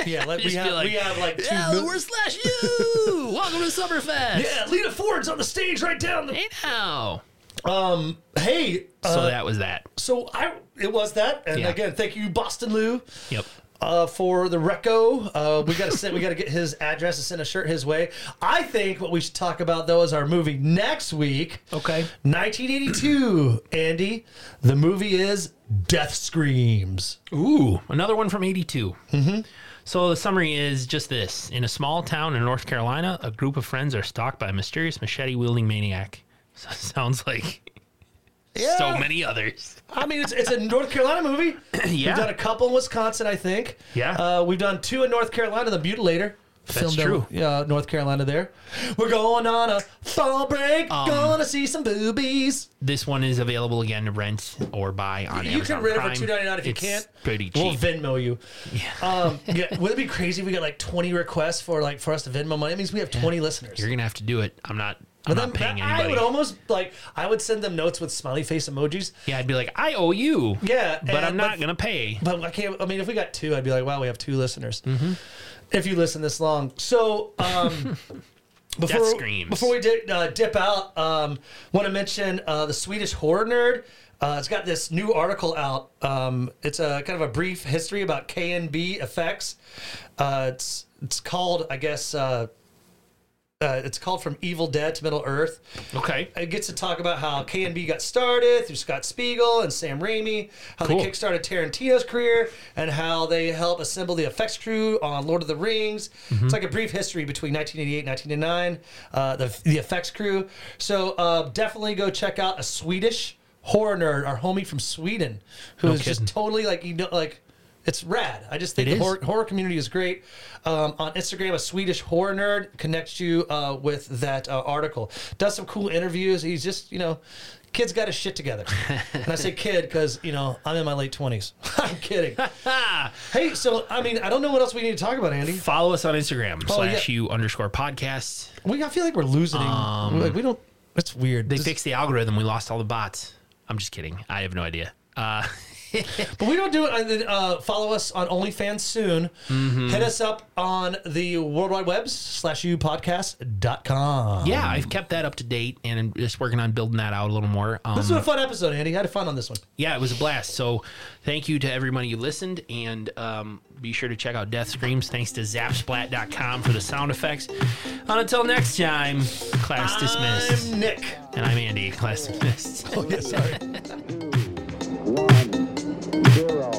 Speaker 2: Yeah, like, we
Speaker 1: Just be
Speaker 2: have
Speaker 1: like,
Speaker 2: we have like two.
Speaker 1: Yeah,
Speaker 2: mil-
Speaker 1: we're slash you. Welcome to Summerfest.
Speaker 2: yeah, Lita Ford's on the stage right down. The-
Speaker 1: Hey now.
Speaker 2: um, hey, uh,
Speaker 1: So that was that.
Speaker 2: so I it was that, and
Speaker 1: Yeah.
Speaker 2: again, thank you, Boston Lou.
Speaker 1: Yep.
Speaker 2: uh, for the reco. Uh, we got to send, we got to get his address and send a shirt his way. I think what we should talk about though is our movie next week.
Speaker 1: Okay.
Speaker 2: 1982, Andy. The movie is Death Screams.
Speaker 1: Ooh, another one from 82. Mm-hmm. So the summary is just this. In a small town in North Carolina, a group of friends are stalked by a mysterious machete wielding maniac. So, sounds like so many others.
Speaker 2: I mean, it's, it's a North Carolina movie. We've
Speaker 1: Yeah.
Speaker 2: done a couple in Wisconsin, I think.
Speaker 1: Yeah.
Speaker 2: Uh, we've done two in North Carolina, The Mutilator. That's
Speaker 1: true.
Speaker 2: Yeah, North Carolina. There, we're going on a fall break.
Speaker 1: Um,
Speaker 2: gonna see some boobies.
Speaker 1: This one is available again to rent or buy on
Speaker 2: You
Speaker 1: Amazon
Speaker 2: can rent
Speaker 1: Prime.
Speaker 2: it for two ninety nine if you
Speaker 1: It's
Speaker 2: can't.
Speaker 1: Pretty
Speaker 2: We'll
Speaker 1: cheap.
Speaker 2: Venmo you. Yeah. Um, yeah. Would it be crazy if we got like twenty requests for like for us to Venmo money? It means we have twenty listeners.
Speaker 1: You're gonna have to do it. I'm not. I'm
Speaker 2: But
Speaker 1: not
Speaker 2: then-
Speaker 1: paying
Speaker 2: I
Speaker 1: anybody.
Speaker 2: would almost like I would send them notes with smiley face emojis.
Speaker 1: yeah, I'd be like, I owe you.
Speaker 2: Yeah,
Speaker 1: but
Speaker 2: and-
Speaker 1: I'm not
Speaker 2: but-
Speaker 1: gonna pay.
Speaker 2: But I can't. I mean, if we got two, I'd be like, wow, we have two listeners.
Speaker 1: Mm-hmm.
Speaker 2: If you listen this long, so um, before
Speaker 1: screams.
Speaker 2: before we dip, uh, dip out, um, want to mention uh, the Swedish horror nerd. Uh, it's got this new article out. Um, it's a kind of a brief history about K and B effects. Uh, it's it's called, I guess. Uh, uh, it's called From Evil Dead to Middle Earth
Speaker 1: Okay.
Speaker 2: it gets to talk about how K&B got started through Scott Spiegel and Sam Raimi, how
Speaker 1: Cool.
Speaker 2: they kickstarted Tarantino's career, and how they help assemble the effects crew on Lord of the Rings.
Speaker 1: Mm-hmm.
Speaker 2: It's like a brief history between 1988 and 1989, uh, the, the effects crew. So uh, definitely go check out a Swedish horror nerd, our homie from Sweden, who is
Speaker 1: kidding.
Speaker 2: just totally like, you know, like, it's rad. I just think
Speaker 1: It
Speaker 2: the
Speaker 1: is.
Speaker 2: horror, horror community is great. Um, on Instagram, a Swedish horror nerd connects you uh, with that uh, article. Does some cool interviews. He's just, you know, kid's got his shit together. and I say kid because, you know, I'm in my late 20s. I'm kidding. hey, so, I mean, I don't know what else we need to talk about, Andy.
Speaker 1: Follow us on Instagram slash
Speaker 2: Oh, yeah.
Speaker 1: you underscore podcast.
Speaker 2: We, I feel like we're losing. like, we don't, it's weird.
Speaker 1: Um, They
Speaker 2: This-
Speaker 1: fixed the algorithm. We lost all the bots. I'm just kidding. I have no idea. Uh,
Speaker 2: But we don't do it. and then, Uh, follow us on OnlyFans soon.
Speaker 1: Mm-hmm.
Speaker 2: Hit us up on the World Wide Web slash you podcast.com.
Speaker 1: yeah, I've kept that up to date and I'm just working on building that out a little more. Um,
Speaker 2: This was a fun episode, Andy. I had fun on this one.
Speaker 1: yeah, it was a blast. So thank you to everybody who listened, and um, be sure to check out Death Screams. Thanks to Zapsplat.com for the sound effects. And until next time, class dismissed.
Speaker 2: I'm Nick.
Speaker 1: And I'm Oh, Andy, class dismissed.
Speaker 2: Oh, yeah, sorry.
Speaker 6: one, zero.